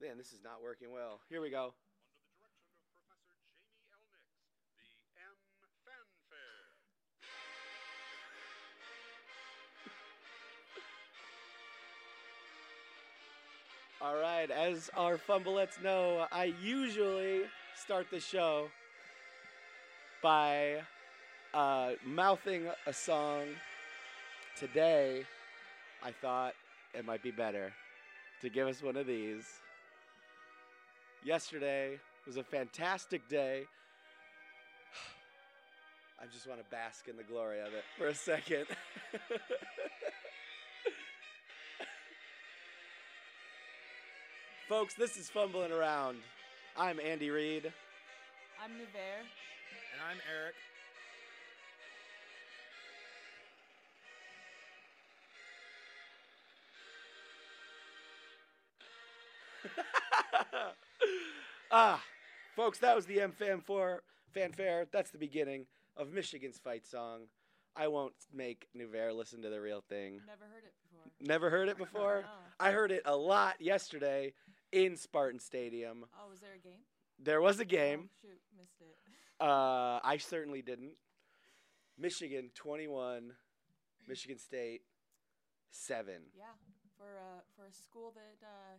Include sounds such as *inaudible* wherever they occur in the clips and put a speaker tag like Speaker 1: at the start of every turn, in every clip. Speaker 1: Man, this is not working well. Here we go.
Speaker 2: Under the direction of Professor Jamie L. Nix, the M Fanfare.
Speaker 1: All right, as our fumbleettes know, I usually start the show by uh, mouthing a song. Today, I thought it might be better to give us one of these. Yesterday was a fantastic day. *sighs* I just want to bask in the glory of it for a second. *laughs* Folks, this is Fumbling Around. I'm Andy Reid.
Speaker 3: I'm Nuvair.
Speaker 4: And I'm Eric.
Speaker 1: ah, folks, that was the M Fanfare. Fanfare. That's the beginning of Michigan's fight song. I won't make Nuvair listen to the real thing.
Speaker 3: Never heard it before.
Speaker 1: Never heard it before.
Speaker 3: Oh.
Speaker 1: I heard it a lot yesterday in Spartan Stadium.
Speaker 3: oh, was there a game?
Speaker 1: There was a
Speaker 3: Oh,
Speaker 1: game.
Speaker 3: shoot, missed it.
Speaker 1: Uh, I certainly didn't. Michigan 21, Michigan State 7.
Speaker 3: Yeah, for uh, for a school that uh,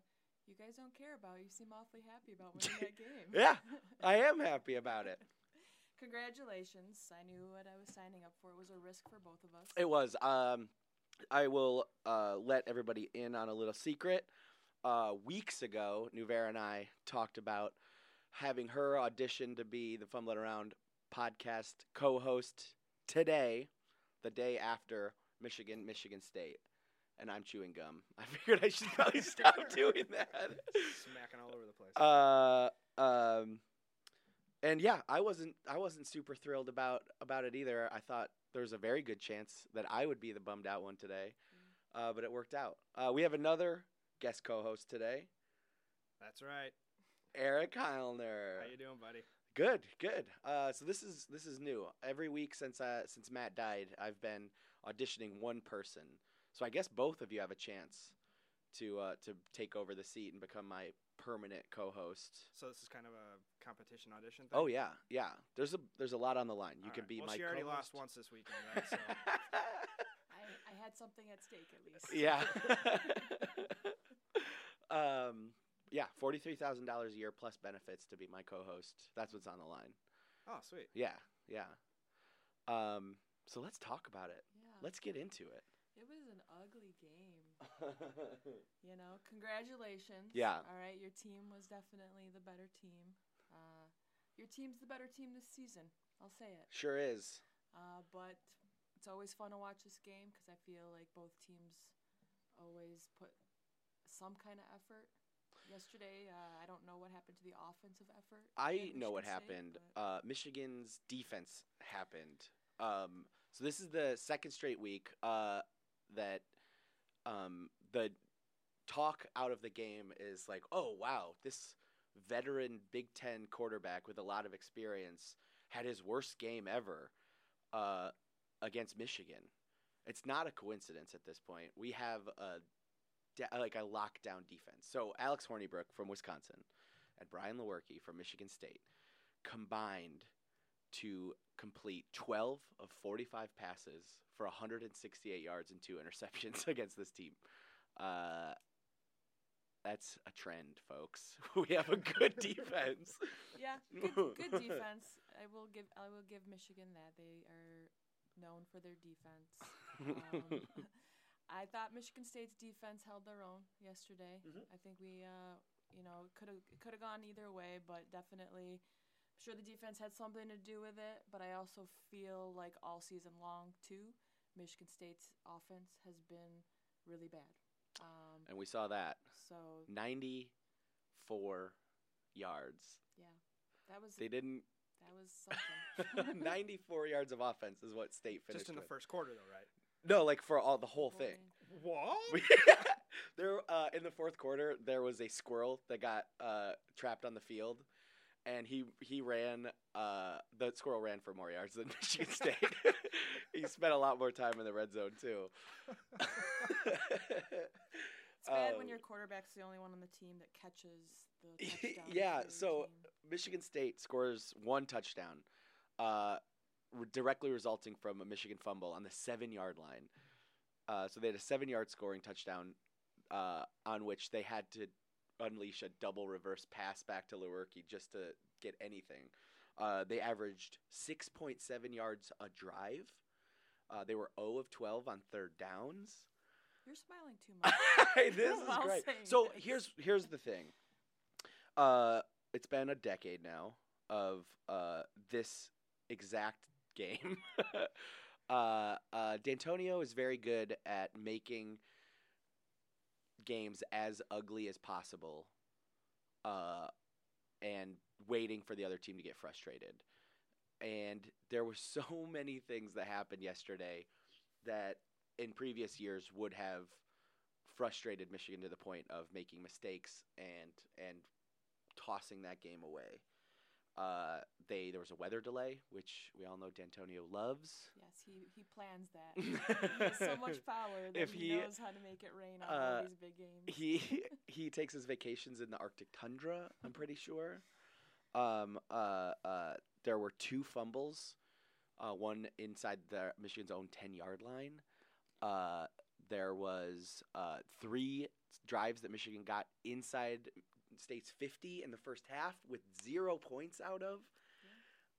Speaker 3: you guys don't care about, you seem awfully happy about
Speaker 1: *laughs*
Speaker 3: winning that game.
Speaker 1: Yeah. I am happy about it.
Speaker 3: *laughs* Congratulations! I knew what I was signing up for. It was a risk for both of us.
Speaker 1: It was. Um, I will uh, let everybody in on a little secret. Uh, weeks ago, Nuvera and I talked about having her audition to be the Fumbling Around podcast co-host today, the day after Michigan, Michigan State. And I'm chewing gum. *laughs* I figured I should probably stop doing that.
Speaker 4: Smacking all over the place.
Speaker 1: Uh, um, and yeah, I wasn't I wasn't super thrilled about about it either. I thought there was a very good chance that I would be the bummed out one today, uh, but it worked out. Uh, we have another guest co-host today,
Speaker 4: That's right.
Speaker 1: Eric Heilner.
Speaker 4: How you doing, buddy?
Speaker 1: Good, good. Uh, so this is this is new. Every week since uh, since Matt died, I've been auditioning one person. So I guess both of you have a chance to uh, to take over the seat and become my permanent co-host.
Speaker 4: So this is kind of a competition audition thing.
Speaker 1: Oh yeah, yeah. There's a there's a lot on the line. You
Speaker 4: All
Speaker 1: can
Speaker 4: right.
Speaker 1: be
Speaker 4: well,
Speaker 1: my.
Speaker 4: she already
Speaker 1: co-host.
Speaker 4: lost once this weekend, right? So
Speaker 3: I, I had something at stake at
Speaker 1: *laughs*
Speaker 3: least. *laughs*
Speaker 1: yeah. *laughs* um, yeah, forty three thousand dollars a year plus benefits to be my co-host. That's what's on the line.
Speaker 4: oh, sweet.
Speaker 1: Yeah, yeah. Um, so let's talk about it.
Speaker 3: yeah.
Speaker 1: Let's get into it.
Speaker 3: *laughs* It was an ugly game. You know, congratulations.
Speaker 1: Yeah.
Speaker 3: All right, your team was definitely the better team. Uh, your team's the better team this season. I'll say it.
Speaker 1: sure is.
Speaker 3: Uh, but it's always fun to watch this game because I feel like both teams always put some kind of effort. Yesterday, uh, I don't know what happened to the offensive effort.
Speaker 1: I
Speaker 3: at
Speaker 1: know what
Speaker 3: Michigan State,
Speaker 1: happened.
Speaker 3: but
Speaker 1: Uh, Michigan's defense happened. Um, so this is the second straight week uh, that um, the talk out of the game is like, "Oh wow, this veteran Big Ten quarterback with a lot of experience had his worst game ever uh, against Michigan." It's not a coincidence at this point. We have a de- like a lockdown defense. So Alex Hornibrook from Wisconsin and Brian Lewerke from Michigan State combined to complete 12 of 45 passes for 168 yards and two interceptions *laughs* against this team. Uh, that's a trend, folks. *laughs* we have a good
Speaker 3: *laughs*
Speaker 1: defense.
Speaker 3: yeah, good,
Speaker 1: *laughs*
Speaker 3: good defense. I will give I will give Michigan that they are known for their defense.
Speaker 1: *laughs*
Speaker 3: Um, I thought Michigan State's defense held their own yesterday.
Speaker 1: Mhm.
Speaker 3: I think we, uh, you know, could have could have gone either way, but definitely, I'm sure the defense had something to do with it. But I also feel like all season long too, Michigan State's offense has been really bad. Um,
Speaker 1: and we saw that
Speaker 3: so
Speaker 1: 94 yards.
Speaker 3: that was
Speaker 1: They
Speaker 4: *laughs*
Speaker 1: didn't. *laughs*
Speaker 3: that was something.
Speaker 1: 94 yards of offense is what State finished.
Speaker 4: Just in the
Speaker 1: with.
Speaker 4: first quarter, though, right?
Speaker 1: No, like for all the *laughs* whole thing. *laughs*
Speaker 4: What?
Speaker 1: there uh, in the fourth quarter there was a squirrel that got uh, trapped on the field and he he ran uh, the squirrel ran for more yards than *laughs* Michigan State. *laughs*
Speaker 4: *laughs*
Speaker 1: he spent a lot more time in the red zone too.
Speaker 3: It's bad
Speaker 1: Um,
Speaker 3: when your quarterback's the only one on the team that catches
Speaker 1: *laughs*
Speaker 3: the touchdown.
Speaker 1: Yeah,
Speaker 3: for your
Speaker 1: so-
Speaker 3: team.
Speaker 1: Michigan State scores one touchdown, uh, re- directly resulting from a Michigan fumble on the seven yard line. Uh, so they had a seven yard scoring touchdown uh, on which they had to unleash a double reverse pass back to Lewerke just to get anything. Uh, they averaged 6.7 yards a drive. Uh, they were 0 of 12 on third downs.
Speaker 3: You're smiling
Speaker 1: *laughs*
Speaker 3: too much. *laughs*
Speaker 1: this is
Speaker 3: While
Speaker 1: great.
Speaker 3: saying
Speaker 1: So
Speaker 3: this.
Speaker 1: here's here's the thing. Uh, it's been a decade now of uh, this exact game. *laughs* uh, uh, D'Antonio is very good at making games as ugly as possible, uh, and waiting for the other team to get frustrated. And there were *laughs* so many things that happened yesterday that in previous years would have frustrated Michigan to the point of making mistakes and and tossing that game away. Uh, they there was a weather delay, which we all know D'Antonio loves.
Speaker 3: Yes, he, he plans
Speaker 1: *laughs*
Speaker 3: that. He has so much power that
Speaker 1: If
Speaker 3: he,
Speaker 1: he-
Speaker 3: knows how to make it rain on
Speaker 1: uh,
Speaker 3: all these big games.
Speaker 1: he *laughs* he takes his vacations in the Arctic tundra. I'm pretty sure. Um, uh, uh, there were two fumbles, uh, one inside the Michigan's own ten yard line. Uh, there was uh, three drives that Michigan got inside State's 50 in the first half with zero points out of.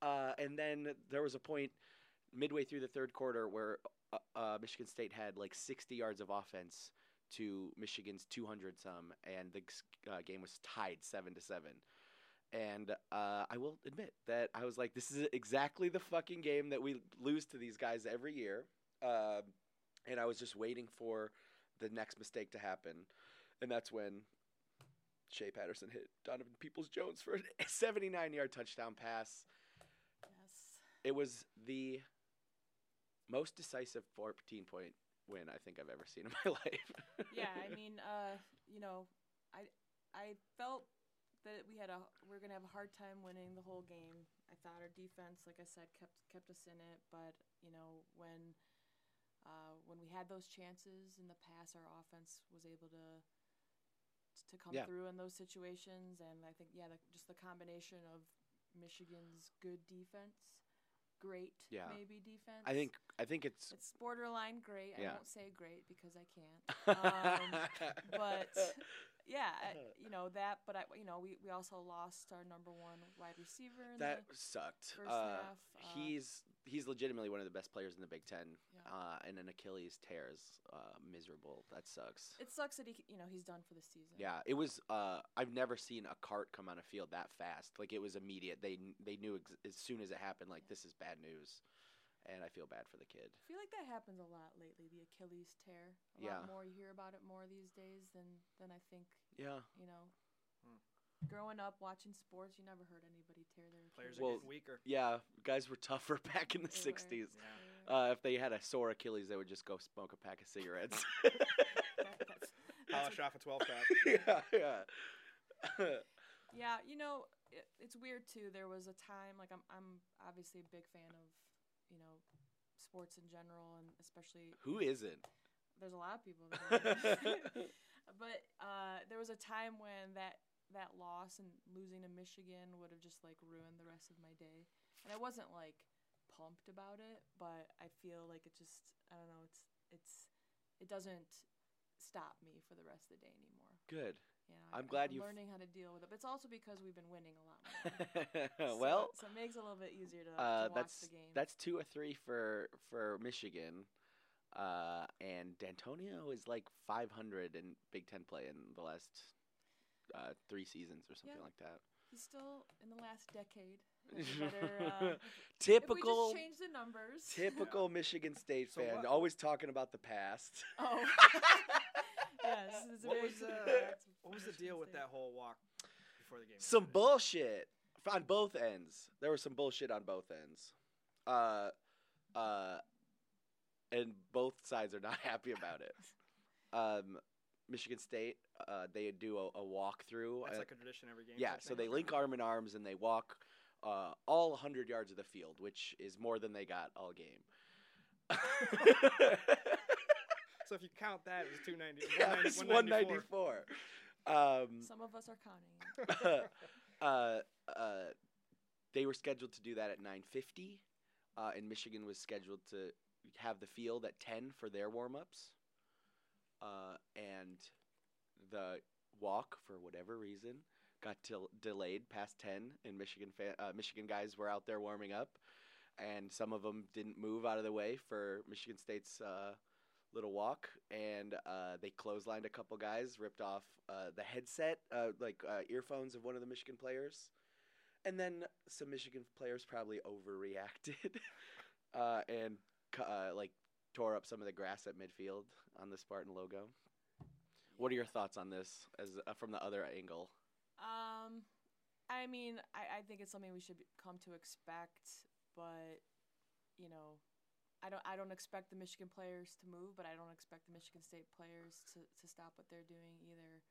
Speaker 1: Uh, and then there was a point midway through the third quarter where uh, uh, Michigan State had like 60 yards of offense to Michigan's 200 some, and the s- uh, game was tied seven to seven. And uh, I will admit that I was like, this is exactly the fucking game that we lose to these guys every year. Um and I was just waiting for the next mistake to happen, and that's when Shea Patterson hit Donovan Peoples Jones for a 79 yard touchdown pass.
Speaker 3: yes.
Speaker 1: It was the most decisive 14 point win I think I've ever seen in my *laughs* life.
Speaker 3: yeah, I mean, uh, you know, I I felt that we had a we're gonna have a hard time winning the whole game. I thought our defense, like I said, kept kept us in it, but you know when uh, when we had those chances in the past, our offense was able to to come
Speaker 1: Yeah.
Speaker 3: through in those situations, and I think yeah, the, just the combination of Michigan's good defense, great
Speaker 1: Yeah.
Speaker 3: maybe defense.
Speaker 1: I think I think it's
Speaker 3: it's borderline great.
Speaker 1: Yeah.
Speaker 3: I won't say great because I can't. Um,
Speaker 1: *laughs*
Speaker 3: but yeah, I- you know that. But I, you know, we, we also lost our number one wide receiver. In
Speaker 1: that
Speaker 3: the
Speaker 1: sucked.
Speaker 3: first
Speaker 1: Uh,
Speaker 3: half, uh,
Speaker 1: he's he's legitimately one of the best players in the Big Ten,
Speaker 3: Yeah.
Speaker 1: uh, and an Achilles tear is uh, miserable. That sucks.
Speaker 3: it sucks that he, c- you know, he's done for the season.
Speaker 1: Yeah, it was. Uh, I've never seen a cart come on a field that fast. Like it was immediate. They kn- they knew ex- as soon as it happened. Like this is bad news, and I feel bad for the kid.
Speaker 3: I feel like that happens a lot lately. The Achilles tear. A
Speaker 1: Yeah.
Speaker 3: lot more. You hear about it more these days than than I think.
Speaker 1: Yeah,
Speaker 3: You know,
Speaker 4: Hmm.
Speaker 3: growing up watching sports, you never heard anybody tear their
Speaker 4: Players are
Speaker 1: Well,
Speaker 3: Achilles.
Speaker 4: getting
Speaker 1: *laughs*
Speaker 4: weaker.
Speaker 1: yeah. Guys were tougher back in the
Speaker 3: They were.
Speaker 1: '60s.
Speaker 4: Yeah.
Speaker 3: They were-
Speaker 1: Uh, if they had a sore Achilles, they would just go smoke a pack of cigarettes.
Speaker 3: that- that's- that's
Speaker 4: Polish off a 12 pack.
Speaker 1: yeah, yeah.
Speaker 3: Yeah, you know, it, it's weird too. There was a time like I'm I'm obviously a big fan of, you know, sports in general and especially
Speaker 1: *laughs* Who isn't?
Speaker 3: there's a lot of people that are.
Speaker 1: *laughs*
Speaker 3: *laughs* but uh, there was a time when that that loss and losing to Michigan would have just like ruined the rest of my day. And I wasn't like pumped about it, but I feel like it just I don't know, it's it's it doesn't stop me for the rest of the day anymore.
Speaker 1: Good.
Speaker 3: You know,
Speaker 1: I'm glad
Speaker 3: I'm
Speaker 1: you've-
Speaker 3: learning how to deal with it. But it's also because we've been winning a lot more.
Speaker 4: *laughs*
Speaker 3: So it-
Speaker 1: well,
Speaker 3: so it makes it a little bit easier to,
Speaker 1: uh,
Speaker 3: to watch
Speaker 1: that's
Speaker 3: the game.
Speaker 1: that's two or three for for Michigan, uh, and D'Antonio is like 500 in Big Ten play in the last uh, three seasons or something
Speaker 3: Yeah.
Speaker 1: like that.
Speaker 3: He's still in the last
Speaker 4: *laughs*
Speaker 3: decade. has a better, uh,
Speaker 1: typical,
Speaker 3: If we just change the numbers.
Speaker 1: typical Michigan State
Speaker 4: So
Speaker 1: fan,
Speaker 4: what-
Speaker 1: always talking about the past.
Speaker 3: *laughs*
Speaker 4: *laughs*
Speaker 3: oh. *laughs* yes. It's
Speaker 4: What
Speaker 3: very
Speaker 4: was,
Speaker 3: good.
Speaker 4: uh,
Speaker 3: That's
Speaker 4: What was the
Speaker 3: Michigan
Speaker 4: deal with
Speaker 3: State.
Speaker 4: that whole walk before the game?
Speaker 1: some
Speaker 4: yesterday?
Speaker 1: bullshit f- on both ends. There was some bullshit on both ends. Uh, uh, and both sides are not *laughs* happy about it. Um, Michigan State, uh, they do a, a walkthrough.
Speaker 4: That's
Speaker 1: uh,
Speaker 4: like a tradition every game.
Speaker 1: yeah,
Speaker 4: type
Speaker 1: so
Speaker 4: thing.
Speaker 1: they link arm in arms and they walk uh, all 100 yards of the field, *laughs*
Speaker 4: *laughs*
Speaker 1: which is more than they got all game.
Speaker 4: So if you count that, it was 290.
Speaker 1: *laughs* yeah, it's
Speaker 4: 194.
Speaker 1: 194. Um,
Speaker 3: Some of us are counting.
Speaker 1: *laughs* uh, uh, they were scheduled to do that at 9:50, uh, and Michigan was scheduled to have the field at 10 for their warm-ups, uh, and the walk for whatever reason got til- delayed past 10, and Michigan fan- uh, Michigan guys were out there warming up, and some of them didn't move out of the way for Michigan State's. Uh, Little walk, and uh, they clotheslined a couple guys, ripped off uh, the headset, uh, like uh, earphones of one of the Michigan players, and then some Michigan players probably overreacted *laughs* uh, and cu- uh, like tore up some of the grass at midfield on the Spartan logo. What are your thoughts on this as uh, from the other angle?
Speaker 3: Um, I mean, I, I think it's something we should be- come to expect, but you know, I don't I don't expect the Michigan players to move, but I don't expect the Michigan State players to, to stop what they're doing either.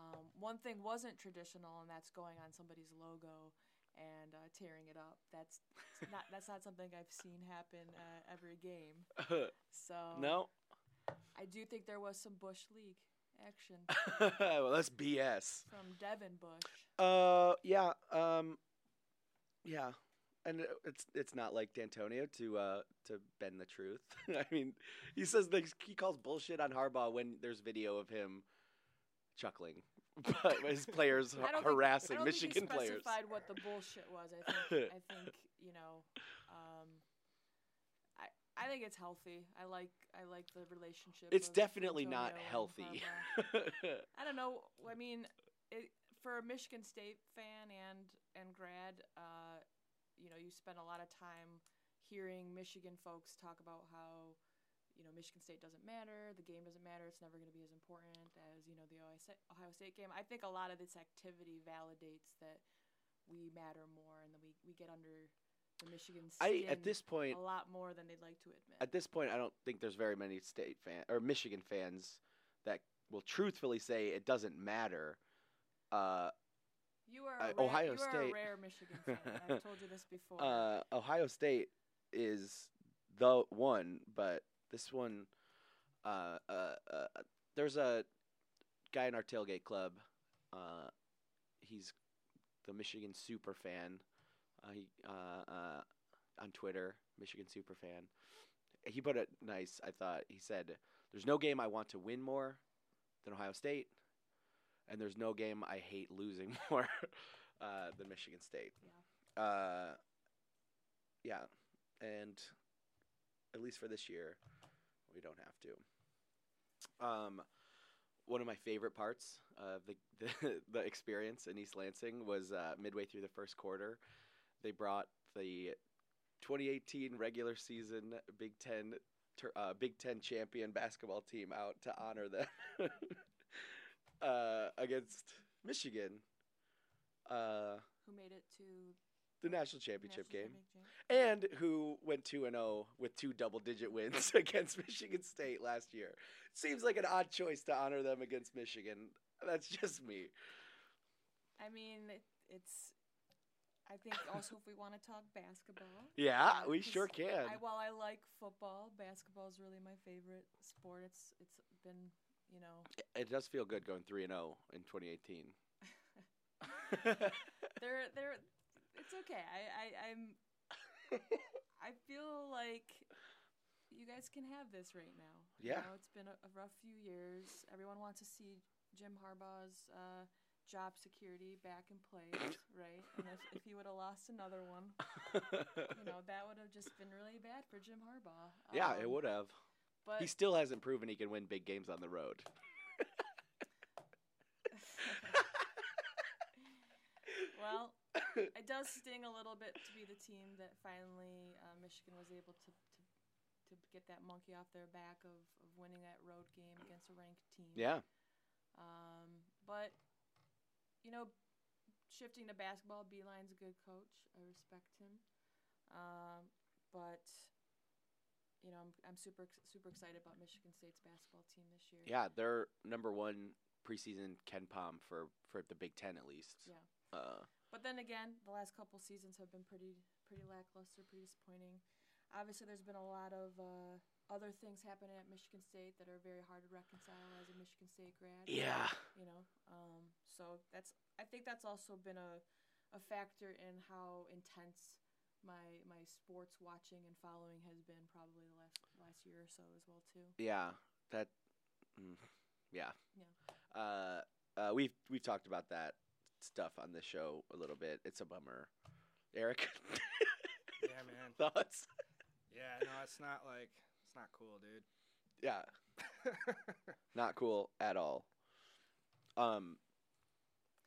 Speaker 3: Um, one thing wasn't traditional, and that's going on somebody's logo and uh, tearing it up. That's not that's not something I've seen happen uh, every game. So
Speaker 1: no, *laughs*
Speaker 3: I do think there was some Bush League action
Speaker 1: well that's BS.
Speaker 3: from Devin Bush.
Speaker 1: Uh, yeah. Um, yeah, and it- it's it's not like D'Antonio to uh to bend the truth. *laughs* I mean, he says things, he calls bullshit on Harbaugh when there's video of him chuckling, *laughs* but his players
Speaker 3: I don't think- I
Speaker 1: harassing
Speaker 3: don't
Speaker 1: Michigan
Speaker 3: think he
Speaker 1: players. *laughs*
Speaker 3: specified what the bullshit was. I think, I think you know, um, I I think it's healthy. I like I like the relationship.
Speaker 1: It's
Speaker 3: of
Speaker 1: definitely not
Speaker 3: Antonio and
Speaker 1: healthy.
Speaker 3: Harbaugh. I don't know. I mean, it, for a Michigan State fan and and grad, uh, you know, you spend a lot of time hearing Michigan folks talk about how you know Michigan State doesn't matter, the game doesn't matter, it's never going to be as important as you know the Ohio Sta- Ohio State game. I think a lot of this activity validates that we matter more and that we we get under the Michigan
Speaker 1: I
Speaker 3: State
Speaker 1: at this point
Speaker 3: a lot more than they'd like to admit.
Speaker 1: at this point I don't think there's very many state fan or Michigan fans that will truthfully say it doesn't matter. Uh,
Speaker 3: you are
Speaker 1: I-
Speaker 3: a rare,
Speaker 1: uh, Ohio
Speaker 3: you
Speaker 1: State-
Speaker 3: Are a rare Michigan
Speaker 1: *laughs*
Speaker 3: fan. I've told you this before.
Speaker 1: uh, Ohio State is the one, but this one, uh, uh, uh, there's a guy in our tailgate club. Uh, he's the Michigan super fan. Uh, he, uh, uh, on Twitter, Michigan super fan. He put it nice. I thought he said, "There's no game I want to win more than Ohio State, and there's no game I hate losing *laughs* more uh, than Michigan State." uh, yeah, and at least for this year, we don't have to. Um, one of my favorite parts of the *laughs* the, the experience in East Lansing was uh, midway through the first quarter, they brought the 2018 regular season Big Ten tur- uh, Big Ten champion basketball team out to honor them *laughs* uh, against Michigan. Uh,
Speaker 3: who made it to
Speaker 1: the national championship
Speaker 3: National
Speaker 1: game,
Speaker 3: championship.
Speaker 1: and who went two and zero with two double digit wins *laughs* against Michigan State last year. Seems like an odd choice to honor them against Michigan. That's just me.
Speaker 3: I mean, it, it's. I
Speaker 1: *laughs*
Speaker 3: think also if we want to talk basketball.
Speaker 1: Yeah,
Speaker 3: uh,
Speaker 1: we
Speaker 3: 'cause
Speaker 1: sure can.
Speaker 3: I, while I like football, basketball is really my favorite sport. It's it's been you know
Speaker 1: It does feel good going three and zero in *laughs* 2018.
Speaker 3: they're they're it's okay. I, I
Speaker 1: *laughs*
Speaker 3: I'm I feel like you guys can have this right now. You
Speaker 1: Yeah.
Speaker 3: know, it's been a, a rough few years. Everyone wants to see Jim Harbaugh's uh, job security back in
Speaker 1: *clears throat*
Speaker 3: place, right? And if, if he would have lost another one, you know, that would have just been really bad for Jim Harbaugh.
Speaker 1: *laughs* yeah, it
Speaker 3: Um,
Speaker 1: would have.
Speaker 3: But
Speaker 1: He still hasn't proven he can win big games on the road.
Speaker 3: *laughs* well, it does sting a little bit to be the team that finally uh, Michigan was able to, to to get that monkey off their back of, of winning that road game against a ranked team.
Speaker 1: Yeah,
Speaker 3: Um, but you know, shifting to basketball, Beeline's a good coach. I respect him. Um, but you know, I'm, I'm super ex- super excited about Michigan State's basketball team this year.
Speaker 1: yeah, they're number one preseason Ken Palm for for the Big Ten at least.
Speaker 3: Yeah.
Speaker 1: Uh,
Speaker 3: But then again, the last couple seasons have been pretty pretty lackluster, pretty disappointing. Obviously, there's been a lot of uh, other things happen at Michigan State that are very hard to reconcile as a Michigan State grad.
Speaker 1: Yeah.
Speaker 3: You know, um, so that's I think that's also been a a factor in how intense my my sports watching and following has been probably the last last year or so as well too.
Speaker 1: Yeah, that. Mm, yeah.
Speaker 3: Yeah.
Speaker 1: Uh, uh, we've we've talked about that stuff on the show a little bit. It's a bummer. Eric, *laughs*
Speaker 4: Yeah, man.
Speaker 1: thoughts?
Speaker 4: Yeah, no, it's not like it's not cool, dude.
Speaker 1: Yeah, not cool at all. Um,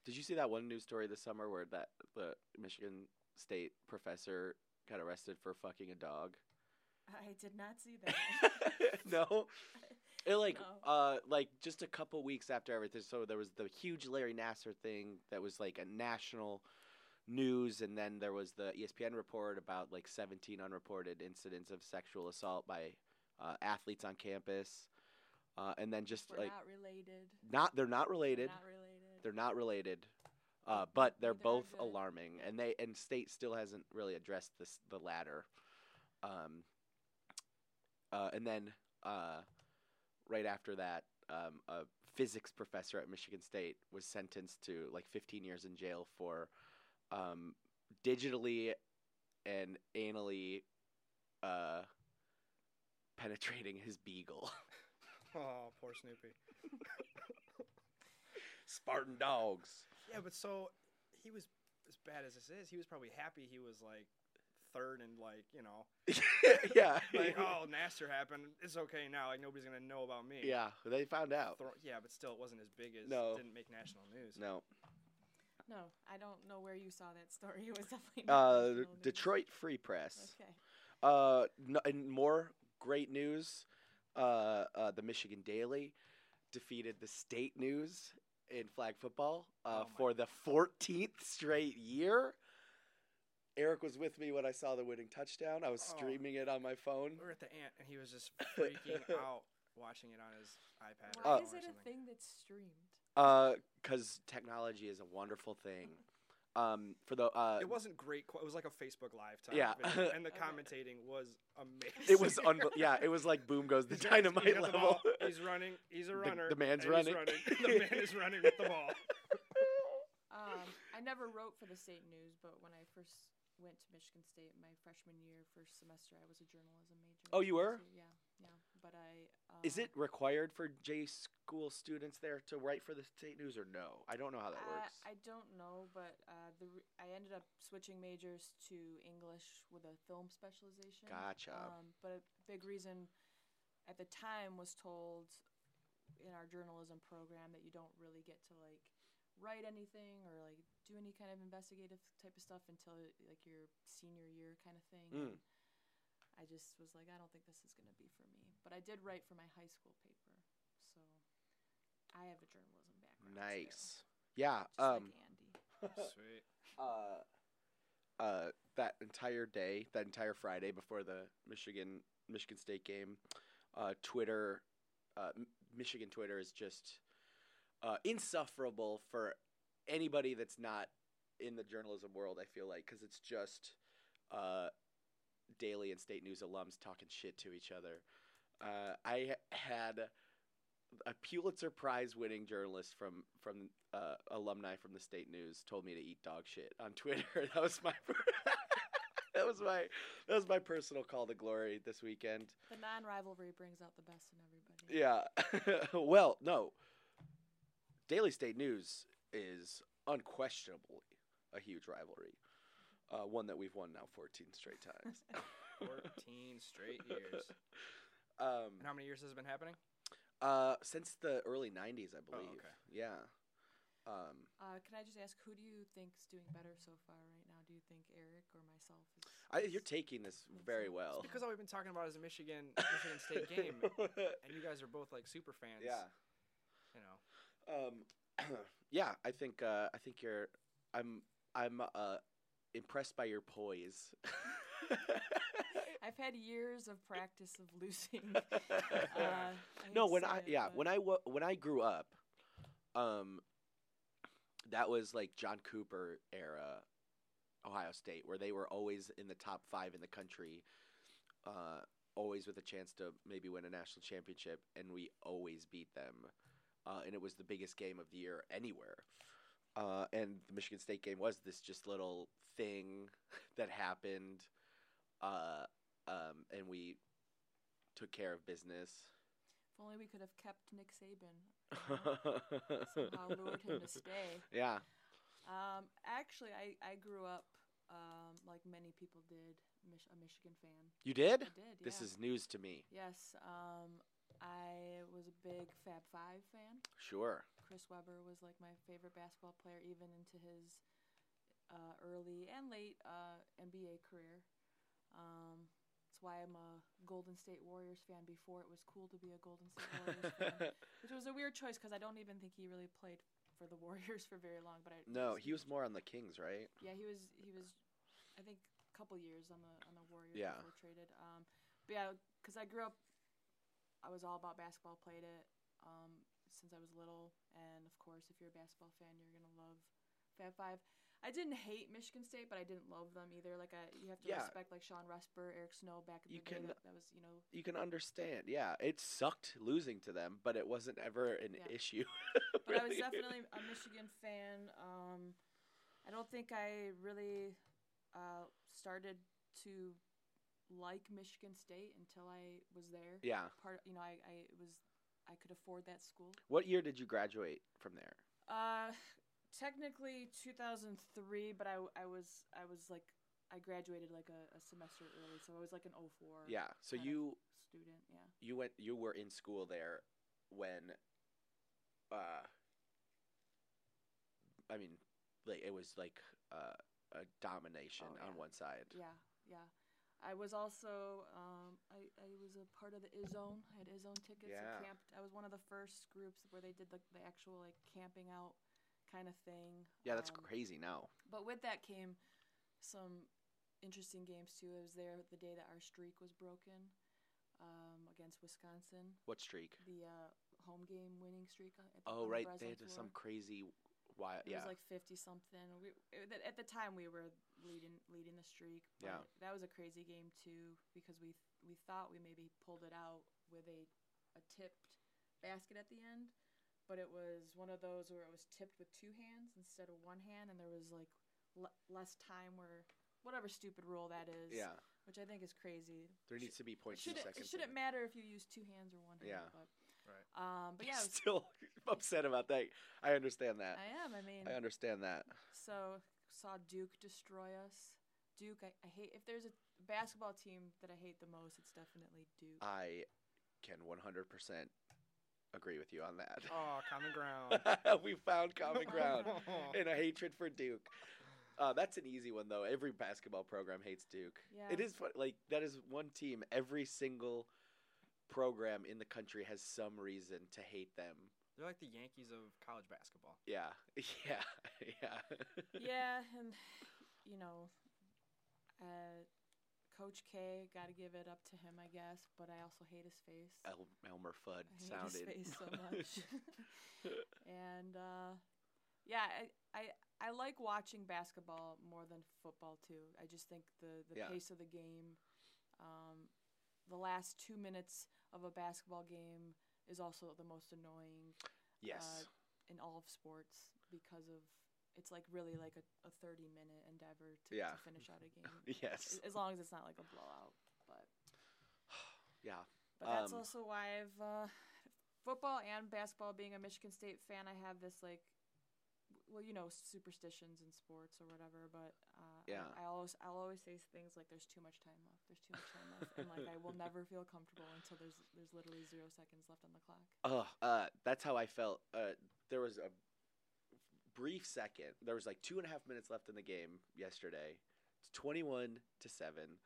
Speaker 1: did you see that one news story this summer where that the Michigan State professor got arrested for fucking a dog?
Speaker 3: *laughs* I did not see that. *laughs*
Speaker 1: *laughs* no. It like
Speaker 3: No.
Speaker 1: uh like just a couple weeks after everything, so there was the huge Larry Nasser thing that was like a national news, and then there was the E ESPN report about like 17 unreported incidents of sexual assault by uh, athletes on campus, uh, and then just
Speaker 3: We're
Speaker 1: like
Speaker 3: not related.
Speaker 1: not they're not
Speaker 3: We're
Speaker 1: related,
Speaker 3: Not related.
Speaker 1: they're not related, uh, but they're
Speaker 3: Neither are
Speaker 1: both
Speaker 3: good.
Speaker 1: alarming, and they and state still hasn't really addressed this the latter. Um, uh, and then uh, right after that, um, a physics professor at Michigan State was sentenced to like 15 years in jail for um, digitally and anally uh, penetrating his beagle.
Speaker 4: oh, poor Snoopy.
Speaker 1: Spartan dogs.
Speaker 4: Yeah, but so he was as bad as this is. He was probably happy he was like third and like you know
Speaker 1: *laughs* *laughs* yeah.
Speaker 4: like oh Nasser happened. It's okay now. Like nobody's gonna know about me.
Speaker 1: Yeah, they found out.
Speaker 4: Thro- yeah, but still, it wasn't as big as
Speaker 1: No.
Speaker 4: didn't make national news.
Speaker 1: No.
Speaker 3: No, I don't know where you saw that story. It was definitely not
Speaker 1: Uh,
Speaker 3: national news.
Speaker 1: Detroit Free Press.
Speaker 3: Okay.
Speaker 1: Uh, n- and more great news. Uh, uh, the Michigan Daily defeated the State News in flag football uh,
Speaker 4: Oh my-
Speaker 1: for the 14th straight year. Eric was with me when I saw the winning touchdown. I was
Speaker 4: Oh.
Speaker 1: streaming it on my phone.
Speaker 4: We were at the ant, and he was just
Speaker 1: *laughs*
Speaker 4: freaking out watching it on his iPad.
Speaker 3: Why
Speaker 4: or
Speaker 3: is
Speaker 4: something.
Speaker 3: it a thing that's streamed?
Speaker 1: Because Uh, technology is a wonderful thing. Um, for the uh,
Speaker 4: It wasn't great. qu- It was like a Facebook Live type.
Speaker 1: Yeah.
Speaker 4: video, and
Speaker 3: *laughs*
Speaker 4: the
Speaker 3: Okay.
Speaker 4: commentating was amazing.
Speaker 1: it was un- yeah, it was like boom
Speaker 4: *laughs*
Speaker 1: goes the
Speaker 4: He's got- he's
Speaker 1: dynamite
Speaker 4: got the
Speaker 1: level.
Speaker 4: ball, He's running. He's a
Speaker 1: The-
Speaker 4: runner.
Speaker 1: the man's
Speaker 4: and he's
Speaker 1: running.
Speaker 4: The man is running with the
Speaker 1: *laughs*
Speaker 4: ball.
Speaker 3: Um, I never wrote for the state news, but when I first went to Michigan State my freshman year, first semester, I was a journalism major.
Speaker 1: Oh, you were?
Speaker 3: So, yeah, yeah. But I. Um,
Speaker 1: Is it required for J school students there to write for the state news or no? I don't know how that
Speaker 3: I-
Speaker 1: works.
Speaker 3: Uh, I don't know, but uh, the re- I ended up switching majors to English with a film specialization.
Speaker 1: Gotcha.
Speaker 3: Um, but a big reason at the time was told in our journalism program that you don't really get to like write anything or like do any kind of investigative type of stuff until like your senior year kind of thing.
Speaker 1: Mm.
Speaker 3: And I just was like, I don't think this is going to be for me. But I did write for my high school paper, so I have a journalism background. still,
Speaker 1: nice. Yeah.
Speaker 3: just like
Speaker 1: Um.
Speaker 3: Andy.
Speaker 4: Sweet.
Speaker 1: uh, uh, that entire day, that entire Friday before the Michigan Michigan State game, uh, Twitter, uh, M- Michigan Twitter is just uh, insufferable for anybody that's not in the journalism world. I feel like because it's just uh, daily and state news alums talking shit to each other. Uh, I ha- had a Pulitzer Prize winning journalist from from uh, alumni from the state news told me to eat dog shit on Twitter. *laughs* That was my *laughs* that was my that was my personal call to glory this weekend.
Speaker 3: The non rivalry brings out the best in everybody.
Speaker 1: Yeah. *laughs* well, no. Daily State News is unquestionably a huge rivalry. Uh, one that we've won now 14 straight
Speaker 4: *laughs*
Speaker 1: times.
Speaker 4: Fourteen straight years. And
Speaker 1: *laughs* um,
Speaker 4: how many years has it been happening?
Speaker 1: uh, since the early 90s, I
Speaker 4: Oh,
Speaker 1: believe.
Speaker 4: okay.
Speaker 1: Yeah. Um,
Speaker 3: Uh, can I just ask, who do you think's doing better so far right now? Do you think Eric or myself? Is,
Speaker 1: I, you're taking this very well.
Speaker 4: Because all we've been talking about is the *laughs* Michigan Michigan State game,
Speaker 1: *laughs*
Speaker 4: and you guys are both like super fans.
Speaker 1: yeah.
Speaker 4: You know.
Speaker 1: Um, *clears throat* yeah, I think uh, I think you're. I'm I'm uh, impressed by your poise. *laughs*
Speaker 3: I've had years of practice of
Speaker 1: *laughs*
Speaker 3: losing.
Speaker 4: Yeah.
Speaker 3: Uh, hate
Speaker 1: no,
Speaker 3: to
Speaker 1: when
Speaker 3: say
Speaker 1: I
Speaker 3: it,
Speaker 1: yeah
Speaker 3: but
Speaker 1: when I wa- when I grew up, um, that was like John Cooper era Ohio State, where they were always in the top five in the country, uh, always with a chance to maybe win a national championship, and we always beat them. Uh, and it was the biggest game of the year anywhere. Uh, and the Michigan State game was this just little thing that happened, uh, um, and we took care of business.
Speaker 3: If only we could have kept Nick Saban.
Speaker 1: *laughs*
Speaker 3: Somehow lured him to stay.
Speaker 1: Yeah.
Speaker 3: Um, actually, I, I grew up um, like many people did, Mich- a Michigan fan.
Speaker 1: You did?
Speaker 3: I did.
Speaker 1: This
Speaker 3: yeah.
Speaker 1: is news to me.
Speaker 3: yes. Um, I was a big Fab Five fan.
Speaker 1: Sure.
Speaker 3: Chris Webber was like my favorite basketball player, even into his uh, early and late uh, NBA career. Um, that's why I'm a Golden State Warriors fan before it was cool to be a Golden State
Speaker 1: *laughs*
Speaker 3: Warriors fan, which was a weird choice because I don't even think he really played for the *laughs* Warriors for very long. But I
Speaker 1: no, he was more on the Kings, right?
Speaker 3: yeah, he was he was, I think, a couple years on the on the Warriors
Speaker 1: Yeah.
Speaker 3: before traded. Um, but yeah, because I grew up, I was all about basketball. Played it um, since I was little, and of course, if you're a basketball fan, you're gonna love Fab Five. I didn't hate Michigan State, but I didn't love them either. Like I, you have to
Speaker 1: Yeah.
Speaker 3: respect like Sean Rusper, Eric Snow back in
Speaker 1: You
Speaker 3: the day.
Speaker 1: can-
Speaker 3: That, that was you know
Speaker 1: You can understand. Yeah, it sucked losing to them, but it wasn't ever an
Speaker 3: Yeah.
Speaker 1: issue. *laughs*
Speaker 3: but I was
Speaker 1: really.
Speaker 3: definitely a Michigan fan. Um, I don't think I really uh, started to like Michigan State until I was there.
Speaker 1: Yeah.
Speaker 3: Part, you know, I, I it was I could afford that school.
Speaker 1: What year did you graduate from there?
Speaker 3: Uh, technically 2003, but I, w- I was I was like I graduated like a, a semester early, so I was like an 04
Speaker 1: Yeah. So
Speaker 3: kind of
Speaker 1: you
Speaker 3: student. Yeah.
Speaker 1: you went you were in school there when uh I mean like it was like uh, a domination
Speaker 3: Oh,
Speaker 1: on
Speaker 3: yeah.
Speaker 1: one side.
Speaker 3: Yeah, yeah. I was also um, I, I was a part of the Izone. I had Izone tickets.
Speaker 1: Yeah.
Speaker 3: I camped. I was one of the first groups where they did the, the actual like camping out kind of thing.
Speaker 1: Yeah, that's
Speaker 3: Um,
Speaker 1: crazy now.
Speaker 3: But with that came some interesting games too. I was there the day that our streak was broken um, against Wisconsin.
Speaker 1: What streak?
Speaker 3: The uh, home game winning streak. on- At the,
Speaker 1: Oh
Speaker 3: on the
Speaker 1: right,
Speaker 3: Breslin
Speaker 1: they had some
Speaker 3: floor.
Speaker 1: crazy why
Speaker 3: It
Speaker 1: yeah.
Speaker 3: was like fifty something. We it- at the time we were leading leading the streak. but
Speaker 1: Yeah.
Speaker 3: that was a crazy game too because we we thought we maybe pulled it out with a a tipped basket at the end, but it was one of those where it was tipped with two hands instead of one hand, and there was like le- less time where whatever stupid rule that is.
Speaker 1: yeah.
Speaker 3: which I think is crazy.
Speaker 1: There needs to be
Speaker 3: It
Speaker 1: point two
Speaker 3: shouldn't,
Speaker 1: seconds.
Speaker 3: it shouldn't
Speaker 1: in
Speaker 3: matter if you use two hands or one hand.
Speaker 1: Yeah.
Speaker 3: But,
Speaker 4: Right.
Speaker 3: Um,
Speaker 1: *laughs*
Speaker 3: but yeah, it was,
Speaker 1: Still upset about that. I understand that.
Speaker 3: I am. I mean,
Speaker 1: I understand that.
Speaker 3: So saw Duke destroy us. Duke, I, I hate. If there's a basketball team that I hate the most, it's definitely Duke.
Speaker 1: I can 100% agree with you on that.
Speaker 4: Oh, common *laughs* ground.
Speaker 3: Oh.
Speaker 1: *laughs* we found
Speaker 3: *laughs*
Speaker 1: common *laughs* ground and a hatred for Duke. Uh, that's an easy one though. Every basketball program hates Duke.
Speaker 3: Yeah.
Speaker 1: It is fun, like that is one team. Every single program in the country has some reason to hate them.
Speaker 4: They're like the Yankees of college basketball.
Speaker 1: Yeah, *laughs* yeah, yeah.
Speaker 3: yeah, and you know, uh, Coach K, got to give it up to him, I guess. But I also hate his face.
Speaker 1: El- Elmer Fudd
Speaker 3: I hate
Speaker 1: sounded.
Speaker 3: his face
Speaker 1: *laughs*
Speaker 3: so much. and uh, yeah, I, I I like watching basketball more than football too. I just think the the
Speaker 1: Yeah.
Speaker 3: pace of the game, um, the last two minutes of a basketball game is also the most annoying uh,
Speaker 1: yes,
Speaker 3: in all of sports because of it's like really like a, a thirty minute endeavor to,
Speaker 1: Yeah.
Speaker 3: to finish out a game.
Speaker 1: *laughs* yes,
Speaker 3: A- as long as it's not like a blowout, but.
Speaker 1: *sighs* yeah.
Speaker 3: But that's
Speaker 1: Um,
Speaker 3: also why I've uh, football and basketball. Being a Michigan State fan, I have this like, w- well, you know, superstitions in sports or whatever. But uh, I-
Speaker 1: Yeah.
Speaker 3: I, always I'll always say things like, "There's too much time left. There's too much time left," and like I will never feel comfortable until there's there's literally zero seconds left on the clock.
Speaker 1: Ugh, uh, that's how I felt. Uh, there was a brief second. There was like two and a half minutes left in the game yesterday. It's twenty-one to seven.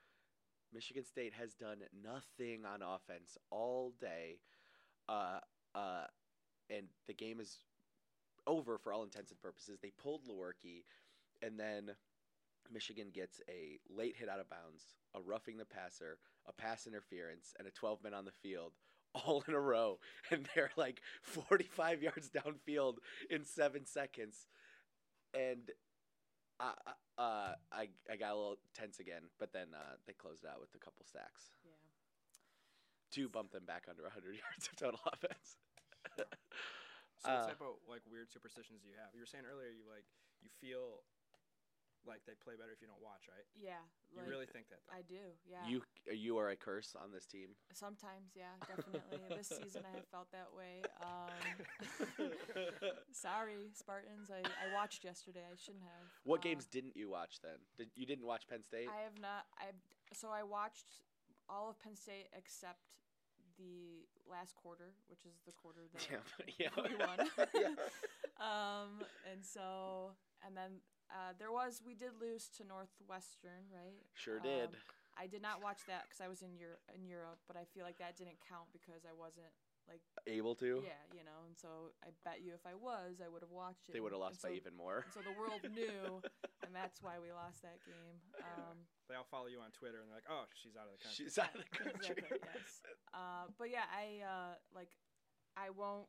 Speaker 1: Michigan State has done nothing on offense all day, uh, uh, and the game is over for all intents and purposes. They pulled Lewerke, and then Michigan gets a late hit out of bounds, a roughing the passer, a pass interference, and a twelve men on the field *laughs* all in a row *laughs* and they're like 45 yards downfield in seven seconds and I, I- uh, I, I got a little tense again but then uh, they closed it out with a couple sacks
Speaker 3: Yeah.
Speaker 1: to bump them back under 100 *laughs* yards of total offense.
Speaker 4: So
Speaker 1: Uh,
Speaker 4: what type of like weird superstitions do you have? You were saying earlier you like you feel like they play better if you don't watch, right?
Speaker 3: Yeah. Like,
Speaker 4: you really think that? Though.
Speaker 3: I do. Yeah.
Speaker 1: You you are a curse on this
Speaker 3: *laughs*
Speaker 1: team.
Speaker 3: Sometimes, yeah, definitely. this season I have felt that way. Um, sorry, Spartans. I, I watched yesterday. I shouldn't have.
Speaker 1: what
Speaker 3: Uh,
Speaker 1: games didn't you watch then? Did, you didn't watch Penn State? *laughs*
Speaker 3: I have not. I so I watched all of Penn State except the last quarter, which is the quarter that
Speaker 1: *laughs* yeah.
Speaker 3: we won.
Speaker 1: yeah.
Speaker 3: um, and so and then uh, there was we did lose to Northwestern, right?
Speaker 1: Sure
Speaker 3: Um,
Speaker 1: did.
Speaker 3: I did not watch that because I was in Europe, in Europe, but I feel like that didn't count because I wasn't
Speaker 1: Able to?
Speaker 3: Yeah, you know, and so I bet you if I was, I would have watched it.
Speaker 1: They
Speaker 3: and-
Speaker 1: would have
Speaker 3: and
Speaker 1: lost by
Speaker 3: so-
Speaker 1: even more.
Speaker 3: and so the world knew, and that's why we lost that game. Um,
Speaker 4: They all follow you on Twitter and they're like, "Oh, she's out of the
Speaker 1: *laughs*
Speaker 4: country."
Speaker 1: She's out of the country.
Speaker 3: *laughs* exactly.
Speaker 1: *laughs*
Speaker 3: Yes. Uh, but yeah, I uh, like, I won't.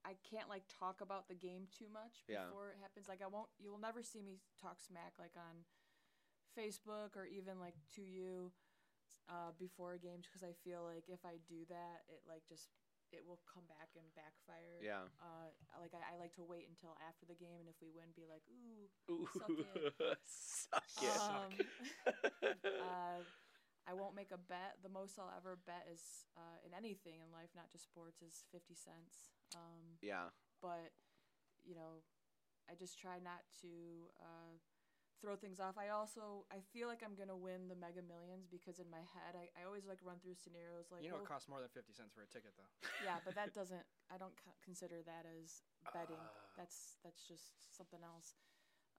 Speaker 3: I can't like talk about the game too much
Speaker 1: Yeah.
Speaker 3: before it happens. Like I won't. You'll never see me talk smack like on Facebook or even like to you uh, before a game because I feel like if I do that, it like just it will come back and backfire.
Speaker 1: Yeah.
Speaker 3: Uh, like I, I like to wait until after the game, and if we win, be like, ooh. um,
Speaker 1: Ooh.
Speaker 3: Suck
Speaker 1: Suck
Speaker 3: *laughs* it.
Speaker 4: Yeah,
Speaker 1: it.
Speaker 4: suck.
Speaker 3: *laughs* uh, I won't make a bet. The most I'll ever bet is uh, in anything in life, not just sports, is 50 cents. Um,
Speaker 1: yeah.
Speaker 3: but, you know, I just try not to uh, throw things off. I also, I feel like I'm going to win the mega millions because in my head, I, I always like run through scenarios like, oh.
Speaker 4: you know, it
Speaker 3: well,
Speaker 4: costs more than fifty cents for a ticket, *laughs* though.
Speaker 3: yeah, but that doesn't, I don't co- consider that as betting.
Speaker 1: Ah.
Speaker 3: That's, that's just something else.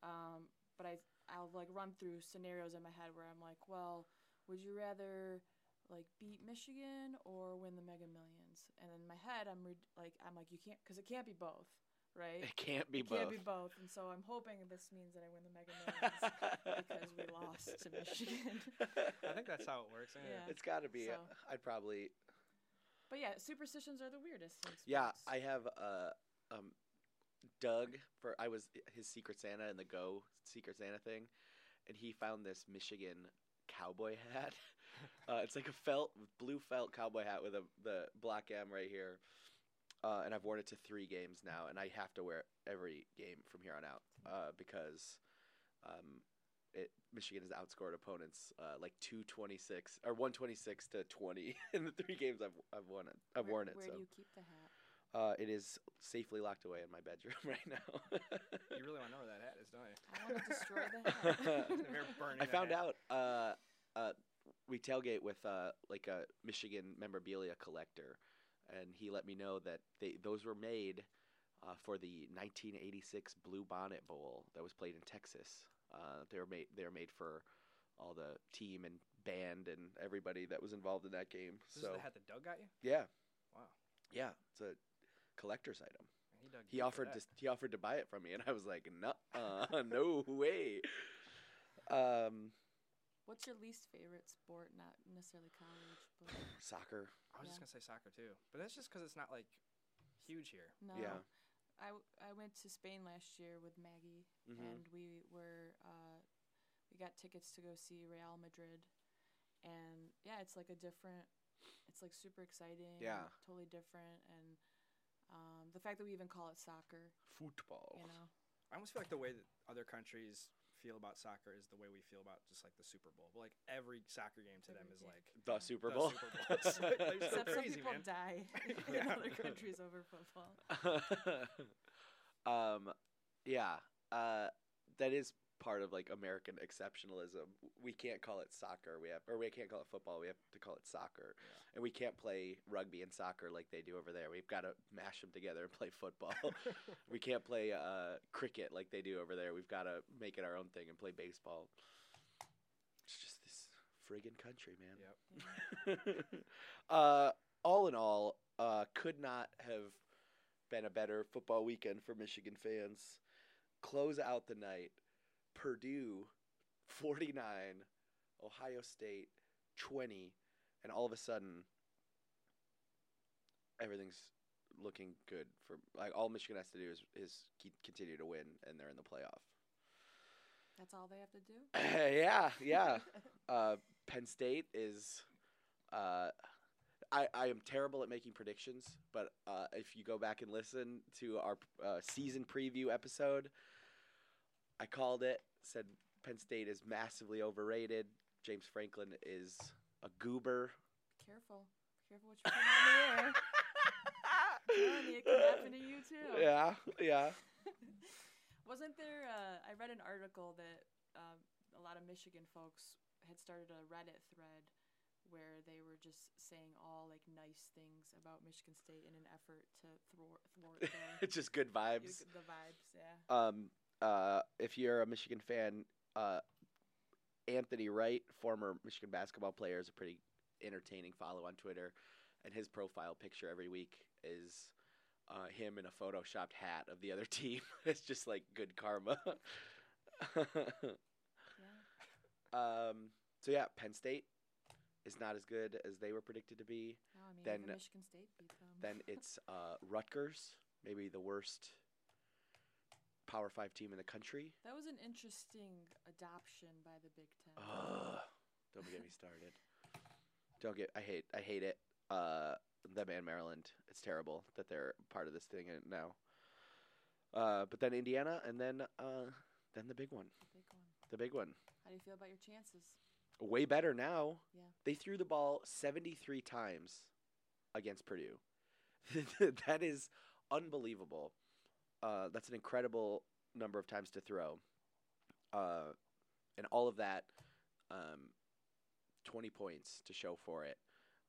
Speaker 3: Um, but I I'll like run through scenarios in my head where I'm like, well, would you rather like beat Michigan or win the Mega Millions? And in my head, I'm re- like, I'm like, you can't, because it can't be both, right?
Speaker 1: It can't be
Speaker 3: it
Speaker 1: both.
Speaker 3: can't be both. And so I'm hoping this means that I win the Mega
Speaker 1: *laughs*
Speaker 3: Millions because we lost to Michigan. *laughs*
Speaker 4: I think that's how it works. Yeah.
Speaker 3: Yeah.
Speaker 1: It's got to be.
Speaker 3: So.
Speaker 1: I'd probably.
Speaker 3: but yeah, superstitions are the weirdest. in
Speaker 1: Yeah,
Speaker 3: sports.
Speaker 1: I have uh, um, Doug for I was his Secret Santa in the Go Secret Santa thing, and he found this Michigan cowboy
Speaker 3: *laughs*
Speaker 1: hat. Uh, it's like a felt blue felt cowboy hat with a the black M right here, uh, and I've worn it to three games now, and I have to wear it every game from here on out uh, because. Um, it, Michigan has outscored opponents uh, like two twenty six or one twenty six to twenty *laughs* in the three games I've I've won it I've
Speaker 3: where,
Speaker 1: worn it.
Speaker 3: Where
Speaker 1: so.
Speaker 3: do you keep the hat?
Speaker 1: Uh, it is safely locked away in my bedroom *laughs* right now.
Speaker 4: You really want to know where that hat is, don't you?
Speaker 3: I want to *laughs* destroy the hat.
Speaker 4: *laughs* They're
Speaker 3: *laughs*
Speaker 4: burning.
Speaker 1: I
Speaker 4: that
Speaker 1: found
Speaker 4: hat.
Speaker 1: out uh, uh, we tailgate with uh, like a Michigan memorabilia collector, and he let me know that they those were made uh, for the 1986 Blue Bonnet Bowl that was played in Texas. Uh, they were made they were made for all the team and band and everybody that was involved in that game.
Speaker 4: This
Speaker 1: so
Speaker 4: is the hat that Doug got you.
Speaker 1: yeah,
Speaker 4: Wow.
Speaker 1: yeah, it's a collector's item.
Speaker 4: He, dug
Speaker 1: *laughs* He
Speaker 4: you for
Speaker 1: offered
Speaker 4: that.
Speaker 1: to he offered to buy it from me, and I was like, "No, uh, *laughs* no way." Um,
Speaker 3: What's your least favorite sport? Not necessarily college, but
Speaker 1: soccer.
Speaker 4: I
Speaker 3: Yeah.
Speaker 4: was just gonna say soccer too, but that's just because it's not like huge here.
Speaker 3: no.
Speaker 1: Yeah.
Speaker 3: I, w- I went to Spain last year with Maggie,
Speaker 4: Mm-hmm.
Speaker 1: Mhm.
Speaker 3: and we were uh, we got tickets to go see Real Madrid, and yeah, it's like a different, it's like super exciting. and
Speaker 1: Yeah.
Speaker 3: totally different, and um, the fact that we even call it soccer,
Speaker 1: Football.
Speaker 4: Oh.
Speaker 3: you
Speaker 4: *laughs*
Speaker 3: know,
Speaker 4: I almost feel like the way that other countries feel about soccer is the way we feel about just like the Super Bowl. But like every soccer game to them is like
Speaker 3: *laughs*
Speaker 1: The Super Bowl. *laughs*
Speaker 4: Super Bowl. Like, they're so
Speaker 3: except some
Speaker 4: crazy,
Speaker 3: people
Speaker 4: man.
Speaker 3: die *laughs* in
Speaker 4: Yeah.
Speaker 3: other countries over football.
Speaker 1: um, yeah, uh, that is part of like American exceptionalism. We can't call it soccer. We have, or we can't call it football. We have to call it soccer,
Speaker 4: Yeah.
Speaker 1: and we can't play rugby and soccer like they do over there. We've got to mash them together and play football. *laughs* we can't play uh, cricket like they do over there. We've got to make it our own thing and play baseball. It's just this friggin' country, man.
Speaker 4: Yep.
Speaker 3: Yeah.
Speaker 1: *laughs* uh, all in all, uh, could not have been a better football weekend for Michigan fans. Close out the night, Purdue 49, Ohio State 20, and all of a sudden, everything's looking good for like all Michigan has to do is is keep, continue to win, and they're in the playoff.
Speaker 3: That's all they have to do. *laughs*
Speaker 1: yeah, yeah uh, Penn State is. Uh, I, I am terrible at making predictions, but uh, if you go back and listen to our uh, season preview episode, I called it, said Penn State is massively overrated. James Franklin is a goober. *laughs*
Speaker 3: Careful. Careful what you're putting on the air. Telling you, It can happen to you too.
Speaker 1: yeah, yeah.
Speaker 3: *laughs* Wasn't there? Uh, I read an article that um, a lot of Michigan folks had started a Reddit thread where they were just saying all like nice things about Michigan State in an effort to thwart, thwart the,
Speaker 1: It's *laughs* just good vibes.
Speaker 3: the vibes. Yeah.
Speaker 1: Um, uh, if you're a Michigan fan, uh, Anthony Wright, former Michigan basketball player, is a pretty entertaining follow on Twitter, and his profile picture every week is uh, him in a photoshopped hat of the other *laughs* team. it's just like good karma. *laughs*
Speaker 3: Yeah.
Speaker 1: um, so yeah, Penn State is not as good as they were predicted to be.
Speaker 3: No, I mean,
Speaker 1: Then- uh,
Speaker 3: even Michigan State beat them.
Speaker 1: Then it's uh, Rutgers, maybe the worst Power Five team in the country.
Speaker 3: that was an interesting adoption by the Big
Speaker 1: *gasps*
Speaker 3: Ten.
Speaker 1: Ugh, don't get me started. Don't get. I hate. I hate it. Uh, them and Maryland. It's terrible that they're part of this thing and now. Uh, but then Indiana, and then uh, then the big one.
Speaker 3: the big one.
Speaker 1: The big one.
Speaker 3: How do you feel about your chances?
Speaker 1: Way better now.
Speaker 3: Yeah.
Speaker 1: They threw the ball seventy-three times against Purdue. *laughs* that is unbelievable. Uh, that's an incredible number of times to throw. Uh, and all of that, um, 20 points to show for it.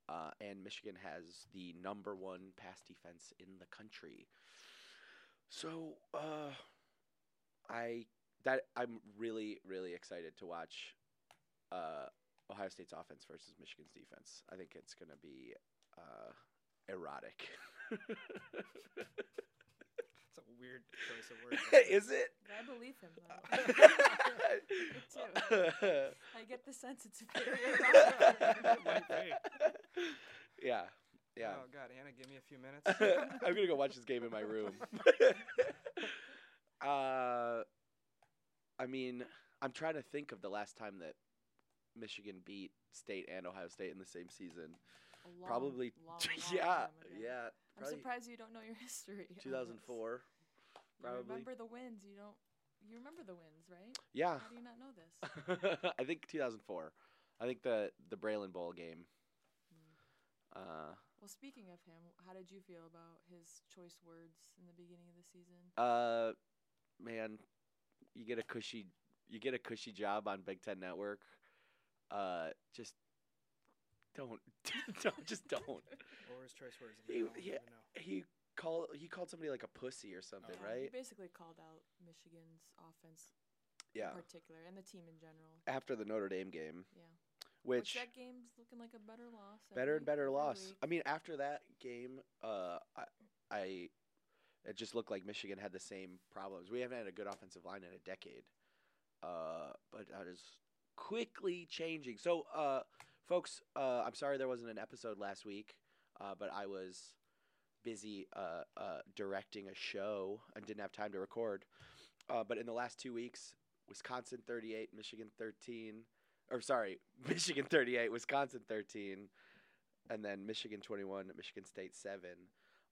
Speaker 1: Uh, and Michigan has the number one pass defense in the country. So uh, I that I'm really really excited to watch uh, Ohio State's offense versus Michigan's defense. I think it's going to be uh, erotic. *laughs*
Speaker 4: It's a weird choice of
Speaker 1: *laughs*
Speaker 4: words.
Speaker 1: Is it?
Speaker 3: I believe him though.
Speaker 1: Uh, too.
Speaker 3: *laughs* I get the sense it's very ironic.
Speaker 1: *laughs* yeah, yeah.
Speaker 4: Oh God, Anna, give me a few minutes.
Speaker 1: *laughs* I'm gonna go watch this game in my room. *laughs* uh, I mean, I'm trying to think of the last time that Michigan beat State and Ohio State in the same season.
Speaker 3: A
Speaker 1: *laughs*
Speaker 3: long,
Speaker 1: probably,
Speaker 3: long, long
Speaker 1: *laughs* yeah,
Speaker 3: time ago.
Speaker 1: yeah.
Speaker 3: I'm
Speaker 1: Probably
Speaker 3: surprised you don't know your
Speaker 1: *laughs*
Speaker 3: history. on this.
Speaker 1: 2004.
Speaker 3: You
Speaker 1: probably.
Speaker 3: remember the wins. You don't. You remember the wins,
Speaker 1: *sighs*
Speaker 3: right?
Speaker 1: Yeah,
Speaker 3: How do you not know this?
Speaker 1: *laughs* I think 2004. I think the the Braylon Bowl game. Uh,
Speaker 3: Hmm. Well, speaking of him, how did you feel about his choice words in the beginning of the season?
Speaker 1: Uh, man, you get a cushy you get a cushy job on Big Ten Network. Uh, just don't, *laughs* don't, *laughs* just
Speaker 3: *laughs*
Speaker 1: don't. *laughs*
Speaker 4: *laughs* What were his choice words?
Speaker 1: He-
Speaker 4: I don't
Speaker 1: he-
Speaker 4: even know.
Speaker 1: He called he called somebody like a pussy or something,
Speaker 3: Yeah, He
Speaker 1: right?
Speaker 3: basically called out Michigan's offense
Speaker 1: Yeah.
Speaker 3: in particular and the team in general.
Speaker 1: After the Notre Dame game,
Speaker 3: Yeah.
Speaker 1: which
Speaker 3: that game's looking like a better loss.
Speaker 1: better
Speaker 3: every-
Speaker 1: and better
Speaker 3: every
Speaker 1: loss.
Speaker 3: week.
Speaker 1: I mean, after that game, uh, I, I, it just looked like Michigan had the same problems. We haven't had a good offensive line in a decade, uh, but that is quickly changing. So, uh, folks, uh, I'm sorry there wasn't an episode last week, uh, but I was busy uh, uh, directing a show and didn't have time to record. Uh, but in the last two weeks, Wisconsin 38, Michigan 13, or sorry, *laughs* Michigan 38, Wisconsin 13 and then Michigan 21, Michigan State 7.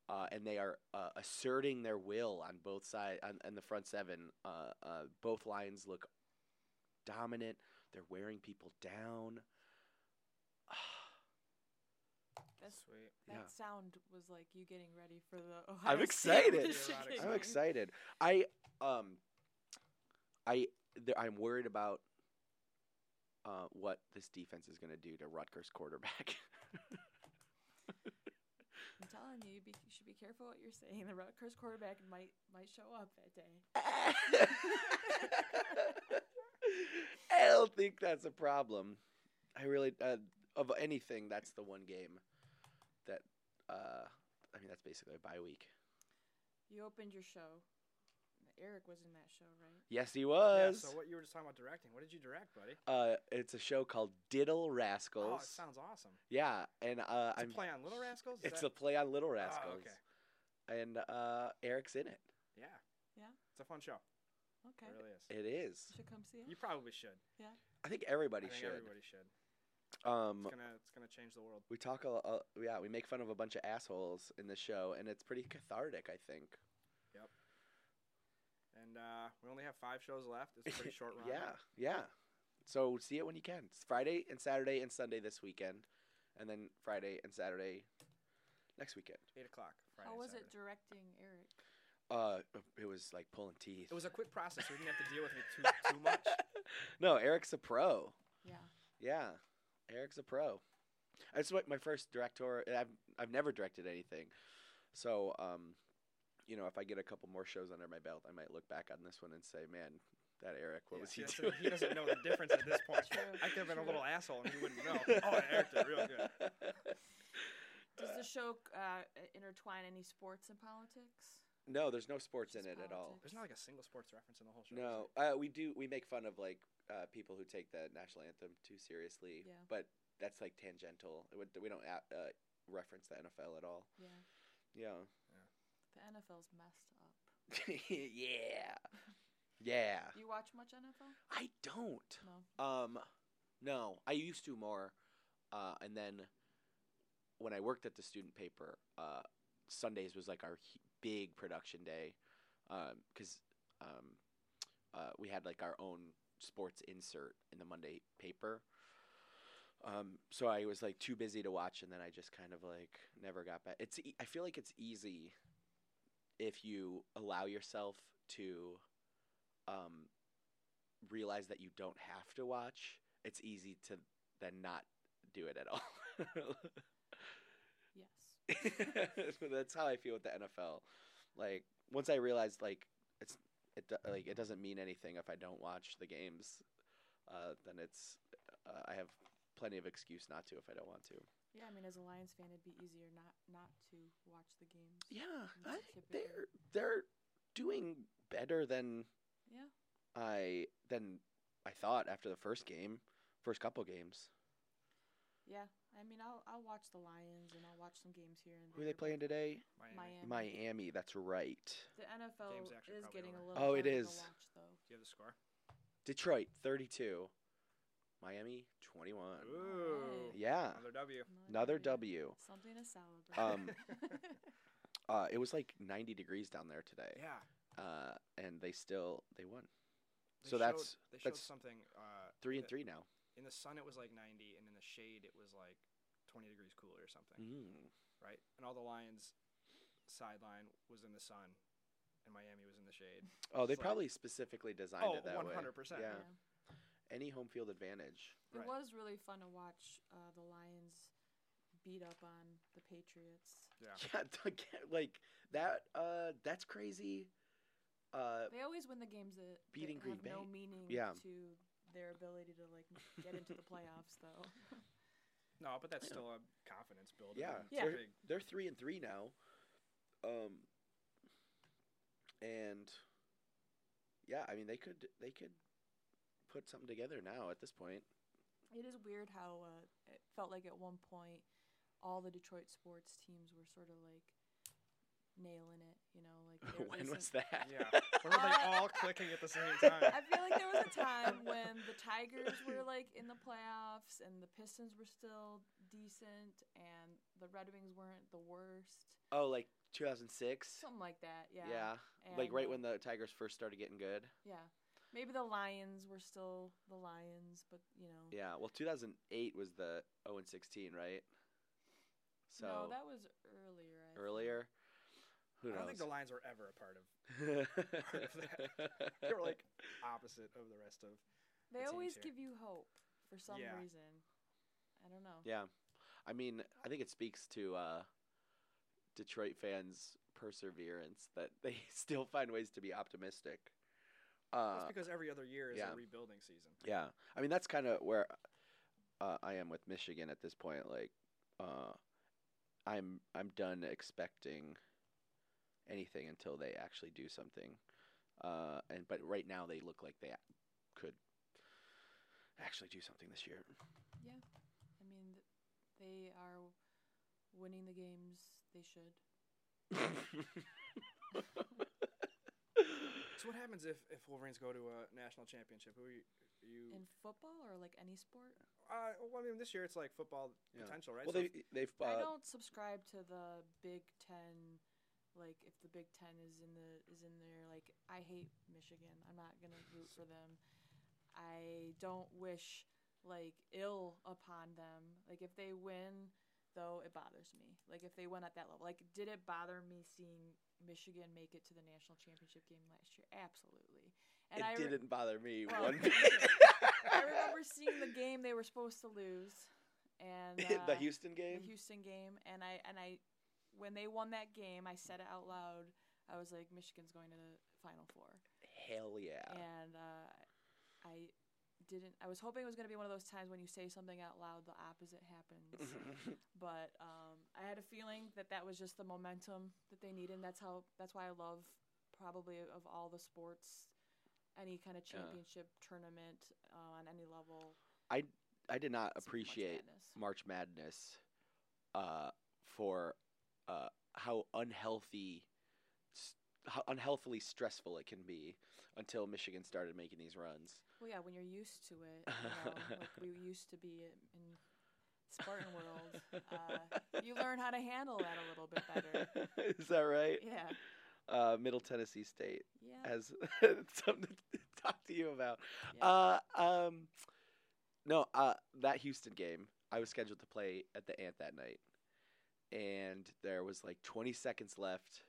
Speaker 1: Uh, and they are uh, asserting their will on both sides, on, on the front seven. Uh, uh, both lines look dominant. They're wearing people down. *sighs*
Speaker 3: That's-
Speaker 4: Sweet.
Speaker 3: That
Speaker 1: Yeah.
Speaker 3: sound was like you getting ready for the Ohio
Speaker 1: excited.
Speaker 3: State
Speaker 4: I'm
Speaker 3: Michigan
Speaker 1: I'm
Speaker 3: game.
Speaker 1: excited. I um, I th- I'm worried about uh, what this defense is going to do to Rutgers quarterback.
Speaker 3: I'm telling you, you, be, you should be careful what you're saying. The Rutgers quarterback might might show up that day.
Speaker 1: I don't think that's a problem. I really, uh, of anything, that's the one game that, uh, I mean, that's basically a bye week.
Speaker 3: You opened your show. Eric was in that show, right?
Speaker 1: Yes, he
Speaker 4: Yeah,
Speaker 1: was.
Speaker 4: so what you were just talking about directing? What did you direct, buddy?
Speaker 1: uh, it's a show called Diddle Rascals.
Speaker 4: Oh, it sounds awesome.
Speaker 1: yeah, and uh,
Speaker 4: It's
Speaker 1: I'm.
Speaker 4: a play on Little Rascals. Is
Speaker 1: it's
Speaker 4: that-
Speaker 1: a play on Little Rascals.
Speaker 4: okay.
Speaker 1: And uh, Eric's in it.
Speaker 4: yeah.
Speaker 3: Yeah.
Speaker 4: It's a fun show.
Speaker 3: Okay.
Speaker 4: It really is.
Speaker 1: It is.
Speaker 3: You should come see
Speaker 4: You
Speaker 3: it.
Speaker 4: probably should.
Speaker 1: I think everybody
Speaker 4: I think
Speaker 1: should.
Speaker 4: everybody should.
Speaker 1: Um,
Speaker 4: It's gonna it's gonna change the world.
Speaker 1: we talk a, a yeah, we make fun of a bunch of assholes in the show, and it's pretty cathartic, I think.
Speaker 4: And uh, we only have five shows left. It's
Speaker 1: *laughs*
Speaker 4: a pretty short run.
Speaker 1: Yeah, yeah. So see it when you can. It's Friday and Saturday and Sunday this weekend, and then Friday and Saturday next weekend.
Speaker 4: Eight o'clock. Friday,
Speaker 3: How was
Speaker 4: Saturday.
Speaker 3: it directing Eric?
Speaker 1: Uh, it was like pulling teeth.
Speaker 4: It was a quick process. We didn't have to deal with it too too
Speaker 1: *laughs*
Speaker 4: much.
Speaker 1: no, Eric's a pro. *laughs*
Speaker 3: Yeah.
Speaker 1: Yeah, Eric's a pro. That's what my first director. and I've I've never directed anything, so um, you know, if I get a couple more shows under my belt, I might look back on this one and say, man, that Eric, what
Speaker 4: Yeah,
Speaker 1: was he
Speaker 4: see, that's
Speaker 1: doing?
Speaker 4: the- He doesn't
Speaker 1: *laughs*
Speaker 4: know the difference at this point.
Speaker 3: True,
Speaker 4: I could have been a
Speaker 3: true.
Speaker 4: little asshole and he wouldn't know. Oh, I acted real good.
Speaker 3: Does the show uh, intertwine any sports and politics?
Speaker 1: *laughs* No, there's no sports in
Speaker 3: Just
Speaker 1: it at all.
Speaker 3: politics.
Speaker 4: There's not like a single sports reference in the whole show. is
Speaker 1: No, uh,
Speaker 4: there?
Speaker 1: we do. We make fun of like uh, people who take the national anthem too seriously.
Speaker 3: Yeah.
Speaker 1: But that's like tangential. It would- We don't a- uh, reference the NFL at all.
Speaker 3: Yeah.
Speaker 1: Yeah.
Speaker 3: The NFL's messed up.
Speaker 1: *laughs* yeah. Yeah.
Speaker 3: Do you watch much NFL?
Speaker 1: I don't.
Speaker 3: No.
Speaker 1: Um, no, I used to more, uh, and then when I worked at the student paper, uh, Sundays was like our hu- big production day, because um, uh, we had like our own sports insert in the Monday paper. Um, so I was like too busy to watch, and then I just kind of like never got back. It's e- I feel like it's easy if you allow yourself to um, realize that you don't have to watch, it's easy to then not do it at all. *laughs*
Speaker 3: Yes.
Speaker 1: So That's how I feel with the NFL. Like once I realized like it's it do- like it doesn't mean anything if I don't watch the games, uh, then it's uh, I have plenty of excuse not to if I don't want to.
Speaker 3: Yeah, I mean, as a Lions fan, it'd be easier not not to watch the games.
Speaker 1: Yeah,
Speaker 3: I
Speaker 1: I
Speaker 3: think
Speaker 1: think
Speaker 3: typically-
Speaker 1: they're they're doing better than
Speaker 3: Yeah.
Speaker 1: I than I thought after the first game, first couple games.
Speaker 3: Yeah. I mean, I'll I'll watch the Lions and I'll watch some games here and there.
Speaker 1: Who are they
Speaker 3: but
Speaker 1: playing today?
Speaker 4: Miami.
Speaker 3: Miami.
Speaker 1: Miami, that's right.
Speaker 3: The NFL
Speaker 4: Game's actually
Speaker 3: is
Speaker 4: probably
Speaker 3: getting a
Speaker 4: over.
Speaker 3: little
Speaker 1: Oh, it
Speaker 3: harder
Speaker 1: is.
Speaker 3: to watch though.
Speaker 4: Do you have the score?
Speaker 1: Detroit 32, Miami 21.
Speaker 4: Ooh.
Speaker 1: Uh, Yeah,
Speaker 4: Another W.
Speaker 1: another W.
Speaker 3: Something to celebrate. *laughs*
Speaker 1: Um, Uh, it was like 90 degrees down there today.
Speaker 4: *laughs* Yeah.
Speaker 1: Uh, and they still they won.
Speaker 4: They
Speaker 1: so
Speaker 4: showed-
Speaker 1: that's
Speaker 4: they showed
Speaker 1: that's-
Speaker 4: something. Uh,
Speaker 1: 3 and
Speaker 4: that
Speaker 1: 3 now.
Speaker 4: In the sun, it was like 90, and in the shade, it was like 20 degrees cooler or something,
Speaker 1: Mm.
Speaker 4: right? And all the Lions' sideline was in the sun, and Miami was in the shade.
Speaker 1: Oh, they
Speaker 4: It's like-
Speaker 1: probably specifically designed
Speaker 4: Oh,
Speaker 1: it that way.
Speaker 4: 100%.
Speaker 1: Yeah.
Speaker 3: yeah.
Speaker 1: Any home field advantage.
Speaker 3: It
Speaker 4: Right.
Speaker 3: was really fun to watch uh, the Lions beat up on the Patriots.
Speaker 4: Yeah.
Speaker 1: *laughs* Yeah, like that uh that's crazy. Uh
Speaker 3: They always win the games that that
Speaker 1: Beating Green
Speaker 3: have no
Speaker 1: Bay.
Speaker 3: meaning
Speaker 1: Yeah.
Speaker 3: to their ability to like get into
Speaker 1: *laughs*
Speaker 3: the playoffs though.
Speaker 4: No, but that's
Speaker 1: Yeah.
Speaker 4: still a confidence builder.
Speaker 1: Yeah.
Speaker 4: and it's a
Speaker 3: Yeah.
Speaker 4: *laughs* big-
Speaker 1: they're three and three now. Um, and yeah, I mean they could they could put something together now at this point. *laughs*
Speaker 3: It is weird how uh, it felt like at one point all the Detroit sports teams were sort of like nailing it, you know,
Speaker 1: *laughs*
Speaker 3: like they were
Speaker 1: when was
Speaker 3: racing-
Speaker 1: that?
Speaker 4: Yeah. Where were they all clicking at the *laughs* same time?
Speaker 3: I feel like there was a time when the Tigers were like in the playoffs and the Pistons were still decent and the Red Wings weren't the worst.
Speaker 1: *laughs* Oh, like 2006.
Speaker 3: Something like that, yeah.
Speaker 1: Yeah, like
Speaker 3: And,
Speaker 1: right
Speaker 3: uh,
Speaker 1: when the Tigers first started getting good.
Speaker 3: Yeah. Maybe the Lions were still the Lions, but you know.
Speaker 1: Yeah, well, 2008 was the 0 and 16, right? So
Speaker 3: no, that was earlier. I think.
Speaker 1: earlier. Who
Speaker 4: I
Speaker 1: knows?
Speaker 4: don't think the Lions were ever a part of
Speaker 1: *laughs*
Speaker 4: part of They were like opposite of the rest of.
Speaker 3: They
Speaker 4: It seems
Speaker 3: always
Speaker 4: here.
Speaker 3: give you hope for some
Speaker 4: Yeah.
Speaker 3: reason. I don't know.
Speaker 1: Yeah. I mean, I think it speaks to uh, Detroit fans' perseverance that *laughs* they still find ways to be optimistic.
Speaker 4: That's
Speaker 1: Uh,
Speaker 4: because every other year is
Speaker 1: yeah.
Speaker 4: a rebuilding season.
Speaker 1: yeah. I mean, that's kind of where uh, I am with Michigan at this point. Like, uh, I'm I'm done expecting anything until they actually do something. Uh, and but right now they look like they a- could actually do something this year.
Speaker 3: I mean, th- they are winning the games they should.
Speaker 1: *laughs*
Speaker 4: *laughs* So what happens if if Wolverines go to a national championship? Who are you, you
Speaker 3: in football or like any sport.
Speaker 4: uh, well, I mean, this year it's like football
Speaker 1: Yeah.
Speaker 4: potential, right?
Speaker 5: Well,
Speaker 4: So
Speaker 5: they they've uh,
Speaker 3: I don't subscribe to the Big Ten. Like if the Big Ten is in the is in there, like I hate Michigan. I'm not gonna root for them. I don't wish like ill upon them. Like if they win, though, it bothers me. Like if they win at that level, like did it bother me seeing Michigan make it to the national championship game last year? Absolutely.
Speaker 5: it
Speaker 3: I re-
Speaker 5: didn't bother me
Speaker 3: Well, *laughs*
Speaker 5: one bit.
Speaker 3: I
Speaker 1: *laughs*
Speaker 3: remember seeing the game they were supposed to lose,
Speaker 5: *laughs*
Speaker 3: and uh,
Speaker 5: the Houston
Speaker 3: the
Speaker 5: game.
Speaker 3: Houston game, and I and I, when they won that game, I said it out loud. I was like, Michigan's going to the Final Four,
Speaker 5: Hell yeah.
Speaker 1: *laughs*
Speaker 3: and uh, I didn't. I was hoping it was going to be one of those times when you say something out loud, the opposite
Speaker 1: Mm-hmm.
Speaker 3: happens. but um, I had a feeling that that was just the momentum that they needed. And that's how. That's why I love probably of all the sports, any kind of
Speaker 1: Yeah.
Speaker 3: championship tournament uh, on any level.
Speaker 1: I did not
Speaker 3: it's March
Speaker 1: appreciate
Speaker 3: Madness.
Speaker 1: March Madness uh, for uh, how unhealthy, s- how unhealthily stressful it can be until Michigan started making these runs.
Speaker 3: Well, yeah, when you're used
Speaker 1: *laughs*
Speaker 3: to it, you know, like we used to be in in Spartan
Speaker 1: *laughs*
Speaker 3: World, uh, you learn how to handle that a little bit better.
Speaker 1: *laughs* Is that right?
Speaker 3: Yeah,
Speaker 1: Uh, Middle Tennessee State
Speaker 3: yeah.
Speaker 1: has *laughs* something to talk to you about.
Speaker 3: Yeah.
Speaker 1: Uh, um, no, uh, that Houston game, I was scheduled to play at the Ant that night, and there was like 20 seconds left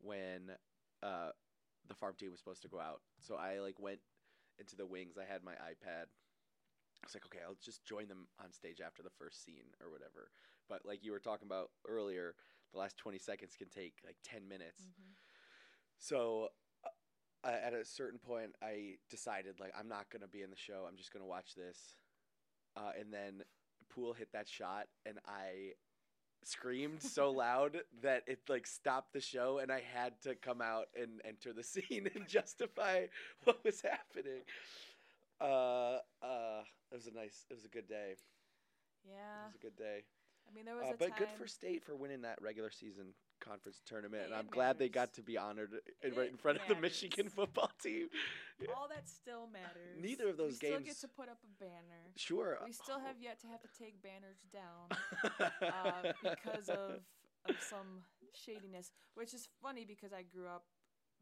Speaker 1: when uh, the farm team was supposed to go out. So I like went into the wings. I had my iPad. I was like, okay, I'll just join them on stage after the first scene or whatever. But like you were talking about earlier, the last 20 seconds can take like 10 minutes.
Speaker 3: Mhm.
Speaker 1: So uh, at a certain point, I decided like I'm not gonna be in the show. I'm just gonna watch this. Uh, and then Poole hit that shot, and I screamed so loud that it like stopped the show, and I had to come out and enter the *laughs* scene and justify what was happening. Uh, uh, it was a nice. It was a good day. It
Speaker 3: Yeah,
Speaker 1: was a good day.
Speaker 3: I mean there was
Speaker 1: Uh,
Speaker 3: a
Speaker 1: but
Speaker 3: time.
Speaker 1: good for State for winning that regular season conference tournament, and
Speaker 3: It
Speaker 1: I'm glad they got
Speaker 3: matters.
Speaker 1: to be honored i- right in
Speaker 3: It
Speaker 1: front of the
Speaker 3: matters.
Speaker 1: Michigan football team.
Speaker 3: all that still matters.
Speaker 1: Neither of those
Speaker 3: we still get
Speaker 1: games-
Speaker 3: to put up a banner.
Speaker 1: Sure.
Speaker 3: We still
Speaker 1: *laughs*
Speaker 3: have yet to have to take banners down uh, because of of some shadiness, which is funny because I grew up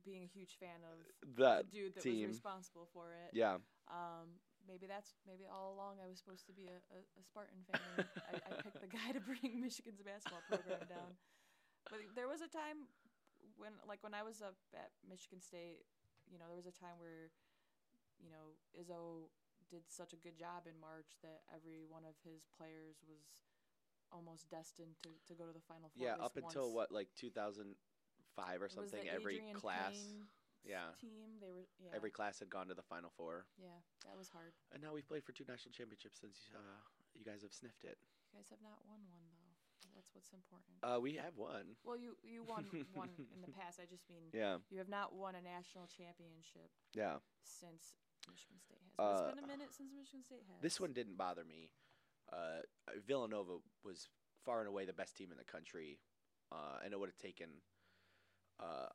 Speaker 3: being a huge fan of
Speaker 1: that.
Speaker 3: the dude that
Speaker 1: team.
Speaker 3: was responsible for it.
Speaker 1: Yeah.
Speaker 3: Um, maybe that's maybe all along I was supposed to be a, a, a Spartan fan.
Speaker 1: *laughs*
Speaker 3: and I, I picked the guy to bring *laughs* Michigan's basketball program down. But there was a time when, like, when I was up at Michigan State, you know, there was a time where, you know, Izzo did such a good job in March that every one of his players was almost destined to, to go to the Final Four.
Speaker 1: Yeah.
Speaker 3: at
Speaker 1: Up
Speaker 3: least
Speaker 1: until what,
Speaker 3: once.
Speaker 1: like 2005 or
Speaker 3: It was the
Speaker 1: something? Every
Speaker 3: Adrian
Speaker 1: class,
Speaker 3: Payne
Speaker 1: Yeah.
Speaker 3: team they were yeah
Speaker 1: every class had gone to the Final Four,
Speaker 3: yeah that was hard.
Speaker 1: and now we've played for two national championships since uh, you guys have sniffed it.
Speaker 3: You guys have not won one though. That's what's important.
Speaker 1: Uh, we have one.
Speaker 3: well, you you won
Speaker 1: *laughs*
Speaker 3: one in the past. I just mean
Speaker 1: Yeah.
Speaker 3: you have not won a national championship
Speaker 1: Yeah.
Speaker 3: since Michigan State has. But
Speaker 1: Uh,
Speaker 3: it's been a minute since Michigan State has.
Speaker 1: This one didn't bother me. Uh, Villanova was far and away the best team in the country, uh, and it would have taken uh,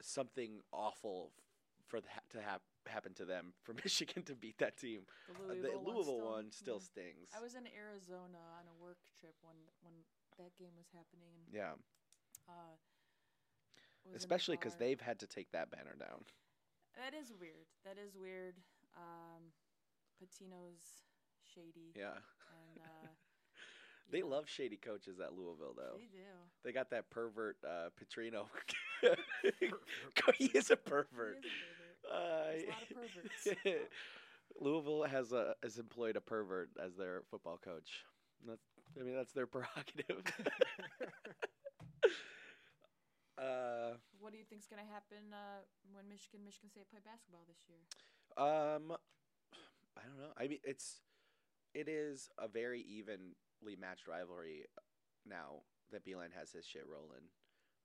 Speaker 1: something awful f- for that to hap- happen to them for *laughs* Michigan to beat that team.
Speaker 3: the
Speaker 1: Uh,
Speaker 3: Louisville,
Speaker 1: the Louisville
Speaker 3: one
Speaker 1: one still
Speaker 3: yeah.
Speaker 1: stings.
Speaker 3: I was in Arizona on a work trip when when that game was happening. And,
Speaker 1: yeah,
Speaker 3: uh, was in a
Speaker 1: especially because
Speaker 3: bar.
Speaker 1: they've had to take that banner
Speaker 3: *laughs*
Speaker 1: down.
Speaker 3: That is weird. That is weird. Um, Patino's shady.
Speaker 1: Yeah,
Speaker 3: And, uh,
Speaker 1: *laughs* they love shady coaches at Louisville though.
Speaker 3: They do.
Speaker 1: They got that pervert uh, Petrino.
Speaker 3: *laughs*
Speaker 1: *laughs* he is a pervert.
Speaker 3: He is a pervert. There's a lot of
Speaker 1: Uh, *laughs*
Speaker 3: perverts.
Speaker 1: Louisville has a has employed a pervert as their football coach. That's, I mean, that's their *laughs* prerogative. uh,
Speaker 3: What do you think's gonna happen uh, when Michigan, Michigan State play basketball this year?
Speaker 1: um, I don't know. I mean, it's it is a very evenly matched rivalry now that Beeline has his shit rolling.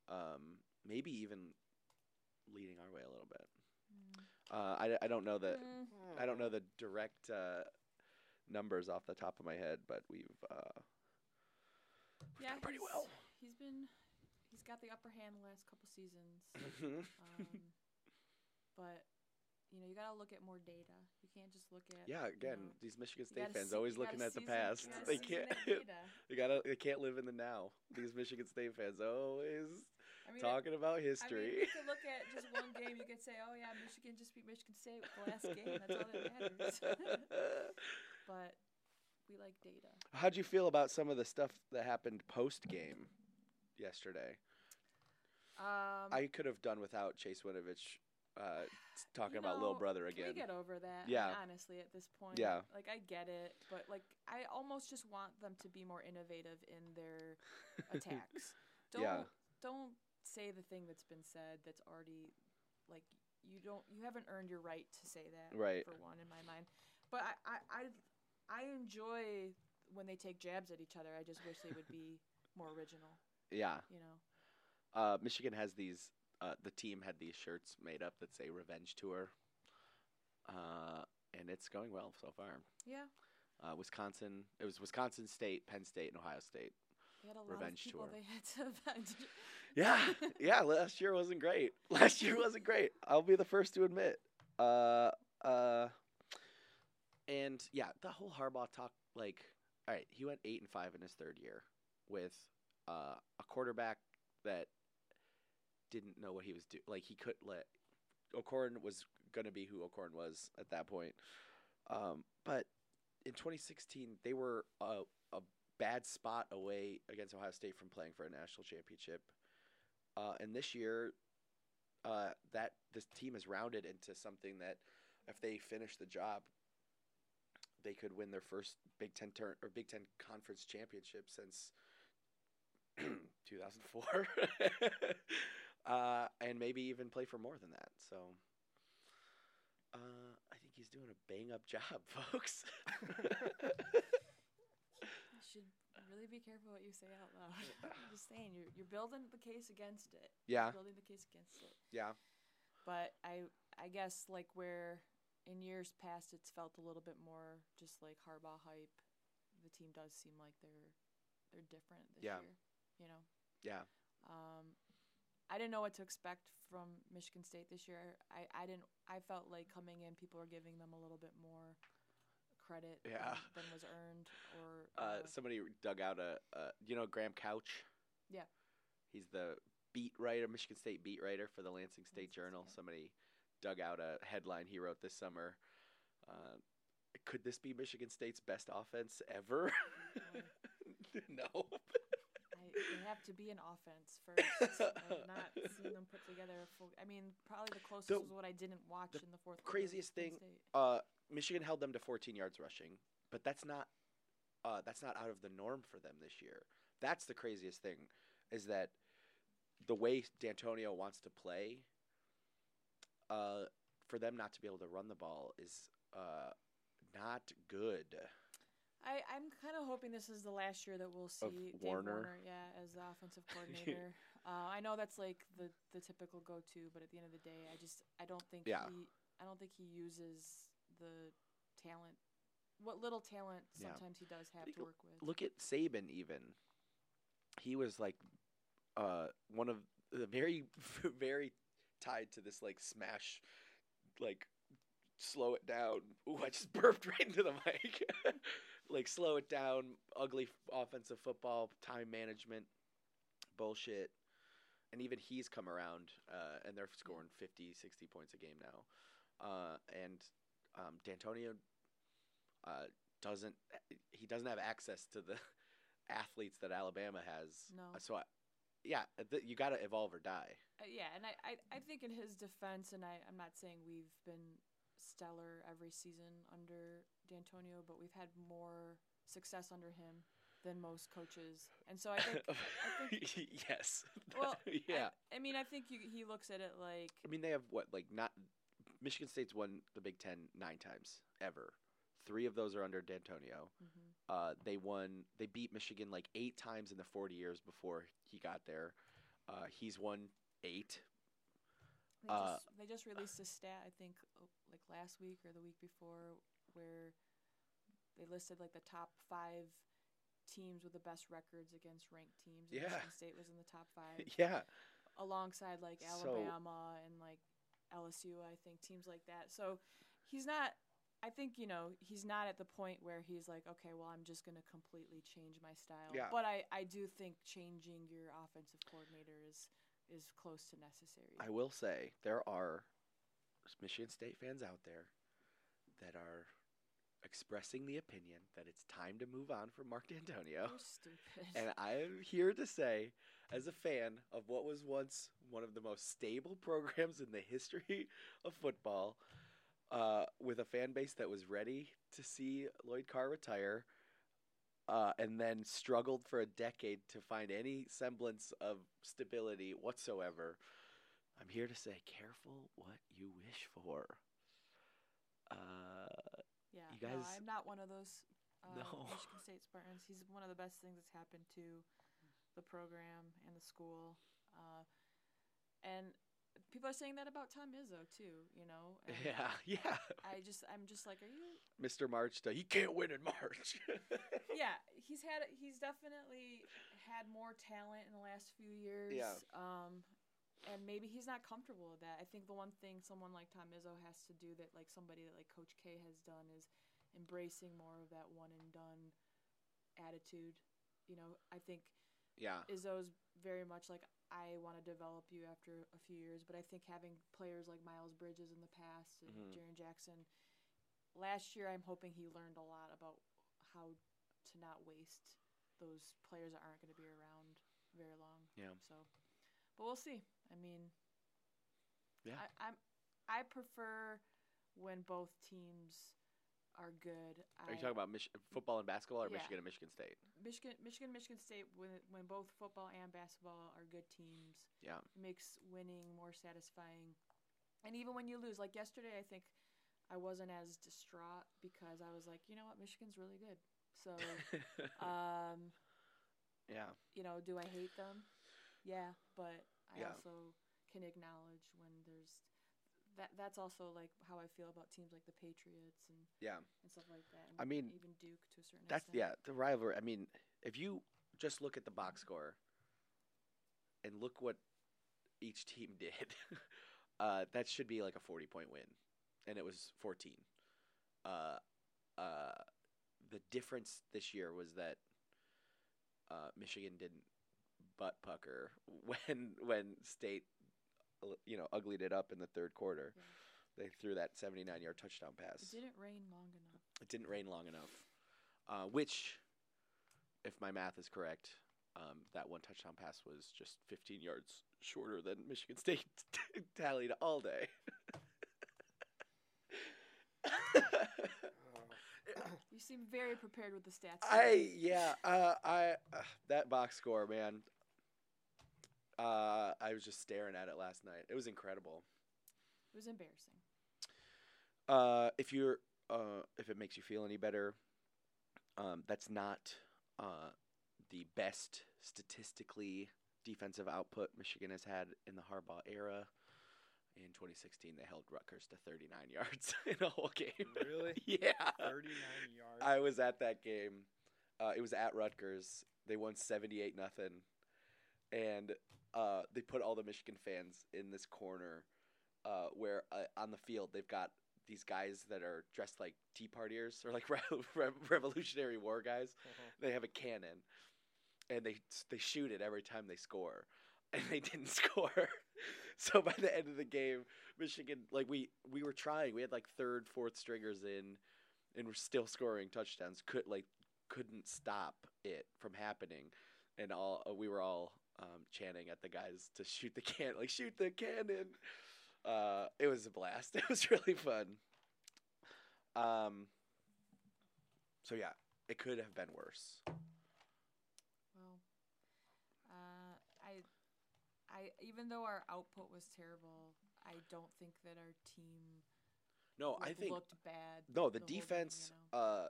Speaker 1: Um, maybe even leading our way a little bit. Uh, I, I don't know
Speaker 3: Hmm.
Speaker 1: that. I don't know the direct uh, numbers off the top of my head, but we've uh, we've done pretty
Speaker 3: he's-
Speaker 1: well.
Speaker 3: He's been,
Speaker 1: *coughs*
Speaker 3: he's *laughs* got the upper hand the last couple seasons. um, but you know, you got to look at more data. You can't just look at
Speaker 1: Yeah, again,
Speaker 3: know,
Speaker 1: these Michigan
Speaker 3: you
Speaker 1: State
Speaker 3: gotta
Speaker 1: fans
Speaker 3: see-
Speaker 1: always
Speaker 3: you gotta
Speaker 1: looking at the
Speaker 3: season-
Speaker 1: past.
Speaker 3: you
Speaker 1: *laughs*
Speaker 3: gotta
Speaker 1: They
Speaker 3: season
Speaker 1: can't.
Speaker 3: that data.
Speaker 1: They gotta. They can't live in the now. These Michigan State fans always
Speaker 3: I mean, it-
Speaker 1: talking about
Speaker 3: I mean,
Speaker 1: history.
Speaker 3: you could look at just one game. You could say, "Oh yeah, Michigan just beat Michigan State with the last game. That's all that matters." *laughs* but we like data.
Speaker 1: *laughs* How'd you feel about some of the stuff that happened post game yesterday?
Speaker 3: Um,
Speaker 1: I could have done without Chase Winovich uh, t- talking about little
Speaker 3: know,
Speaker 1: brother again.
Speaker 3: Can We get over that. I mean,
Speaker 1: Yeah.
Speaker 3: honestly, at this point.
Speaker 1: Yeah.
Speaker 3: Like I get it, but like I almost just want them to be more innovative in
Speaker 1: *laughs*
Speaker 3: their attacks. Don't
Speaker 1: Yeah.
Speaker 3: don't say the thing that's been said that's already like you don't you haven't earned your right to say that
Speaker 1: Right.
Speaker 3: for one in my mind. But I I I, I enjoy when they take jabs at each other. I just wish they would be more original,
Speaker 1: yeah,
Speaker 3: you know.
Speaker 1: uh, Michigan has these. Uh, the team had these shirts made up that say "Revenge Tour," uh, and it's going well so far.
Speaker 3: Yeah.
Speaker 1: Uh, Wisconsin. It was Wisconsin State, Penn State, and Ohio State.
Speaker 3: They had a lot of
Speaker 1: Revenge
Speaker 3: people
Speaker 1: tour.
Speaker 3: they had to *laughs* avenge.
Speaker 1: Yeah, yeah. Last year wasn't great. *laughs* Last year wasn't great. I'll be the first to admit. Uh, uh, and yeah, the whole Harbaugh talk. Like, all right, he went eight and five in his third year with uh, a quarterback that didn't know what he was doing. Like, he could let O'Corn was going to be who O'Corn was at that point. Um, but in 2016, they were a, a bad spot away against Ohio State from playing for a national championship. Uh, and this year, uh, that this team is rounded into something that, if they finish the job, they could win their first Big Ten turn or Big Ten conference championship since *clears throat* 2004, *laughs* uh, and maybe even play for more than that. So, uh, I think he's doing a bang up job, *laughs* folks.
Speaker 3: You should really be careful what you say out loud. *laughs* I'm just saying, you're, you're building the case against it.
Speaker 1: yeah,
Speaker 3: You're building the case against it.
Speaker 1: yeah,
Speaker 3: But I, I guess like where in years past it's felt a little bit more just like Harbaugh hype. The team does seem like they're they're different this
Speaker 1: Yeah.
Speaker 3: year. You know.
Speaker 1: Yeah.
Speaker 3: Um, I didn't know what to expect from Michigan State this year. I, I didn't. I felt like coming in, people were giving them a little bit more credit
Speaker 1: Yeah.
Speaker 3: than, than was earned or
Speaker 1: uh,
Speaker 3: uh,
Speaker 1: somebody dug out a, a you know Graham Couch.
Speaker 3: Yeah.
Speaker 1: he's the beat writer, Michigan State beat writer for the Lansing State
Speaker 3: Lansing State,
Speaker 1: Journal.
Speaker 3: yeah.
Speaker 1: Somebody dug out a headline he wrote this summer. Uh, could this be Michigan State's best offense ever? *laughs*
Speaker 3: Oh.
Speaker 1: no.
Speaker 3: I, they have to be an offense first. I've
Speaker 1: *laughs*
Speaker 3: not seen them put together. A full, I mean, probably the closest
Speaker 1: The-
Speaker 3: was what I didn't watch
Speaker 1: the
Speaker 3: in the fourth.
Speaker 1: craziest
Speaker 3: quarter against Penn State.
Speaker 1: Uh, Michigan held them to 14 yards rushing, but that's not uh, that's not out of the norm for them this year. That's the craziest thing is that the way D'Antonio wants to play, uh, for them not to be able to run the ball is uh, not good.
Speaker 3: I, I'm kind of hoping this is the last year that we'll see Dave
Speaker 1: Warner.
Speaker 3: Warner, yeah, as the
Speaker 1: *laughs*
Speaker 3: offensive coordinator. uh, I know that's like the, the typical go-to, but at the end of the day, I just I don't think
Speaker 1: Yeah.
Speaker 3: he I don't think he uses the talent, what little talent
Speaker 1: Yeah.
Speaker 3: sometimes he does have
Speaker 1: Like,
Speaker 3: to work with.
Speaker 1: Look at Saban. Even he was like uh, one of the very, *laughs* very tied to this like smash, like slow it down. Ooh, I just *laughs* burped right into the mic. *laughs* like slow it down, ugly f- offensive football, time management, bullshit. And even he's come around, uh, and they're scoring 50, 60 points a game now. Uh, and um, D'Antonio uh, doesn't he doesn't have access to the *laughs* athletes that Alabama has. Uh,
Speaker 3: No.
Speaker 1: So I, yeah, th- you got to evolve or die.
Speaker 3: Uh, yeah, and I, I, I think in his defense, and I, I'm not saying we've been stellar every season under D'Antonio, but we've had more success under him than most coaches. And so I think,
Speaker 1: *laughs* yes.
Speaker 3: Well,
Speaker 1: *laughs* yeah.
Speaker 3: I, I mean, I think you, he looks at it like,
Speaker 1: I mean, they have what like not Michigan State's won the Big Ten nine times ever. Three of those are under D'Antonio.
Speaker 3: mhm,
Speaker 1: Uh, they won. They beat Michigan like eight times in the forty years before he got there. Uh, he's won eight.
Speaker 3: they,
Speaker 1: Uh,
Speaker 3: just, they just released a stat, I think, uh, like last week or the week before, where they listed like the top five teams with the best records against ranked teams. and
Speaker 1: Yeah.
Speaker 3: Michigan State was in the top five.
Speaker 1: Yeah,
Speaker 3: alongside like
Speaker 1: So-
Speaker 3: Alabama and like LSU, I think teams like that. So he's not. I think you know he's not at the point where he's like, okay, well, I'm just going to completely change my style.
Speaker 1: Yeah.
Speaker 3: But I, I do think changing your offensive coordinator is is close to necessary.
Speaker 1: I will say there are Michigan State fans out there that are expressing the opinion that it's time to move on from Mark D'Antonio.
Speaker 3: You're stupid.
Speaker 1: And I am here to say, as a fan of what was once one of the most stable *laughs* programs in the history of football, uh, with a fan base that was ready to see Lloyd Carr retire, uh, and then struggled for a decade to find any semblance of stability whatsoever, I'm here to say, careful what you wish for. Uh,
Speaker 3: yeah,
Speaker 1: you
Speaker 3: no,
Speaker 1: guys-
Speaker 3: I'm not one of those uh,
Speaker 1: No. *laughs*
Speaker 3: Michigan State Spartans. He's one of the best things that's happened to the program and the school. Uh, and people are saying that about Tom Izzo too. You know. And
Speaker 1: *laughs* yeah, yeah.
Speaker 3: I just, I'm just like, are you
Speaker 1: Mr. March, uh, he can't win in March. *laughs*
Speaker 3: yeah, he's had he's definitely had more talent in the last few years.
Speaker 1: Yeah.
Speaker 3: Um, and maybe he's not comfortable with that. I think the one thing someone like Tom Izzo has to do that like somebody that like Coach K has done is embracing more of that one and done attitude. You know, I think
Speaker 1: yeah.
Speaker 3: Izzo's very much like I want to develop you after a few years, but I think having players like Miles Bridges in the past and
Speaker 1: Mhm.
Speaker 3: Jaren Jackson last year, I'm hoping he learned a lot about how to not waste those players that aren't going to be around very long.
Speaker 1: Yeah.
Speaker 3: So, but we'll see. I mean,
Speaker 1: Yeah.
Speaker 3: I, I'm I prefer when both teams are good.
Speaker 1: Are you
Speaker 3: I-
Speaker 1: talking about Mich- football and basketball or
Speaker 3: Um, Yeah.
Speaker 1: Michigan and Michigan State?
Speaker 3: Michigan, Michigan, Michigan State, when, when both football and basketball are good teams,
Speaker 1: Yeah.
Speaker 3: makes winning more satisfying. And even when you lose, like yesterday, I think I wasn't as distraught because I was like, you know what, Michigan's really good. So,
Speaker 1: *laughs*
Speaker 3: um,
Speaker 1: yeah.
Speaker 3: you know, do I hate them? Yeah, but I
Speaker 1: Yeah.
Speaker 3: also can acknowledge when there's that. That's also like how I feel about teams like the Patriots and
Speaker 1: Yeah.
Speaker 3: and stuff like that. And
Speaker 1: I mean,
Speaker 3: even Duke to a certain
Speaker 1: That's yeah,
Speaker 3: extent.
Speaker 1: the rivalry. I mean, if you just look at the box score and look what each team *laughs* did, uh, that should be like a forty point win, and it was fourteen. Uh, uh, the difference this year was that uh, Michigan didn't butt pucker *laughs* when when State you know uglied it up in the third quarter.
Speaker 3: Yeah.
Speaker 1: They threw that seventy nine yard touchdown pass
Speaker 3: It didn't rain long enough.
Speaker 1: it didn't rain long enough, uh, which, if my math is correct, um, that one touchdown pass was just 15 yards shorter than *laughs* Michigan State tallied all day.
Speaker 3: You seem very prepared with the stats.
Speaker 1: I yeah uh, I uh, that box score man. Uh, I was just staring at it last night. It was incredible.
Speaker 3: It was embarrassing.
Speaker 1: Uh, if you're uh, if it makes you feel any better, um, that's not uh, the best statistically defensive output Michigan has had in the Harbaugh era. In 2016, they held Rutgers to 39 *laughs* yards in a whole *laughs* game.
Speaker 4: *laughs* oh, really?
Speaker 1: yeah,
Speaker 4: 39 yards.
Speaker 1: I was at that game. Uh, it was at Rutgers. They won 78 nothing, and uh, they put all the Michigan fans in this corner uh, where uh, on the field they've got these guys that are dressed like Tea Partiers or like *laughs* re- re- Revolutionary War guys.
Speaker 4: Oh.
Speaker 1: They have a cannon, and they they shoot it every time they score, *laughs* and they didn't *laughs* score. so by the end of the game, Michigan like we we were trying. We had like third, fourth stringers in, and we're still scoring touchdowns. Could like couldn't stop it from happening, and all uh, we were all um, chanting at the guys to shoot the can like shoot the cannon. Uh, it was a blast. *laughs* It was really fun. Um. So yeah, it could have been worse.
Speaker 3: Well, uh, I, I even though our output was terrible, I don't think that our team
Speaker 1: No, I
Speaker 3: look-
Speaker 1: think
Speaker 3: looked bad.
Speaker 1: no. The,
Speaker 3: whole game, you
Speaker 1: defense.
Speaker 3: know?
Speaker 1: uh,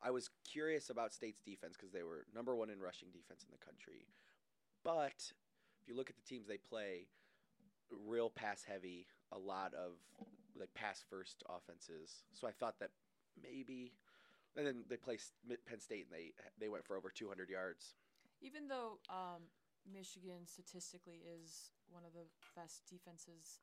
Speaker 1: I was curious about State's defense because they were number one in rushing defense in the country, but if you look at the teams they play, real pass heavy, a lot of like pass first offenses. So I thought that maybe, and then they play Penn State and they they went for over 200 yards.
Speaker 3: even though um, Michigan statistically is one of the best defenses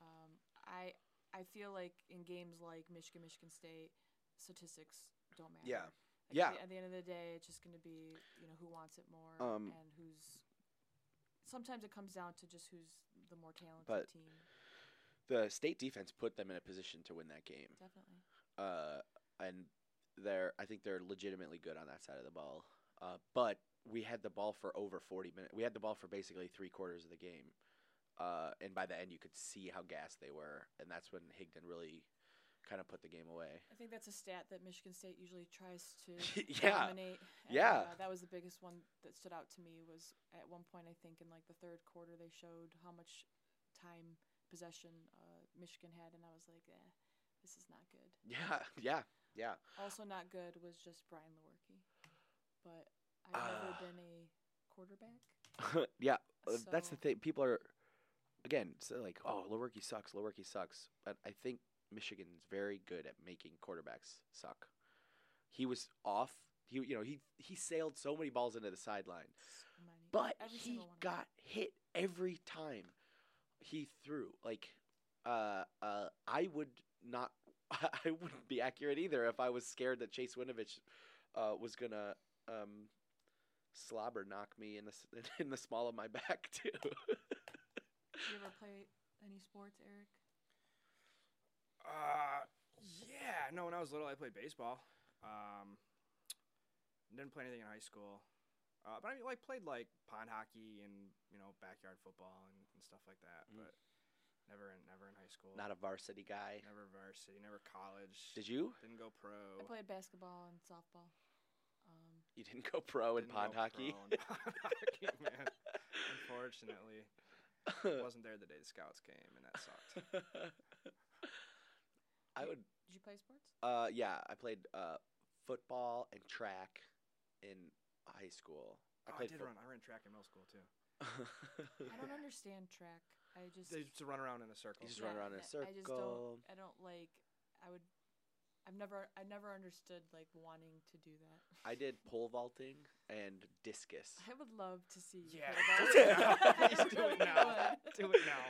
Speaker 3: uh, I I feel like in games like Michigan, Michigan State, statistics don't matter.
Speaker 1: Yeah.
Speaker 3: Like,
Speaker 1: Yeah.
Speaker 3: At the, at the end of the day, it's just going to be you know who wants it more
Speaker 1: Um,
Speaker 3: and who's. Sometimes it comes down to just who's the more talented
Speaker 1: But-
Speaker 3: team.
Speaker 1: The state defense put them in a position to win that game.
Speaker 3: Definitely.
Speaker 1: uh, and they're I think they're legitimately good on that side of the ball. Uh, but we had the ball for over 40 minutes. We had the ball for basically three quarters of the game, uh, and by the end you could see how gassed they were, and that's when Higdon really kind of put the game away. *laughs*
Speaker 3: I think that's a stat that Michigan State usually tries to
Speaker 1: Yeah.
Speaker 3: dominate. And,
Speaker 1: Yeah.
Speaker 3: uh, that was the biggest one that stood out to me was at one point I think in like the third quarter they showed how much time possession uh, Michigan had, and I was like, eh, this is not good.
Speaker 1: Yeah, yeah, yeah.
Speaker 3: Also not good was just Brian Lewerke, but I've never
Speaker 1: Ah.
Speaker 3: been a quarterback.
Speaker 1: yeah, uh, that's the
Speaker 3: So-
Speaker 1: thing. People are again so like, "Oh, Lewerke sucks. Lewerke sucks." But I think Michigan's very good at making quarterbacks suck. He was off. He you know he he sailed so many balls into the sideline,
Speaker 3: So many-
Speaker 1: but
Speaker 3: every
Speaker 1: he
Speaker 3: single one of them.
Speaker 1: got hit every time he threw. Like, uh, uh, I would not. *laughs* I wouldn't be accurate either if I was scared that Chase Winovich uh, was gonna um, slobber knock me in the s- *laughs* in the small of my back *laughs* too.
Speaker 3: You ever play any sports, Eric?
Speaker 4: Uh, yeah. No, when I was little, I played baseball. Um, didn't play anything in high school. Uh, but I mean, like played like pond hockey and you know backyard football and, and stuff like that.
Speaker 1: Mm.
Speaker 4: But never in never in high school.
Speaker 1: not a varsity guy.
Speaker 4: never varsity, never college.
Speaker 1: Did you?
Speaker 4: Didn't go pro.
Speaker 3: I played basketball and softball. Um,
Speaker 1: You didn't go pro in
Speaker 4: Didn't go
Speaker 1: pond hockey.
Speaker 4: pro in pond hockey, *laughs* man. Unfortunately,
Speaker 1: Uh. *laughs*
Speaker 4: wasn't there the day the scouts came, and that sucked.
Speaker 1: I would
Speaker 3: did you play sports?
Speaker 1: Uh, yeah, I played uh, football and track in high school. I
Speaker 4: Oh, I
Speaker 1: played
Speaker 4: did
Speaker 1: fo-
Speaker 4: run. I ran track in middle school too.
Speaker 3: I
Speaker 4: *laughs*
Speaker 3: don't understand track. I just
Speaker 4: They used to run around in a circle.
Speaker 1: You just run around in a
Speaker 3: and I- I just
Speaker 1: circle.
Speaker 3: don't. I don't like. I would. I've never. I never understood like wanting to do that.
Speaker 1: *laughs* I did pole vaulting and
Speaker 4: *laughs*
Speaker 1: discus.
Speaker 3: *laughs*
Speaker 1: *laughs*
Speaker 3: I would love to see. you
Speaker 4: Yeah.
Speaker 3: play
Speaker 1: Do it
Speaker 3: that.
Speaker 4: *laughs*
Speaker 1: now.
Speaker 3: I
Speaker 1: Please do it
Speaker 3: *laughs* really
Speaker 4: now.
Speaker 3: would.
Speaker 1: *laughs*
Speaker 4: *laughs* Do it now.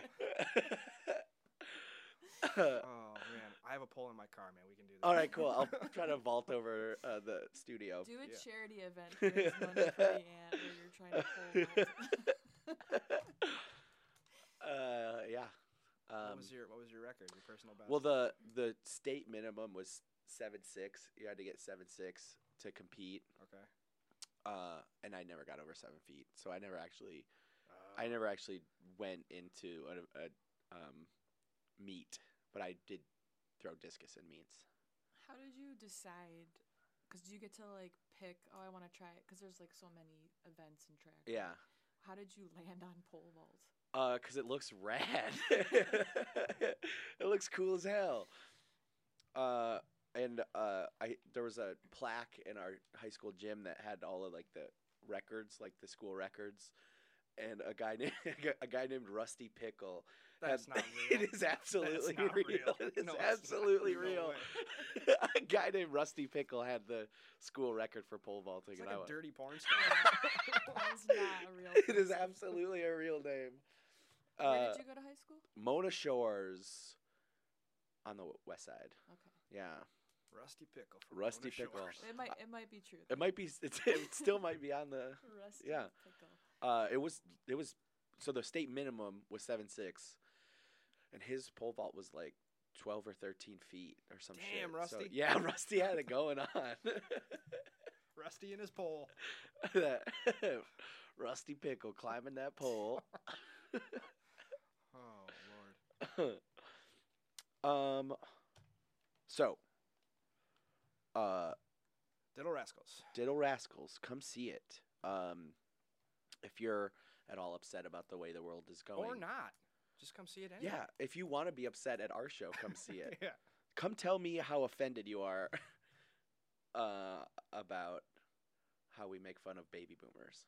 Speaker 1: Uh,
Speaker 4: Oh man, I have a pole in my car, man. We can do that.
Speaker 1: All right,
Speaker 4: *laughs*
Speaker 1: cool. I'll try to vault over uh, the studio.
Speaker 3: Do a
Speaker 4: Yeah.
Speaker 3: charity
Speaker 1: *laughs*
Speaker 3: event to raise money for the aunt where you're trying to pull. vault.
Speaker 1: *laughs* uh, yeah.
Speaker 4: what
Speaker 1: Um,
Speaker 4: was your uh, What was your record? Your personal best?
Speaker 1: well, the the state minimum was seven six. You had to get seven six to compete.
Speaker 4: okay.
Speaker 1: uh, and I never got over seven feet, so I never actually,
Speaker 4: Uh,
Speaker 1: I never actually went into a, a um, meet, but I did throw discus in meets.
Speaker 3: How did you decide? Because you get to like pick. Oh, I want to try it. Because there's like so many events in track.
Speaker 1: Yeah,
Speaker 3: How did you land on pole
Speaker 1: *laughs*
Speaker 3: vault?
Speaker 1: Uh, 'cause cause it looks rad. *laughs* it looks cool as hell. Uh, and uh, I there was a plaque in our high school gym that had all of like the records, like the school records. And a guy *laughs* named a guy named Rusty Pickle *laughs*
Speaker 4: That's
Speaker 1: had-
Speaker 4: not real.
Speaker 1: It is absolutely
Speaker 4: That's not
Speaker 1: real.
Speaker 4: real.
Speaker 1: It is
Speaker 4: No, it's not.
Speaker 1: absolutely
Speaker 4: *laughs* No
Speaker 1: real.
Speaker 4: way.
Speaker 1: *laughs* a guy named Rusty Pickle had the school record for pole vaulting.
Speaker 4: It's
Speaker 1: and I
Speaker 4: like a
Speaker 1: went- *laughs*
Speaker 4: dirty porn
Speaker 3: That
Speaker 4: star.
Speaker 3: is not a real.
Speaker 1: it is
Speaker 3: person.
Speaker 1: absolutely a real name.
Speaker 3: Where
Speaker 1: Uh,
Speaker 3: did you go to high school?
Speaker 1: Mona Shores on the w- west side.
Speaker 3: Okay.
Speaker 1: Yeah,
Speaker 4: Rusty pickle. from
Speaker 1: Rusty
Speaker 4: Mona Shores.
Speaker 1: Pickle.
Speaker 3: It might it might be true.
Speaker 1: it might be. *laughs* It's, it still might be on the.
Speaker 3: Rusty
Speaker 1: yeah.
Speaker 3: pickle.
Speaker 1: Uh, it was. It was. So the state minimum was seven six, and his pole vault was like twelve or thirteen feet or some shit.
Speaker 4: Damn,
Speaker 1: So,
Speaker 4: Rusty.
Speaker 1: yeah, *laughs* Rusty had it going on. *laughs*
Speaker 4: Rusty in his pole.
Speaker 1: that *laughs* rusty pickle climbing that pole.
Speaker 4: Oh lord.
Speaker 1: *coughs* um, so, uh,
Speaker 4: Diddle rascals.
Speaker 1: Diddle Rascals, come see it. Um, if you're at all upset about the way the world is going,
Speaker 4: Or not. Just come see it anyway.
Speaker 1: yeah, if you want to be upset at our show, come see it.
Speaker 4: *laughs* yeah.
Speaker 1: come tell me how offended you are *laughs* uh, about how we make fun of baby boomers.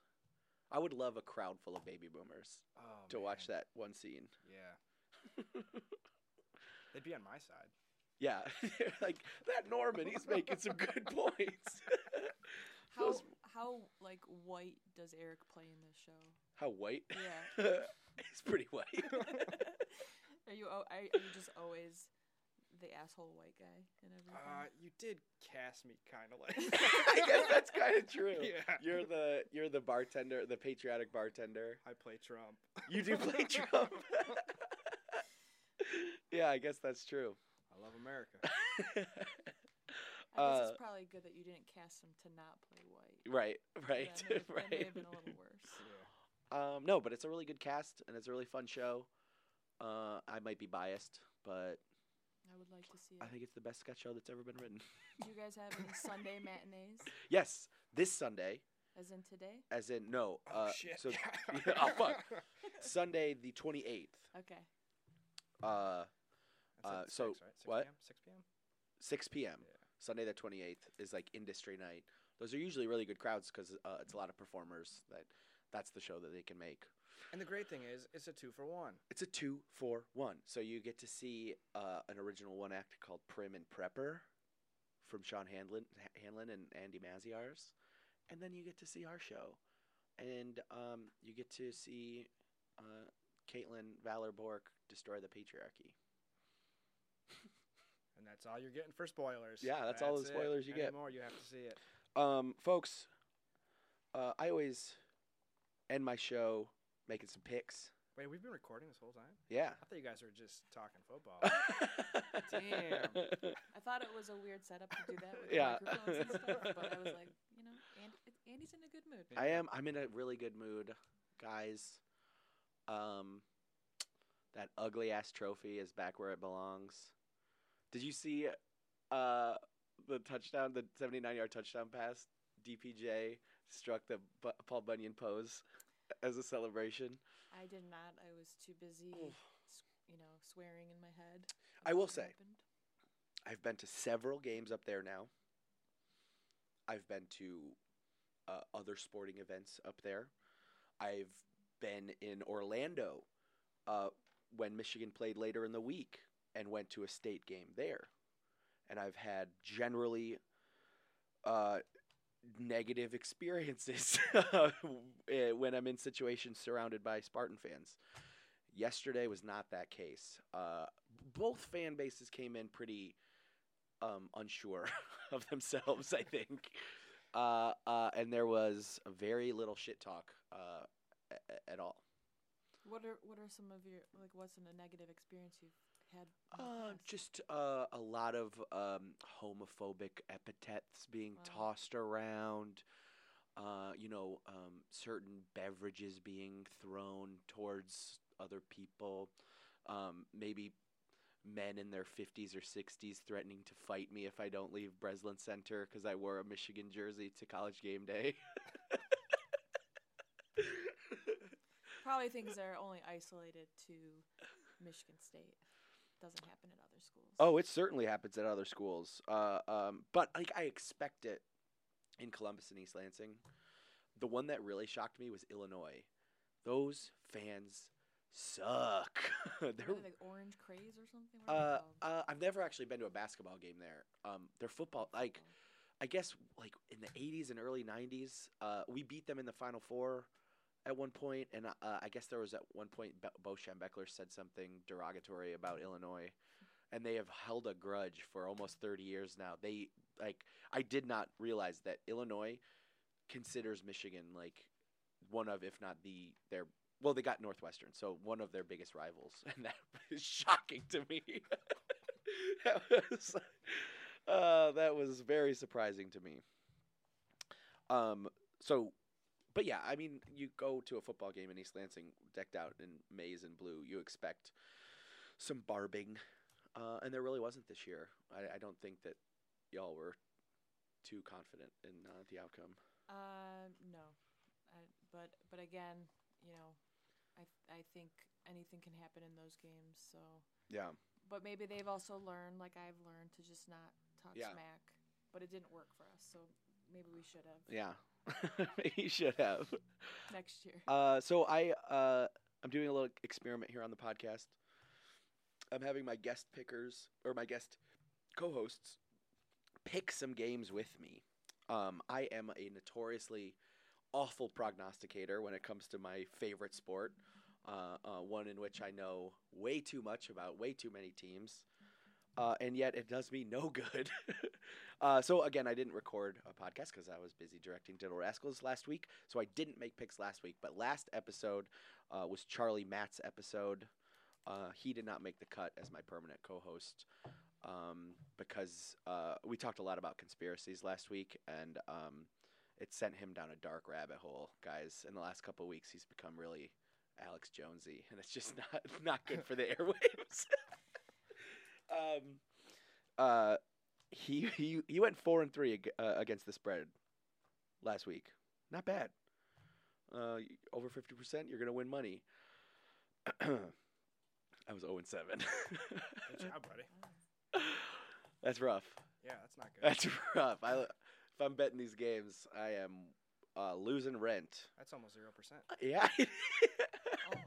Speaker 1: I would love a crowd full of baby boomers
Speaker 4: Oh,
Speaker 1: to watch
Speaker 4: man.
Speaker 1: that one scene.
Speaker 4: Yeah.
Speaker 1: *laughs*
Speaker 4: They'd be on my side.
Speaker 1: Yeah, *laughs* like that Norman, he's making some good
Speaker 3: *laughs*
Speaker 1: points. *laughs*
Speaker 3: How
Speaker 1: Those-
Speaker 3: how like white does *laughs* Eric play in this show?
Speaker 1: How white? *laughs*
Speaker 3: Yeah.
Speaker 1: he's pretty white.
Speaker 3: Are you o- are, are you just always the asshole white guy in
Speaker 4: Uh,
Speaker 3: everything?
Speaker 4: you did cast me kind of like.
Speaker 1: Mm-hmm. *laughs* I guess
Speaker 4: *laughs*
Speaker 1: that's kind of true.
Speaker 4: Yeah.
Speaker 1: You're the you're the bartender, the patriotic bartender.
Speaker 4: I play Trump.
Speaker 1: You do play
Speaker 3: *laughs*
Speaker 1: Trump. *laughs* yeah, I guess that's true.
Speaker 4: I love
Speaker 1: *laughs*
Speaker 4: America.
Speaker 3: I guess
Speaker 1: uh,
Speaker 3: it's probably good that you didn't cast him to not play white.
Speaker 1: Right, right, *laughs*
Speaker 3: That may have- That may
Speaker 1: right.
Speaker 3: have been a little worse.
Speaker 4: Yeah.
Speaker 1: Um, no, but it's a really good cast and it's a really fun show. Uh, I might be biased, but
Speaker 3: I would like to see
Speaker 1: I
Speaker 3: it.
Speaker 1: think it's the best sketch show that's ever been written. *laughs*
Speaker 3: Do you guys have any Sunday matinees?
Speaker 1: Yes, this Sunday,
Speaker 3: As in today?
Speaker 1: as in no,
Speaker 4: Oh
Speaker 1: uh, *laughs*
Speaker 4: shit.
Speaker 1: so oh, *laughs* fuck. Sunday the twenty eighth,
Speaker 3: Okay.
Speaker 1: uh,
Speaker 4: That's
Speaker 1: Uh,
Speaker 4: at
Speaker 1: so,
Speaker 4: 6, right? 6
Speaker 1: what?
Speaker 4: PM? 6 p.m.
Speaker 1: six p.m.
Speaker 4: Yeah.
Speaker 1: Sunday the 28th is like industry night. Those are usually really good crowds because uh, it's a lot of performers that that's the show that they can make.
Speaker 4: And the great thing is, it's a two for one.
Speaker 1: It's a two for one, so you get to see uh, an original one act called Prim and Prepper from Sean Hanlon, Ha- Hanlon and Andy Maziar's, and then you get to see our show, and um, you get to see uh, Caitlin Valor Bork destroy the patriarchy.
Speaker 4: And that's all you're getting for spoilers.
Speaker 1: Yeah, that's all the spoilers you get.
Speaker 4: More, you have to see it.
Speaker 1: um, folks, uh, I always end my show making some picks.
Speaker 4: Wait, we've been recording this whole time.
Speaker 1: Yeah.
Speaker 4: I thought you guys were just talking
Speaker 1: *laughs*
Speaker 4: football.
Speaker 1: Damn.
Speaker 3: I thought it was a weird setup to do that with
Speaker 1: Yeah.
Speaker 3: the microphones and stuff, but
Speaker 1: *laughs*
Speaker 3: I was like, you know, and, it- Andy's in a good mood.
Speaker 1: *laughs* I am. I'm in a really good mood, guys. Um, that ugly ass trophy is back where it belongs. Did you see, uh, the touchdown, the 79 yard touchdown pass? DPJ struck the Bu- Paul Bunyan pose as a celebration.
Speaker 3: I did not. I was too busy, s- you know, swearing in my head.
Speaker 1: I will
Speaker 3: It
Speaker 1: say,
Speaker 3: happened.
Speaker 1: I've been to several games up there now. I've been to uh, other sporting events up there. I've been in Orlando uh, when Michigan played later in the week and went to a state game there. And I've had generally uh, negative *laughs* experiences uh, *laughs* when I'm in situations surrounded by Spartan fans. Yesterday was not that case. Uh, both fan bases came in pretty um, unsure *laughs* of themselves, I think. Uh, uh, and there was very little shit talk uh, a- a- at all.
Speaker 3: What are what are some of your like? What's a negative experience you've had? in the
Speaker 1: Uh,
Speaker 3: past?
Speaker 1: just uh, a lot of um, homophobic epithets being
Speaker 3: Wow.
Speaker 1: tossed around. Uh, you know, um, certain beverages being thrown towards other people. Um, maybe men in their 50s or 60s threatening to fight me if I don't leave Breslin Center because I wore a Michigan jersey to college game day.
Speaker 3: probably things that are only isolated to Michigan State. Doesn't happen at other schools.
Speaker 1: Oh, it certainly happens at other schools. Uh, um, but like I expect it in Columbus and East Lansing. The one that really shocked me was Illinois. Those fans suck. *laughs*
Speaker 3: What are
Speaker 1: They're
Speaker 3: they, like orange craze or something. What are
Speaker 1: uh,
Speaker 3: they called?
Speaker 1: uh, I've never actually been to a basketball game there. Um, their football, like
Speaker 3: Football.
Speaker 1: I guess, like in the '80s and early '90s, uh, we beat them in the Final Four at one point, and uh, I guess there was at one point Be- Bo Schembechler said something derogatory about Illinois, and they have held a grudge for almost 30 years now. They like I did not realize that Illinois considers Michigan like one of, if not the their well, they got Northwestern, so one of their biggest rivals, *laughs* and that is shocking to me. *laughs* that was uh, that was very surprising to me. Um, so, but yeah, I mean, you go to a football game in East Lansing, decked out in maize and blue, you expect some barbing, uh, and there really wasn't this year. I, I don't think that y'all were too confident in uh, the outcome.
Speaker 3: Um, no, I, but but again, you know, I I think anything can happen in those games. So,
Speaker 1: Yeah.
Speaker 3: but maybe they've also learned, like I've learned, to just not talk
Speaker 1: Yeah.
Speaker 3: smack. But it didn't work for us, so maybe we should have
Speaker 1: Yeah. *laughs* you should have.
Speaker 3: next year. *laughs*
Speaker 1: Uh, so I uh, I'm doing a little experiment here on the podcast. I'm having my guest pickers or my guest co-hosts pick some games with me. Um, I am a notoriously awful prognosticator when it comes to my favorite sport. uh, uh, one in which I know way too much about way too many teams, uh, and yet it does me no good. *laughs* uh, so again, I didn't record a podcast because I was busy directing Diddle Rascals last week, so I didn't make picks last week. But last episode uh, was Charlie Matt's episode. Uh, he did not make the cut as my permanent co-host um, because uh, we talked a lot about conspiracies last week, and um, it sent him down a dark rabbit hole, guys. In the last couple of weeks, he's become really Alex Jonesy, *laughs* and it's just not not good for the airwaves. *laughs* um, uh, he he he went four and three ag- uh, against the spread last week. Not bad. Uh, y- over fifty percent, you're gonna win money. *clears throat* I was zero and seven. *laughs*
Speaker 4: Good job, buddy.
Speaker 1: That's rough.
Speaker 4: Yeah, that's not
Speaker 1: *laughs*
Speaker 4: good.
Speaker 1: That's rough. I, if I'm betting these games, I am uh, losing rent.
Speaker 4: That's almost zero
Speaker 1: *laughs*
Speaker 4: percent.
Speaker 1: Yeah.
Speaker 3: Oh,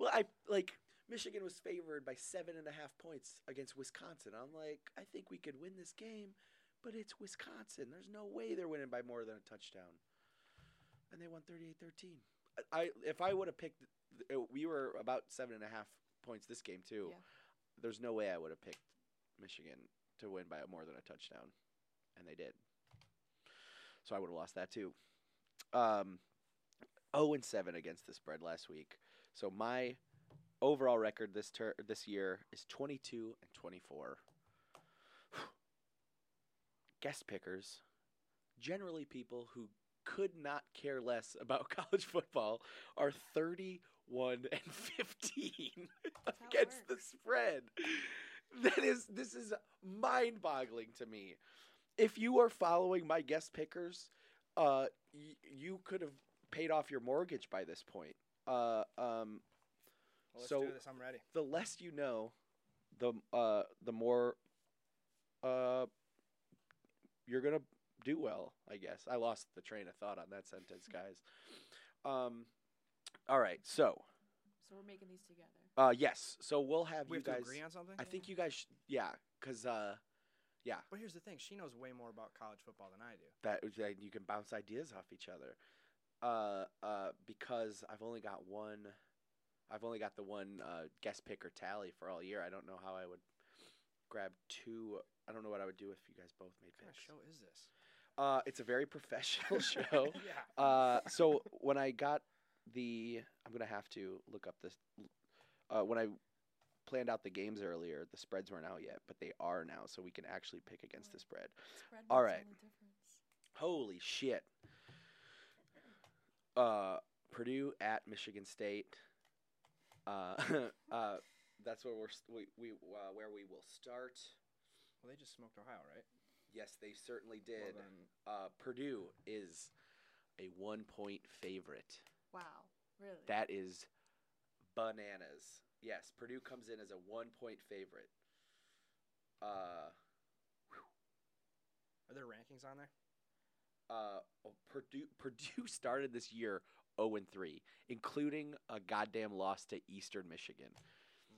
Speaker 1: well, I like Michigan was favored by seven and a half points against Wisconsin. I'm like, I think we could win this game, but it's Wisconsin. There's no way they're winning by more than a touchdown. And they won 38-13. I I- if I would have picked, uh, we were about seven and a half points this game too.
Speaker 3: Yeah.
Speaker 1: There's no way I would have picked Michigan to win by more than a touchdown, and they did. So I would have lost that too. Um, zero and seven against the spread last week. So my overall record this ter- this year is 22 and 24. *sighs* Guest pickers, generally people who could not care less about *laughs* college football, are 31 and 15
Speaker 3: *laughs* That's how it
Speaker 1: against the
Speaker 3: works.
Speaker 1: spread. That is this is mind-boggling to me. If you are following my guest pickers, uh, y- you could have paid off your mortgage by this point. Uh, um,
Speaker 4: Well, let's
Speaker 1: So-
Speaker 4: do this. I'm ready.
Speaker 1: the less you know, the uh the more uh you're gonna do well, I guess. I lost the train of thought on that
Speaker 4: *laughs*
Speaker 1: sentence, guys. Um, all right, so
Speaker 3: so we're making these together.
Speaker 1: uh, yes, so we'll have
Speaker 4: We
Speaker 1: you
Speaker 4: have to
Speaker 1: guys.
Speaker 4: agree on something.
Speaker 1: I think you guys, sh- yeah, cause uh
Speaker 4: But here's the thing: she knows way more about college football than I do.
Speaker 1: that that you can bounce ideas off each other. Uh, uh, because I've only got one. I've only got the one uh, guest pick or tally for all year. I don't know how I would grab two. I don't know what I would do if you guys both made
Speaker 4: What kind of
Speaker 1: picks.
Speaker 4: show is this?
Speaker 1: Uh, it's a very *laughs* professional show.
Speaker 4: *laughs* yeah.
Speaker 1: Uh, so when I got the, I'm gonna have to look up this. Uh, when I planned out the games earlier, the spreads weren't out yet, but they are now, so we can actually pick against the spread.
Speaker 3: Spread
Speaker 1: All
Speaker 3: makes
Speaker 1: right.
Speaker 3: only difference.
Speaker 1: Holy shit. Uh, Purdue at Michigan State. Uh, *laughs* uh, that's where we're st- we, we uh, where we will start.
Speaker 4: Well, they just smoked Ohio, right?
Speaker 1: Yes, they certainly
Speaker 4: Well,
Speaker 1: did.
Speaker 4: then,
Speaker 1: Uh, Purdue is a one point favorite.
Speaker 3: Wow, really?
Speaker 1: That is bananas. Yes, Purdue comes in as a one point favorite. Uh,
Speaker 4: are there rankings on there?
Speaker 1: uh, oh, Purdue *laughs* Purdue started this year 0 and 3, including a goddamn loss to Eastern Michigan.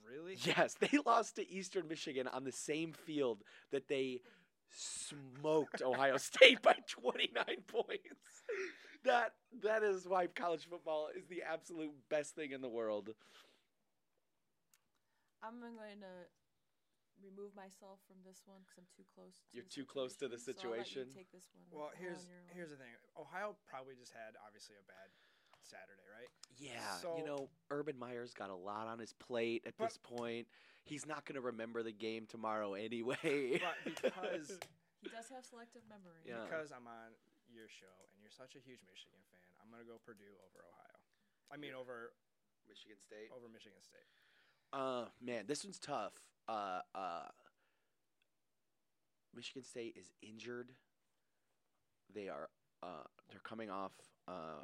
Speaker 4: Really?
Speaker 1: *laughs* Yes, they lost to Eastern Michigan on the same field that they *laughs* smoked Ohio State by 29 points. That that is why college football is the absolute best thing in the world.
Speaker 3: I'm going to remove myself from this one because I'm too close. To
Speaker 1: You're
Speaker 3: the
Speaker 1: too close to the
Speaker 3: So I'll let
Speaker 1: situation?
Speaker 3: you take this one.
Speaker 4: Well,
Speaker 3: all
Speaker 4: here's
Speaker 3: on your own.
Speaker 4: here's the thing. Ohio probably just had obviously a bad Saturday,
Speaker 1: *laughs*
Speaker 4: right?
Speaker 1: Yeah,
Speaker 4: So-
Speaker 1: you know, Urban Meyer's got a lot on his plate at
Speaker 4: But-
Speaker 1: this point. He's not going to remember the game tomorrow anyway. *laughs*
Speaker 4: But because
Speaker 3: he does have selective memory.
Speaker 1: Yeah.
Speaker 4: because I'm on your show and you're such a huge Michigan fan, I'm gonna go Purdue over Ohio. I mean over
Speaker 1: Michigan State
Speaker 4: over Michigan State.
Speaker 1: Uh, man, this one's tough. Uh, uh, Michigan State is injured. They are uh, they're coming off uh,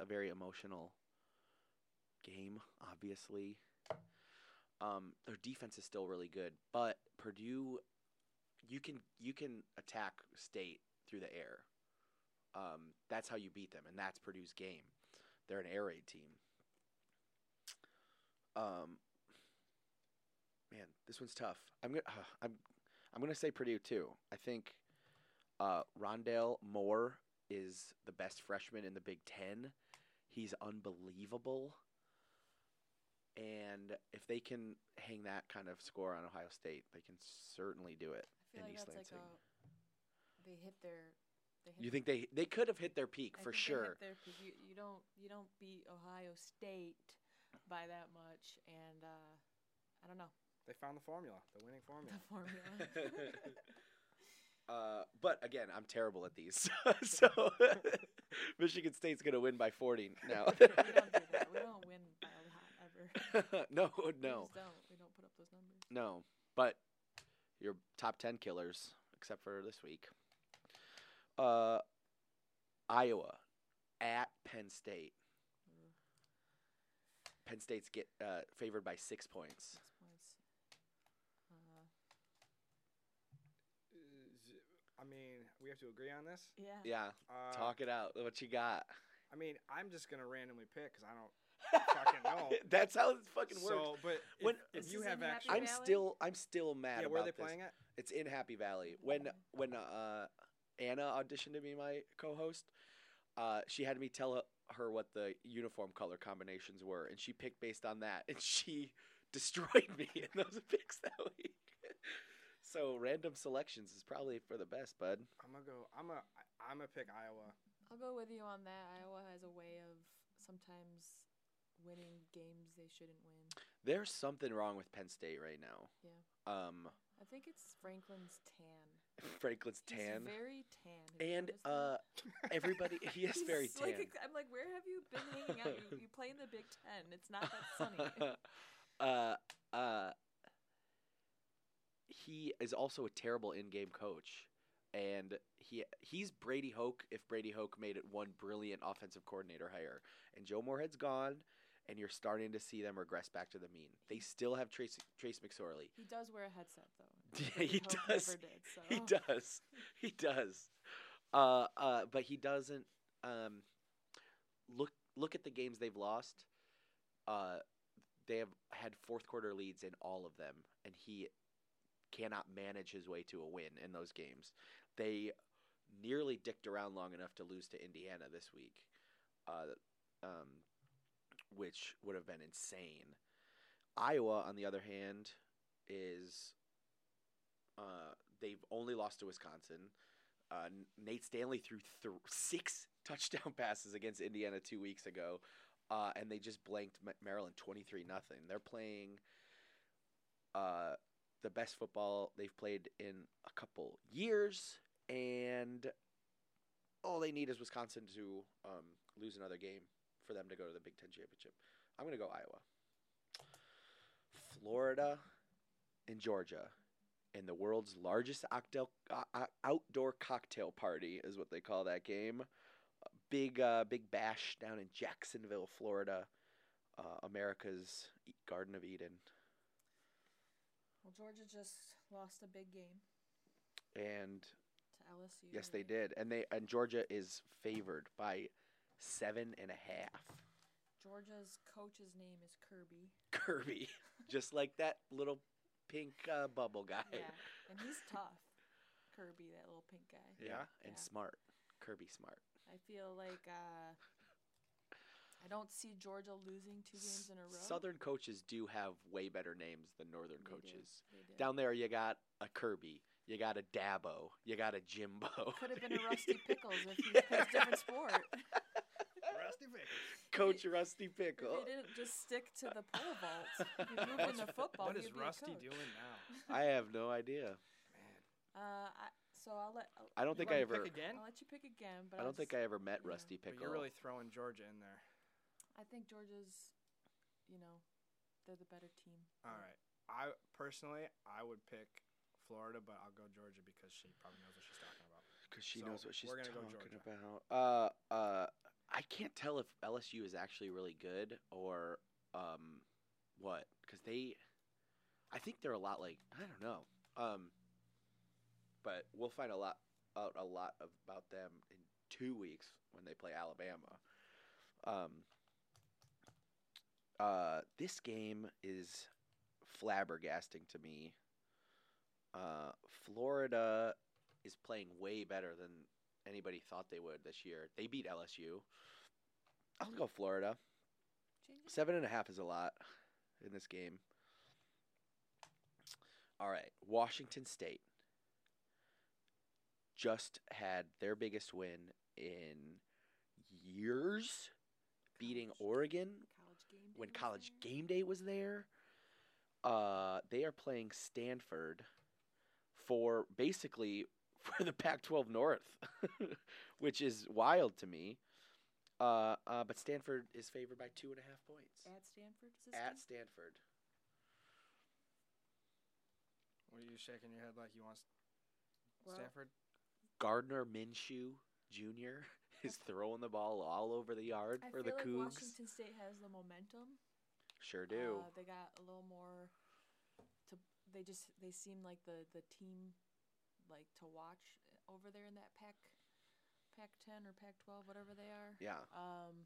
Speaker 1: a very emotional game, obviously. Um, their defense is still really good, but Purdue, you can you can attack State through the air. Um, that's how you beat them, and that's Purdue's game. They're an air raid team. Um, man, this one's tough. I'm gonna uh, I'm I'm gonna say Purdue too. I think uh, Rondale Moore is the best freshman in the Big Ten. He's unbelievable. and if they can hang that kind of score on Ohio State, they can certainly do it.
Speaker 3: I feel
Speaker 1: in
Speaker 3: like
Speaker 1: East
Speaker 3: that's like a.
Speaker 1: Lansing.
Speaker 3: They hit their. They hit
Speaker 1: You think they they could have hit their peak
Speaker 3: I
Speaker 1: for
Speaker 3: think they hit
Speaker 1: sure?
Speaker 3: their peak. you, you don't you don't beat Ohio State by that much, and uh, I don't know
Speaker 4: They found the formula, the winning formula.
Speaker 1: *laughs*
Speaker 3: the formula. *laughs*
Speaker 1: Uh, but again, I'm terrible at these, *laughs*
Speaker 3: *laughs*
Speaker 1: so Michigan State's gonna win by 40
Speaker 3: *laughs*
Speaker 1: now. *laughs*
Speaker 3: we don't do that. We don't win by a lot ever. *laughs*
Speaker 1: no,
Speaker 3: We
Speaker 1: no,
Speaker 3: just don't. We don't put up those numbers.
Speaker 1: no. But your top ten killers, except for this week. Uh, Iowa at Penn State.
Speaker 3: Ooh,
Speaker 1: Penn State's get uh, favored by six points.
Speaker 3: six points. Uh,
Speaker 4: I mean, we have to agree on this.
Speaker 3: yeah.
Speaker 1: Yeah,
Speaker 4: Uh,
Speaker 1: talk it out. What you got?
Speaker 4: I mean, I'm just gonna randomly pick because I don't fucking know.
Speaker 1: That's how *laughs* it fucking works.
Speaker 4: so, but if,
Speaker 1: When-
Speaker 4: if
Speaker 3: This
Speaker 4: you
Speaker 3: is in
Speaker 4: have
Speaker 3: Happy
Speaker 4: actual,
Speaker 1: I'm
Speaker 3: Valley?
Speaker 1: still, I'm still mad
Speaker 4: yeah,
Speaker 1: about
Speaker 4: where are they
Speaker 1: this.
Speaker 4: playing at?
Speaker 1: It's in Happy Valley. When
Speaker 3: Okay.
Speaker 1: when uh, Anna auditioned to be my co-host, uh, she had me tell h- her what the uniform color combinations were, and she picked based on that, and she *laughs* destroyed me in those *laughs* picks that week. so random selections is probably for the best, bud.
Speaker 4: I'm gonna go. I'm a. I'm gonna pick
Speaker 1: *laughs*
Speaker 4: Iowa.
Speaker 3: I'll go with you on that. Iowa has a way of sometimes winning games they shouldn't win.
Speaker 1: There's something wrong with Penn State right now. Yeah. Um, *laughs*
Speaker 3: I think it's Franklin's tan.
Speaker 1: Franklin's
Speaker 3: He's
Speaker 1: tan.
Speaker 3: very tan. Have you
Speaker 1: And
Speaker 3: noticed that?
Speaker 1: uh, everybody, he is very
Speaker 3: *laughs* He's
Speaker 1: tan.
Speaker 3: like ex- I'm like, where have you been hanging out? You, you play in the Big Ten. It's *laughs* not that sunny.
Speaker 1: *laughs* uh, uh, he is also a terrible in-game coach, and he he's Brady Hoke. If Brady Hoke made it one brilliant offensive coordinator hire, and Joe Moorhead's gone, and you're starting to see them regress back to the mean. They still have Trace Trace McSorley.
Speaker 3: he does wear a headset though.
Speaker 1: Yeah, *laughs*
Speaker 3: David
Speaker 1: he
Speaker 3: Hoke
Speaker 1: does.
Speaker 3: Never did, so.
Speaker 1: He does. He does. Uh, uh, but he doesn't. Um, look look at the games they've lost. Uh, they have had fourth quarter leads in all of them, and he cannot manage his way to a win in those games. They nearly dicked around long enough to lose to Indiana this week, uh, um, which would have been insane. Iowa, on the other hand, is uh, they've only lost to Wisconsin. Uh, N- Nate Stanley threw th- six *laughs* touchdown passes against Indiana two weeks ago, uh, and they just blanked Ma- Maryland twenty three nothing. They're playing uh, the best football they've played in a couple years, and all they need is Wisconsin to um, lose another game for them to go to the Big Ten championship. I'm gonna go Iowa, Florida, and Georgia and the world's largest octel, uh, uh, outdoor cocktail party is what they call that game. A Big uh, big bash down in Jacksonville, Florida, uh, America's E- Garden of Eden,
Speaker 3: Well, Georgia just lost a big game
Speaker 1: and
Speaker 3: to LSU.
Speaker 1: yes, they
Speaker 3: right?
Speaker 1: did, and they and Georgia is favored by seven and a half. *laughs*
Speaker 3: Georgia's coach's name is Kirby.
Speaker 1: Kirby, *laughs* just like that little pink uh, bubble guy.
Speaker 3: Yeah, and he's tough. Kirby, that little pink guy.
Speaker 1: Yeah, and
Speaker 3: Yeah.
Speaker 1: smart, Kirby smart.
Speaker 3: I feel like uh, I don't see Georgia losing two games in a row.
Speaker 1: Southern coaches do have way better names than northern
Speaker 3: They do,
Speaker 1: coaches.
Speaker 3: they do.
Speaker 1: Down there, you got a Kirby, you got a Dabo, you got a Jimbo.
Speaker 3: Could have been
Speaker 1: *laughs*
Speaker 3: a Rusty Pickles if he
Speaker 1: Yeah.
Speaker 3: played a different
Speaker 1: *laughs*
Speaker 3: sport.
Speaker 4: Rusty Pickles.
Speaker 1: Coach Rusty
Speaker 3: If
Speaker 1: Pickle.
Speaker 3: he didn't just stick to the pole vault. You're moving the football.
Speaker 4: What
Speaker 3: you'd
Speaker 4: is
Speaker 3: be a
Speaker 4: Rusty
Speaker 3: coach.
Speaker 4: doing now?
Speaker 1: I have no idea.
Speaker 4: Man,
Speaker 3: *laughs* Uh, I, so I'll let I'll,
Speaker 1: I don't
Speaker 4: You
Speaker 1: think
Speaker 4: want
Speaker 1: I
Speaker 4: me to
Speaker 1: ever.
Speaker 4: Pick again?
Speaker 3: I'll let you pick again. But
Speaker 1: I don't think I ever met
Speaker 3: yeah.
Speaker 1: Rusty
Speaker 4: But
Speaker 1: Pickle.
Speaker 4: you're really throwing Georgia in there.
Speaker 3: I think Georgia's, you know, they're the better team.
Speaker 4: All right. I personally, I would pick Florida, but I'll go Georgia because she probably knows what she's talking about.
Speaker 1: Because she
Speaker 4: So,
Speaker 1: knows what she's
Speaker 4: we're gonna go
Speaker 1: talking
Speaker 4: Georgia.
Speaker 1: about. Uh, uh, I can't tell if LSU is actually really good or um, what, because they, I think they're a lot like I don't know. Um, but we'll find a lot out a lot of- about them in two weeks when they play Alabama. Um, uh, this game is flabbergasting to me. Uh, Florida is playing way better than anybody thought they would this year. They beat LSU. I'll go Florida.
Speaker 3: Change it?
Speaker 1: Seven and a half is a lot. in this game. All right, Washington State just had their biggest win in years, beating
Speaker 3: College-
Speaker 1: Oregon
Speaker 3: College game. Day
Speaker 1: when
Speaker 3: was
Speaker 1: college
Speaker 3: there?
Speaker 1: game day was there. Uh, they are playing Stanford for basically *laughs* for the Pac-12 North, *laughs* which is wild to me. Uh, uh, but Stanford is favored by two and a half points
Speaker 3: At Stanford. Is this
Speaker 1: at
Speaker 3: game?
Speaker 1: Stanford.
Speaker 4: What are you shaking your head like you want
Speaker 3: Well,
Speaker 4: Stanford?
Speaker 1: Gardner Minshew Jr. *laughs* is throwing the ball all over the yard
Speaker 3: I
Speaker 1: for
Speaker 3: feel
Speaker 1: the
Speaker 3: like
Speaker 1: Cougs.
Speaker 3: Washington State has the momentum.
Speaker 1: Sure do.
Speaker 3: Uh, they got a little more. To they just they seem like the the team, like to watch over there in that pack, pack ten or pack twelve, whatever they are.
Speaker 1: yeah.
Speaker 3: Um,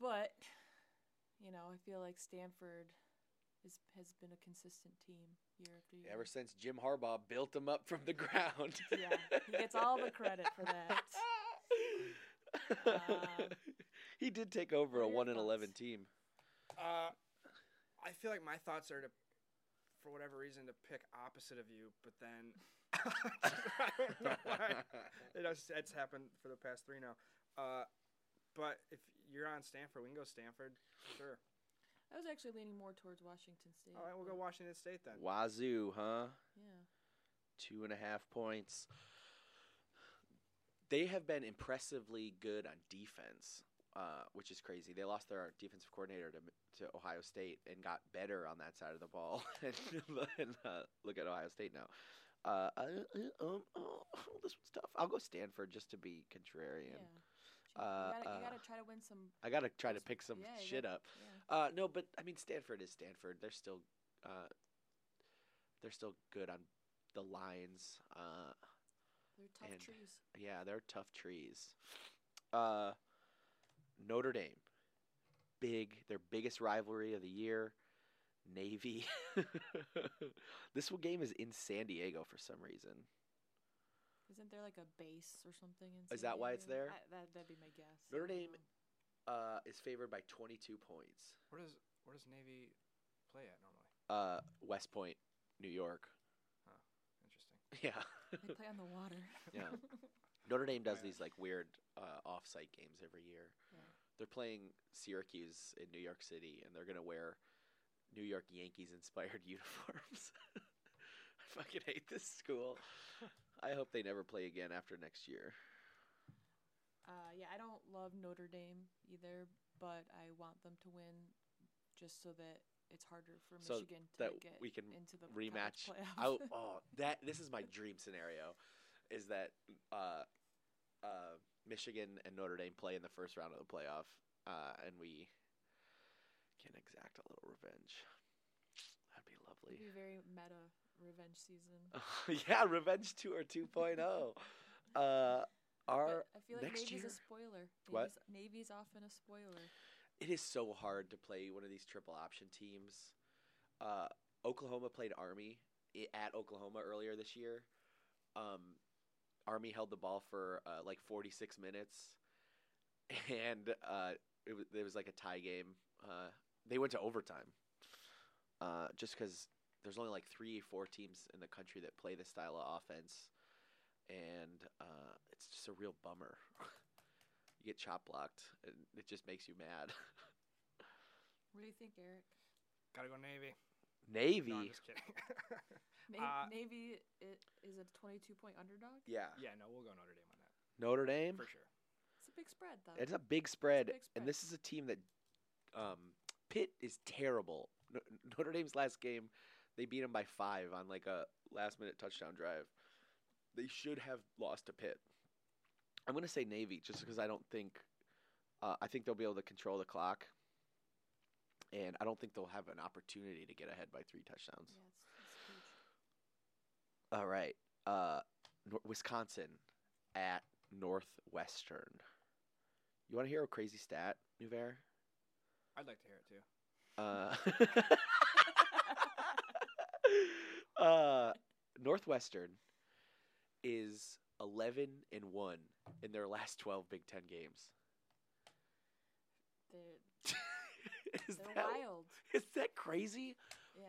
Speaker 3: but you know, I feel like Stanford is has been a consistent team year after year.
Speaker 1: Ever since Jim Harbaugh built them up from the *laughs* ground.
Speaker 3: yeah, he gets all
Speaker 1: *laughs*
Speaker 3: the credit for that. Um,
Speaker 1: *laughs* he did take over a
Speaker 3: what are your
Speaker 1: one and
Speaker 3: thoughts?
Speaker 1: eleven team.
Speaker 4: Uh, I feel like my thoughts are to, for whatever reason, to pick opposite of you, but then *laughs* I don't know why. It has, it's happened for the past three now. Uh, but if you're on Stanford, we can go Stanford. Sure.
Speaker 3: I was actually leaning more towards Washington State.
Speaker 4: All right, we'll go
Speaker 3: but-
Speaker 4: Washington State
Speaker 1: *laughs*
Speaker 4: then.
Speaker 1: Wazoo, huh?
Speaker 3: Yeah.
Speaker 1: Two and a half points. They have been impressively good on defense, uh, which is crazy. They lost their defensive coordinator to, to Ohio State and got better on that side of the ball. *laughs* and uh, look at Ohio State now. Uh, uh, uh, um, oh, this one's tough. I'll go Stanford just to be contrarian.
Speaker 3: Yeah. Gee,
Speaker 1: Uh,
Speaker 3: you, gotta,
Speaker 1: uh,
Speaker 3: you gotta try to win some.
Speaker 1: I gotta try to
Speaker 3: Those-
Speaker 1: pick some
Speaker 3: yeah, you
Speaker 1: shit up.
Speaker 3: Yeah.
Speaker 1: Uh, no, but I mean Stanford is Stanford. They're still, uh, they're still good on the lines. Uh,
Speaker 3: They're tough
Speaker 1: and-
Speaker 3: trees.
Speaker 1: yeah, they're tough trees. Uh, Notre Dame, big their biggest rivalry of the year. Navy. *laughs* this one game is in San Diego for some reason.
Speaker 3: Isn't there like a base or something? In
Speaker 1: Is
Speaker 3: San
Speaker 1: that why it's there?
Speaker 3: Diego? I, that, that'd be my guess. I
Speaker 1: Notre
Speaker 3: don't
Speaker 1: Dame-
Speaker 3: know.
Speaker 1: Uh, is favored by 22 points.
Speaker 4: Where does where does Navy play at normally?
Speaker 1: Uh, West Point, New York. *laughs*
Speaker 4: Interesting.
Speaker 1: Yeah.
Speaker 3: Um, They play on the
Speaker 1: *laughs*
Speaker 3: water.
Speaker 1: Yeah. Notre Dame does
Speaker 4: Yeah.
Speaker 1: these like weird uh, off-site games every year.
Speaker 3: Yeah.
Speaker 1: They're playing Syracuse in New York City, and they're gonna wear New York Yankees inspired *laughs* uniforms. I fucking hate this school. I hope they never play again after next year.
Speaker 3: Uh, yeah, I don't love Notre Dame either, but I want them to win just so that it's harder for
Speaker 1: So
Speaker 3: Michigan to
Speaker 1: that
Speaker 3: get
Speaker 1: we can
Speaker 3: into the college
Speaker 1: rematch
Speaker 3: playoff.
Speaker 1: out. Oh, that this is my dream scenario, is that uh, uh, Michigan and Notre Dame play in the first round of the playoff, uh, and we can exact a little revenge. That'd be lovely.
Speaker 3: *laughs* It'd be very meta revenge season.
Speaker 1: *laughs* yeah, Revenge Tour 2.0. oh. Uh, our
Speaker 3: But I feel like
Speaker 1: next
Speaker 3: Navy's
Speaker 1: year-
Speaker 3: a spoiler.
Speaker 1: What?
Speaker 3: Navy's, Navy's often a spoiler.
Speaker 1: it is so hard to play one of these triple option teams. Uh, Oklahoma played Army i- at Oklahoma earlier this year. Um, Army held the ball for uh, like 46 minutes, and uh, it, was, it was like a tie game. Uh, they went to overtime uh, just because there's only like three, four teams in the country that play this style of offense, and uh, it's just a real bummer. *laughs* you get chop blocked, and it just makes you mad.
Speaker 3: What do you think, Eric?
Speaker 4: Gotta go Navy.
Speaker 1: Navy.
Speaker 4: No, I'm just kidding. *laughs*
Speaker 3: Na-
Speaker 4: Uh,
Speaker 3: Navy i- is a 22 point underdog?
Speaker 1: yeah.
Speaker 4: yeah, no, we'll go Notre Dame on that
Speaker 1: Notre Dame.
Speaker 4: for sure.
Speaker 3: It's a big spread, though.
Speaker 1: It's a big spread,
Speaker 3: big spread.
Speaker 1: and this is a team that um, Pitt is terrible. No- *laughs* Notre Dame's last game, they beat them by five on like a last minute touchdown drive. They should have lost to Pitt. I'm gonna say Navy just because I don't think uh, I think they'll be able to control the clock, and I don't think they'll have an opportunity to get ahead by three touchdowns.
Speaker 3: yeah, it's, it's huge.
Speaker 1: All right. Uh, Nor- Wisconsin at Northwestern. You want to hear a crazy stat, Nuvere?
Speaker 4: I'd like to hear it too.
Speaker 1: Uh, *laughs* uh, Northwestern is 11 and 1 in their last 12 Big Ten games.
Speaker 3: They're-
Speaker 1: *laughs* Is
Speaker 3: They're
Speaker 1: that
Speaker 3: wild.
Speaker 1: is that crazy?
Speaker 3: Yeah.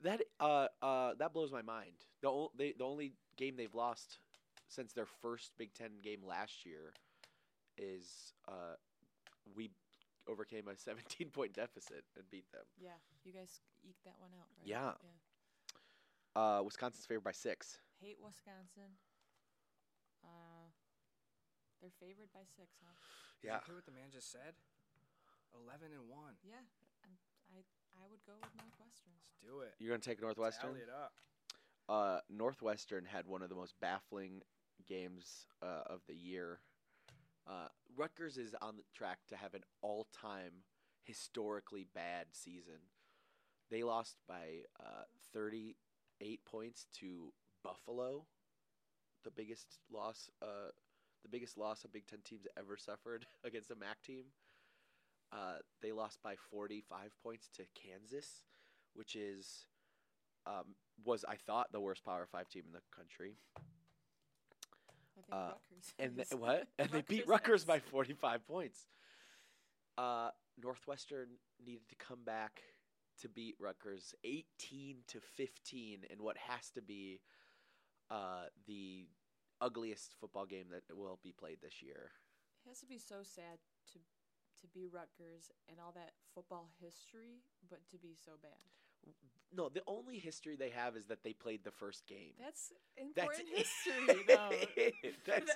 Speaker 1: That uh uh that blows my mind. The o- they, the only game they've lost since their first Big Ten game last year is uh we overcame a *laughs* 17 point deficit and beat them.
Speaker 3: Yeah. You guys eked that one out, right?
Speaker 1: Yeah. Uh, Wisconsin's favored by six.
Speaker 3: Hate Wisconsin. Uh, they're favored by six, huh?
Speaker 1: Yeah.
Speaker 4: Hear what the man just said? Eleven and one.
Speaker 3: Yeah. I'm, I I would go with Northwestern.
Speaker 4: Let's do it.
Speaker 1: You're gonna take Northwestern.
Speaker 4: Tally it up.
Speaker 1: Uh, Northwestern had one of the most baffling games uh, of the year. Uh, Rutgers is on the track to have an all-time historically bad season. They lost by uh, 38 points to Buffalo, the biggest loss, uh, the biggest loss a Big Ten team's ever suffered *laughs* against a MAC team. Uh, they lost by 45 points to Kansas, which is um, was I thought the worst Power Five team in the
Speaker 3: *laughs*
Speaker 1: country,
Speaker 3: I think
Speaker 1: Uh,
Speaker 3: Rutgers.
Speaker 1: and
Speaker 3: is.
Speaker 1: they, *laughs* what? And they beat Rutgers
Speaker 3: Rutgers
Speaker 1: by
Speaker 3: has.
Speaker 1: forty five points. Uh, Northwestern needed to come back to beat Rutgers eighteen to fifteen in what has to be uh, the ugliest football game that will be played this year.
Speaker 3: It has to be so sad to to be Rutgers and all that football history, but to be so bad.
Speaker 1: No, the only history they have is that they played the first game.
Speaker 3: That's
Speaker 1: That's
Speaker 3: important
Speaker 1: it. *laughs*
Speaker 3: history, though.
Speaker 1: That's it.
Speaker 3: That's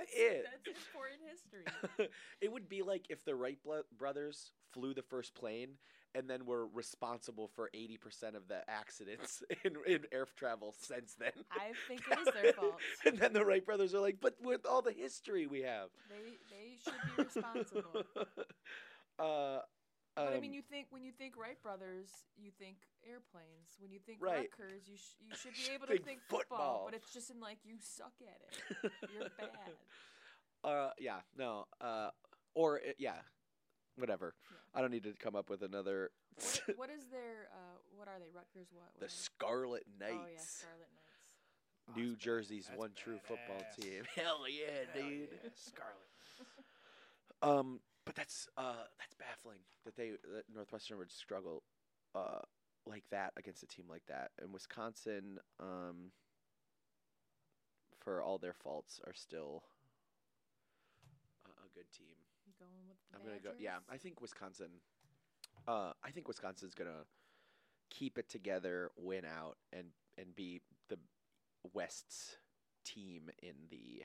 Speaker 3: important
Speaker 1: *laughs*
Speaker 3: history.
Speaker 1: it would be like if the Wright blo- brothers flew the first plane and then were responsible for 80% of the accidents *laughs* in, in air travel since then. *laughs*
Speaker 3: I think it is their fault.
Speaker 1: and then the Wright brothers are like, but with all the history we have.
Speaker 3: They they should be responsible.
Speaker 1: *laughs* uh,
Speaker 3: but I
Speaker 1: um,
Speaker 3: mean, you think when you think Wright brothers, you think airplanes. When you think
Speaker 1: Right.
Speaker 3: Rutgers, you sh- you
Speaker 1: *laughs*
Speaker 3: should be
Speaker 1: Should
Speaker 3: able
Speaker 1: think
Speaker 3: to think
Speaker 1: football.
Speaker 3: football. But it's just in like you suck at it. You're
Speaker 1: *laughs*
Speaker 3: bad.
Speaker 1: Uh, yeah, no. Uh, or, uh, yeah, whatever.
Speaker 3: Yeah.
Speaker 1: I don't need to come up with another.
Speaker 3: What, i- what is their? Uh, what are they? Rutgers? What?
Speaker 1: *laughs* the
Speaker 3: what are
Speaker 1: Scarlet
Speaker 3: they?
Speaker 1: Knights.
Speaker 3: Oh yeah, Scarlet Knights.
Speaker 4: Oh,
Speaker 1: New
Speaker 4: that's bad.
Speaker 1: Jersey's
Speaker 4: That's
Speaker 1: one true football
Speaker 4: badass.
Speaker 1: team. *laughs* Hell yeah,
Speaker 4: Hell
Speaker 1: dude.
Speaker 4: yeah, Scarlet.
Speaker 1: Um, but that's uh that's baffling that they that Northwestern would struggle uh like that against a team like that. And Wisconsin, um, for all their faults, are still a, a good team.
Speaker 3: You going with the
Speaker 1: I'm gonna go. Yeah, I
Speaker 3: Badgers?
Speaker 1: think Wisconsin. Uh, I think Wisconsin's gonna keep it together, win out, and and be the West's team in the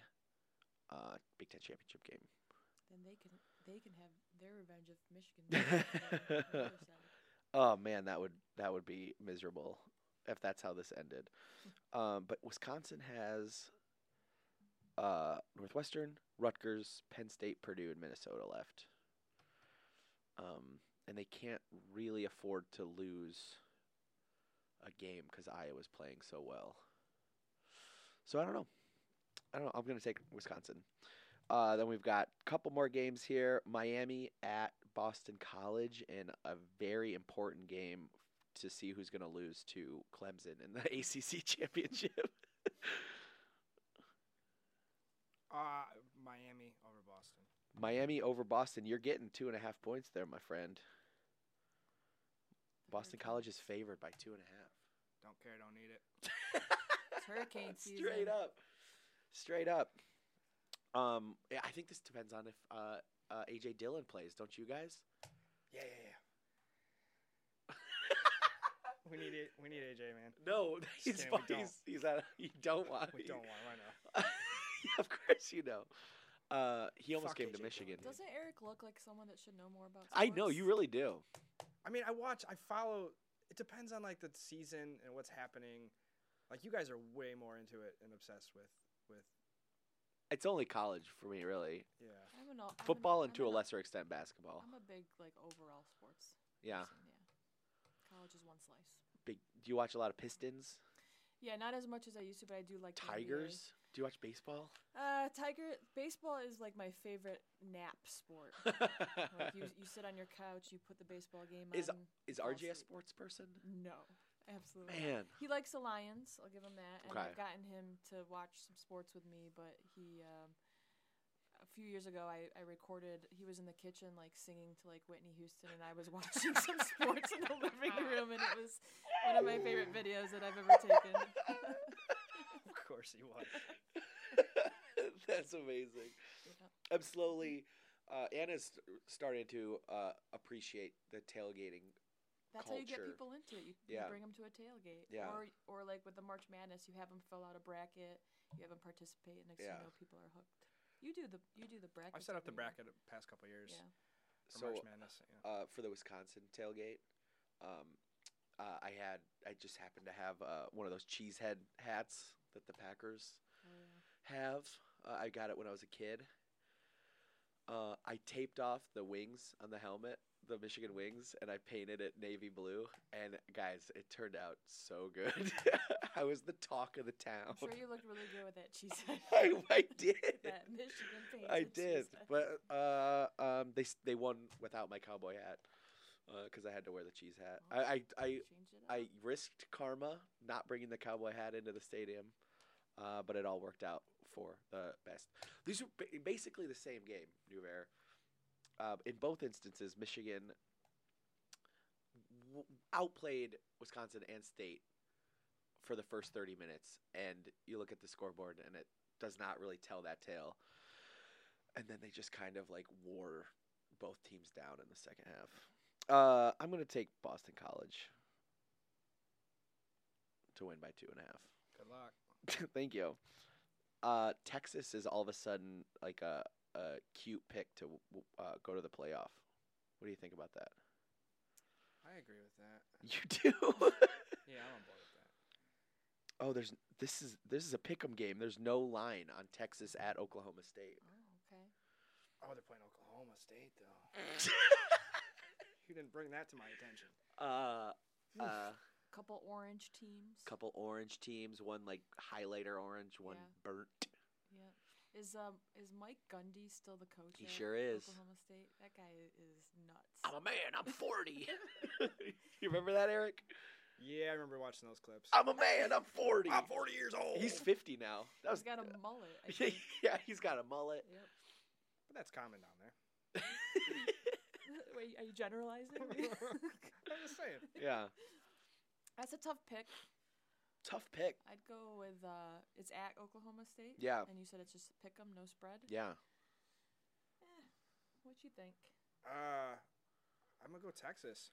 Speaker 1: uh, Big Ten championship game.
Speaker 3: Then they can they can have their revenge of
Speaker 1: *laughs*
Speaker 3: Michigan. being on the other side.
Speaker 1: Oh man, that would that would be miserable if that's how this ended. Um, but Wisconsin has uh, Northwestern, Rutgers, Penn State, Purdue, and Minnesota left. Um, and they can't really afford to lose a game because Iowa's playing so well. So I don't know. I don't know. I'm gonna take Wisconsin. Uh, then we've got a couple more games here. Miami at Boston College in a very important game to see who's going to lose to Clemson in the *laughs* ACC championship.
Speaker 4: Uh, Miami over Boston.
Speaker 1: Miami over Boston. You're getting two and a half points there, my friend.
Speaker 3: The
Speaker 1: Boston
Speaker 3: Hurricanes.
Speaker 1: College is favored by two and a half.
Speaker 4: Don't care. Don't need it.
Speaker 3: It's hurricane
Speaker 1: *laughs* Straight
Speaker 3: season.
Speaker 1: up. Straight up. Um, yeah, I think this depends on if uh, uh, AJ Dillon plays, don't you guys?
Speaker 4: Yeah, yeah, yeah. *laughs* we need it. We need AJ, man. *laughs*
Speaker 1: No, he's,
Speaker 4: kidding, we don't.
Speaker 1: he's, he's not, *laughs* you don't want.
Speaker 4: We don't want him right now.
Speaker 1: *laughs* of course you know. Uh, he almost
Speaker 4: Fuck
Speaker 1: came to
Speaker 4: AJ
Speaker 1: Michigan.
Speaker 4: Dillon.
Speaker 3: Doesn't Eric look like someone that should know more about?
Speaker 1: I know you
Speaker 3: sports?
Speaker 1: really do.
Speaker 4: I mean, I watch. I follow. It depends on like the season and what's happening. Like you guys are way more into it and obsessed with with
Speaker 1: It's only college for me, really.
Speaker 4: yeah.
Speaker 3: I'm an all, I'm an-
Speaker 1: Football and
Speaker 3: I'm
Speaker 1: to a
Speaker 3: an all-
Speaker 1: lesser extent basketball.
Speaker 3: I'm a big like overall sports.
Speaker 1: Yeah.
Speaker 3: person, yeah. College is one slice.
Speaker 1: Big. Do you watch a lot of Pistons?
Speaker 3: Yeah, not as much as I used to, but I do like the NBA.
Speaker 1: Tigers? Do you watch baseball?
Speaker 3: Uh, tiger baseball is like my favorite nap
Speaker 1: *laughs*
Speaker 3: sport. like you, you sit on your couch, you put the baseball game on.
Speaker 1: Is- Is
Speaker 3: fall
Speaker 1: RJ a
Speaker 3: asleep.
Speaker 1: sports person?
Speaker 3: No, absolutely. not. *laughs*
Speaker 1: Man, *laughs*
Speaker 3: He likes the Lions. I'll give him that. And
Speaker 1: Okay.
Speaker 3: I've gotten him to watch some sports with me, but he um, few years ago, I, I recorded. He was in the kitchen, like singing to like Whitney Houston, and I was *laughs* watching some sports in the living room, and it was one of my favorite videos that I've ever taken.
Speaker 4: *laughs* of course he was.
Speaker 1: That's amazing.
Speaker 3: Yeah.
Speaker 1: I'm slowly. Uh, Anna's st- starting to uh, appreciate the tailgating.
Speaker 3: That's how you get
Speaker 1: Culture.
Speaker 3: people into it. You,
Speaker 1: Yeah.
Speaker 3: you bring them to a tailgate,
Speaker 1: Yeah.
Speaker 3: or or like with the March Madness, you have them fill out a bracket, you have them participate, and next thing
Speaker 1: Yeah.
Speaker 3: you know, people are hooked. You do the you do the bracket.
Speaker 4: *laughs* I've set up the bracket the past couple years
Speaker 3: Yeah.
Speaker 4: for
Speaker 1: So
Speaker 4: March Madness. Yeah.
Speaker 1: uh, for the Wisconsin tailgate, um, uh, I had I just happened to have uh, one of those cheesehead hats that the Packers
Speaker 3: Oh, yeah.
Speaker 1: have. Uh, I got it when I was a kid. Uh, I taped off the wings on the helmet, the Michigan wings, and I painted it navy blue. And guys, it turned out so good. *laughs* I was the talk of the town.
Speaker 3: I'm sure you looked really good with that cheese. head.
Speaker 1: *laughs* I, I did.
Speaker 3: *laughs* that Michigan painted
Speaker 1: I
Speaker 3: cheese
Speaker 1: did,
Speaker 3: head.
Speaker 1: but uh, um, they s- they won without my cowboy hat because I had to wear the cheese hat. I I, I,
Speaker 3: Change it
Speaker 1: I
Speaker 3: up.
Speaker 1: risked karma not bringing the cowboy hat into the stadium, uh, but it all worked out for the best. These were ba- basically the same game, New Bear. Um, in both instances, Michigan w- outplayed Wisconsin and State for the first 30 minutes, and you look at the scoreboard, and it does not really tell that tale. And then they just kind of like wore both teams down in the second half. Uh, I'm going to take Boston College to win by two and a half. *laughs*
Speaker 4: Good luck.
Speaker 1: Thank you. Uh, Texas is all of a sudden like a, a cute pick to w- w- uh, go to the playoff. What do you think about that?
Speaker 4: I agree with *laughs* that.
Speaker 1: You do.
Speaker 4: Yeah, I'm on board with that.
Speaker 1: oh, there's this is this is a pick'em game. There's no line on Texas at Oklahoma State.
Speaker 3: Oh, okay.
Speaker 4: Oh, they're playing Oklahoma State *laughs* though. You didn't bring that to my attention.
Speaker 1: uh, uh,
Speaker 3: Couple orange teams.
Speaker 1: couple orange teams. One like highlighter orange. One
Speaker 3: Yeah.
Speaker 1: burnt.
Speaker 3: Yeah. Is um is Mike Gundy still the coach?
Speaker 1: He
Speaker 3: at
Speaker 1: sure is.
Speaker 3: Oklahoma State. That guy is nuts.
Speaker 1: I'm a man. I'm 40. *laughs* you remember that, Eric?
Speaker 4: Yeah, I remember watching those clips.
Speaker 1: I'm a man. I'm 40.
Speaker 4: 40 years old.
Speaker 1: He's 50 now. That was
Speaker 3: He's got a mullet.
Speaker 1: *laughs*
Speaker 3: I think.
Speaker 1: yeah, he's got a
Speaker 3: *laughs*
Speaker 1: mullet.
Speaker 3: Yep.
Speaker 4: but that's common down there.
Speaker 3: Wait, are you generalizing?
Speaker 1: *laughs*
Speaker 4: I'm just saying.
Speaker 1: Yeah.
Speaker 3: *laughs* That's a tough pick.
Speaker 1: Tough pick.
Speaker 3: I'd go with uh, it's at Oklahoma State.
Speaker 1: Yeah.
Speaker 3: And you said it's just pick 'em, no spread.
Speaker 1: Yeah.
Speaker 3: Eh, what you think?
Speaker 4: Uh, I'm gonna go Texas.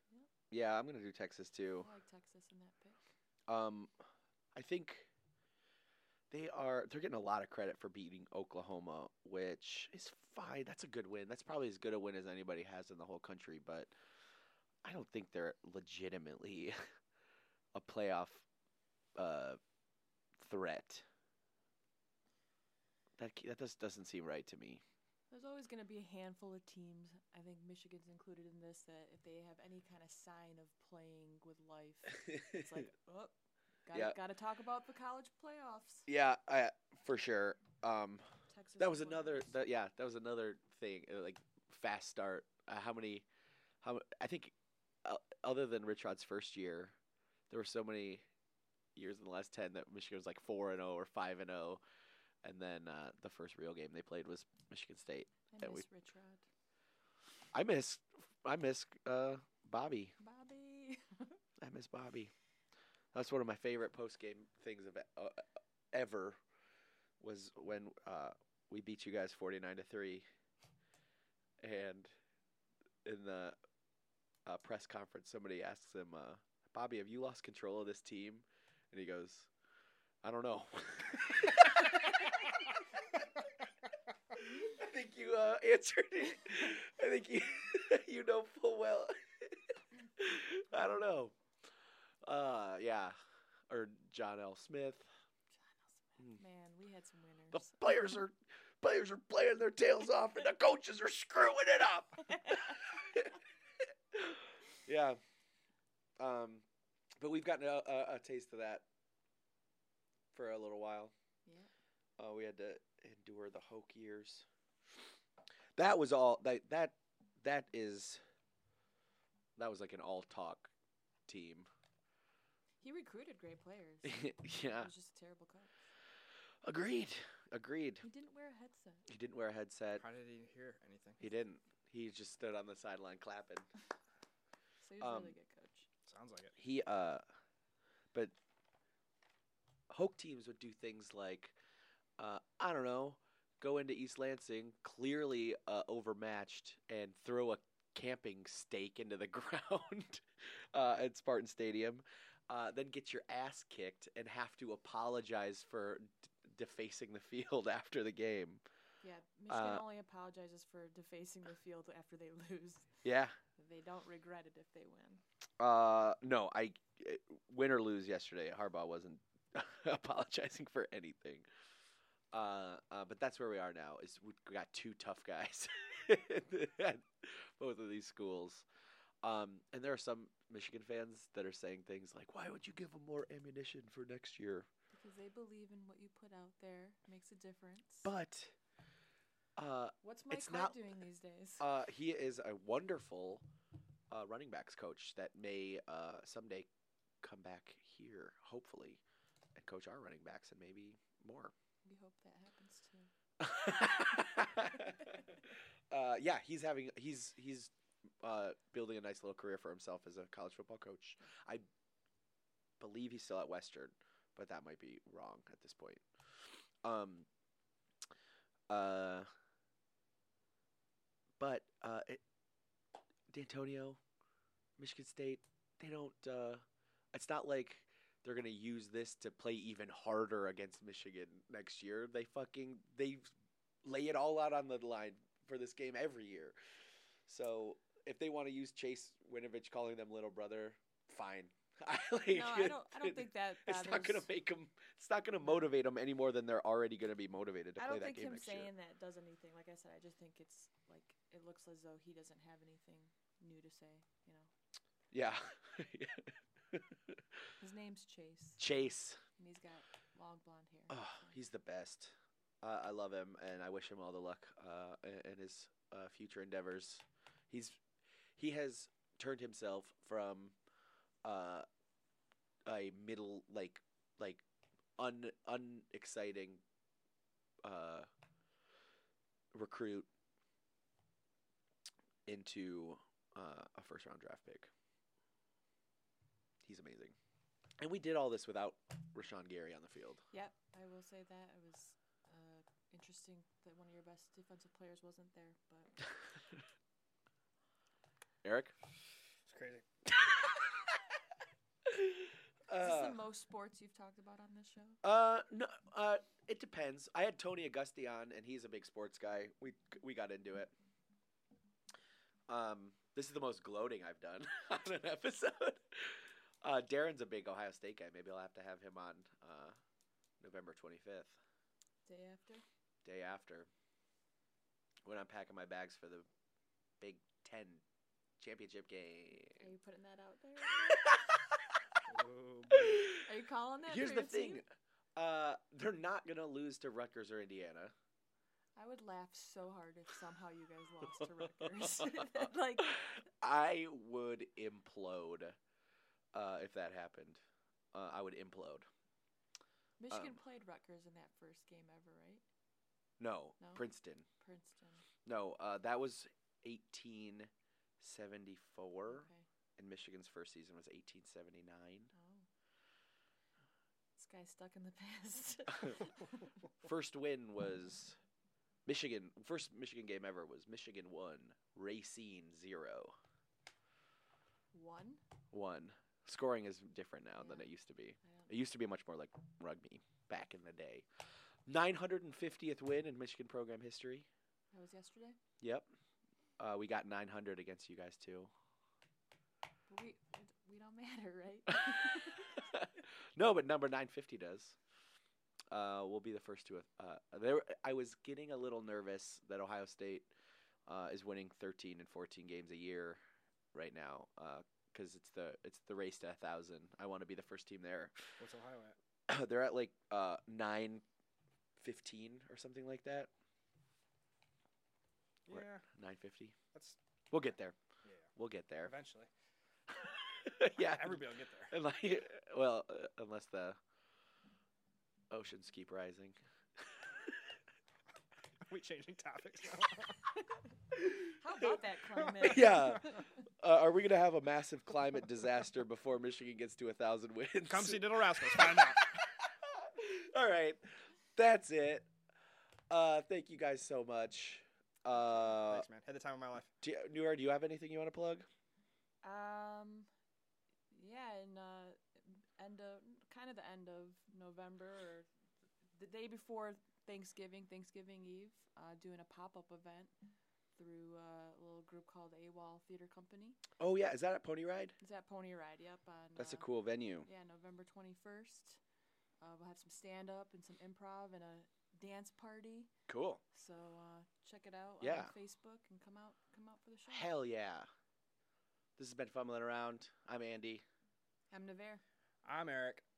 Speaker 1: Yeah, I'm going to do Texas too.
Speaker 3: I like Texas in that pick.
Speaker 1: Um I think they are they're getting a lot of credit for beating Oklahoma, which is fine. That's a good win. That's probably as good a win as anybody has in the whole country, but I don't think they're legitimately *laughs* a playoff uh threat. That that just doesn't seem right to me.
Speaker 3: There's always going to be a handful of teams. I think Michigan's included in this that if they have any kind of sign of playing with life, *laughs* it's like,
Speaker 1: *laughs*
Speaker 3: oh, gotta,
Speaker 1: Yeah.
Speaker 3: gotta talk about the college playoffs.
Speaker 1: Yeah, I, for sure. Um,
Speaker 3: Texas.
Speaker 1: that was
Speaker 3: is one of
Speaker 1: another.
Speaker 3: those.
Speaker 1: That, yeah, that was another thing. uh, Like fast start. Uh, how many? How I think, uh, other than Richard's first year, there were so many years in the last ten that Michigan was like four and zero or five and zero, and then uh, the first real game they played was Michigan State.
Speaker 3: I
Speaker 1: that we-
Speaker 3: miss Richard.
Speaker 1: I miss, I miss uh, Bobby.
Speaker 3: Bobby. *laughs*
Speaker 1: I miss Bobby. That's one of my favorite post game things of uh, ever was when uh, we beat you guys forty nine to three, and in the uh, press conference, somebody asks him, uh, "Bobby, have you lost control of this team?" And he goes, "I don't know." *laughs*
Speaker 2: Uh, *laughs*
Speaker 1: I think you uh, answered it. I think you *laughs* you know full well. *laughs* I don't know. Uh, yeah, or John L. Smith. Mm.
Speaker 3: Man, we had some winners. *laughs*
Speaker 1: The players are players are playing their tails off, and the coaches are screwing it up. yeah. Um, but we've gotten a, a, a taste of that for a little while.
Speaker 3: yeah.
Speaker 1: Uh, we had to endure the Hoke years. That was all. That that that is. That was like an all talk team. *laughs*
Speaker 3: He recruited great players. He
Speaker 1: yeah,
Speaker 3: was just a terrible coach.
Speaker 1: agreed. Agreed.
Speaker 3: He didn't wear a headset.
Speaker 1: He didn't wear a headset.
Speaker 4: How did he hear anything?
Speaker 1: He didn't. He just stood on the sideline clapping.
Speaker 3: So he's
Speaker 1: Um,
Speaker 3: really good coach.
Speaker 4: Sounds like it.
Speaker 1: He uh but Hoke teams would do things like uh I don't know, go into East Lansing clearly uh, overmatched and throw a camping stake into the *laughs* ground uh, at Spartan Stadium. Uh, then get your ass kicked and have to apologize for d- defacing the field *laughs* after the game.
Speaker 3: Yeah,
Speaker 1: uh,
Speaker 3: Michigan only apologizes for defacing the field after they *laughs* lose.
Speaker 1: Yeah,
Speaker 3: They don't regret it if they win.
Speaker 1: Uh, no, I eh, win or lose yesterday. Harbaugh wasn't *laughs* apologizing for anything. Uh, uh, but that's where we are now. Is we got two tough guys *laughs* at both of these schools, um, and there are some Michigan fans that are saying things like, "Why would you give them more ammunition for next year?"
Speaker 3: Because they believe in what you put out there makes a difference.
Speaker 1: But uh,
Speaker 3: What's Mike
Speaker 1: it's
Speaker 3: White
Speaker 1: not-
Speaker 3: doing these days?
Speaker 1: Uh, he is a wonderful uh, running backs coach that may uh, someday come back here, hopefully, and coach our running backs and maybe more. *laughs*
Speaker 3: we hope that happens too.
Speaker 1: uh, yeah, he's having he's he's uh, building a nice little career for himself as a college football coach. I believe he's still at Western, but that might be wrong at this point. Um. Uh. But uh, it, D'Antonio, Michigan State, they don't. Uh, it's not like they're gonna use this to play even harder against Michigan next year. They fucking they lay it all out on the line for this game every year. So if they want to use Chase Winovich calling them little brother, fine. *laughs* I like,
Speaker 3: No, I don't. I
Speaker 1: *laughs*
Speaker 3: don't think that.
Speaker 1: it's not gonna
Speaker 3: bothers-
Speaker 1: make them. It's not gonna motivate them any more than they're already gonna be motivated to play
Speaker 3: I don't
Speaker 1: that
Speaker 3: think
Speaker 1: game
Speaker 3: him
Speaker 1: next year.
Speaker 3: saying that does anything. Like I said, I just think it's like it looks as though he doesn't have anything new to say. You know,
Speaker 1: Yeah, *laughs*
Speaker 3: his name's Chase,
Speaker 1: Chase.
Speaker 3: and he's got long blonde hair.
Speaker 1: Oh, he's the best. Uh, I love him, and I wish him all the luck uh, i- in his uh, future endeavors. He's he has turned himself from uh, a middle like like un unexciting uh, recruit into uh, a first round draft pick. He's amazing, and we did all this without Rashawn Gary on the field.
Speaker 3: Yep, I will say that it was uh, interesting that one of your best defensive players wasn't there, but
Speaker 1: Eric?
Speaker 4: It's crazy.
Speaker 3: is this the most sports you've talked about on this show?
Speaker 1: uh, no, uh, it depends. I had Tony Augusti on, and he's a big sports guy. We we got into it. Um, this is the most gloating I've done *laughs* on an episode. Uh, Darren's a big Ohio State guy. Maybe I'll have to have him on uh, November twenty fifth,
Speaker 3: Day after?
Speaker 1: day after, when I'm packing my bags for the Big Ten championship
Speaker 3: *laughs* Are
Speaker 1: game.
Speaker 3: you putting that out there?
Speaker 4: Ooh,
Speaker 3: Are you calling that?
Speaker 1: Here's the
Speaker 3: for your
Speaker 1: thing.
Speaker 3: team?
Speaker 1: Uh, they're not gonna lose to Rutgers or Indiana.
Speaker 3: I would laugh so hard if somehow you guys lost
Speaker 1: *laughs*
Speaker 3: to Rutgers. *laughs* like,
Speaker 1: I would implode uh, if that happened. Uh, I would implode.
Speaker 3: Michigan
Speaker 1: Um,
Speaker 3: played Rutgers in that first game ever, right?
Speaker 1: No,
Speaker 3: No?
Speaker 1: Princeton.
Speaker 3: Princeton.
Speaker 1: No, uh, that was 1874,
Speaker 3: Okay.
Speaker 1: and Michigan's first season was 1879.
Speaker 3: Oh. This guy's stuck in the past.
Speaker 1: *laughs* First win was Michigan. First Michigan game ever was Michigan one, Racine zero
Speaker 3: One?
Speaker 1: one. Scoring is different now than
Speaker 3: Yeah.
Speaker 1: it used to be.
Speaker 3: I
Speaker 1: It
Speaker 3: don't
Speaker 1: used to be much more like rugby back in the day. 950th win in Michigan program history.
Speaker 3: That was yesterday?
Speaker 1: Yep. Uh, we got 900 against you guys too. *laughs*
Speaker 3: But we, we don't matter, right?
Speaker 1: no, but number 950 does. Uh, we'll be the first to. Uh, there, I was getting a little nervous that Ohio State uh, is winning 13 and 14 games a year right now because it's the it's the race to a thousand. I want to be the first team there. *coughs*
Speaker 4: What's Ohio at?
Speaker 1: they're at like uh nine fifteen or something like that. Right.
Speaker 4: Yeah,
Speaker 1: Nine fifty.
Speaker 4: that's
Speaker 1: We'll get there.
Speaker 4: yeah.
Speaker 1: We'll get there. *laughs*
Speaker 4: Eventually,
Speaker 1: yeah.
Speaker 4: everybody will get there. *laughs*
Speaker 1: Unless, *laughs* well, uh, unless the oceans keep rising.
Speaker 4: we changing topics now?
Speaker 3: How about that climate?
Speaker 1: *laughs* Yeah.
Speaker 3: *laughs*
Speaker 1: Uh, are we going to have a massive climate disaster before Michigan gets to a thousand wins? *laughs*
Speaker 4: Come *laughs* see Little Rascals. Find out.
Speaker 1: All right, that's it. Uh, thank you guys so much. Uh,
Speaker 4: Thanks, man. Had the time of my life.
Speaker 1: do you, Newar, do you have anything you want to plug?
Speaker 3: Um, yeah, and uh, end of kind of the end of November or the day before Thanksgiving, Thanksgiving Eve, uh, doing a pop up event through uh, a little group called AWOL Theater Company.
Speaker 1: Oh yeah, is that at Pony Ride?
Speaker 3: It's at Pony Ride. Yep. On,
Speaker 1: That's a
Speaker 3: uh,
Speaker 1: cool venue.
Speaker 3: Yeah, November twenty first. Uh, we'll have some stand up and some improv and a dance party.
Speaker 1: Cool.
Speaker 3: So uh, check it out
Speaker 1: Yeah.
Speaker 3: on Facebook and come out, come out for the show.
Speaker 1: Hell yeah. This has been fumbling around. I'm Andy.
Speaker 3: I'm Navarre.
Speaker 4: I'm Eric.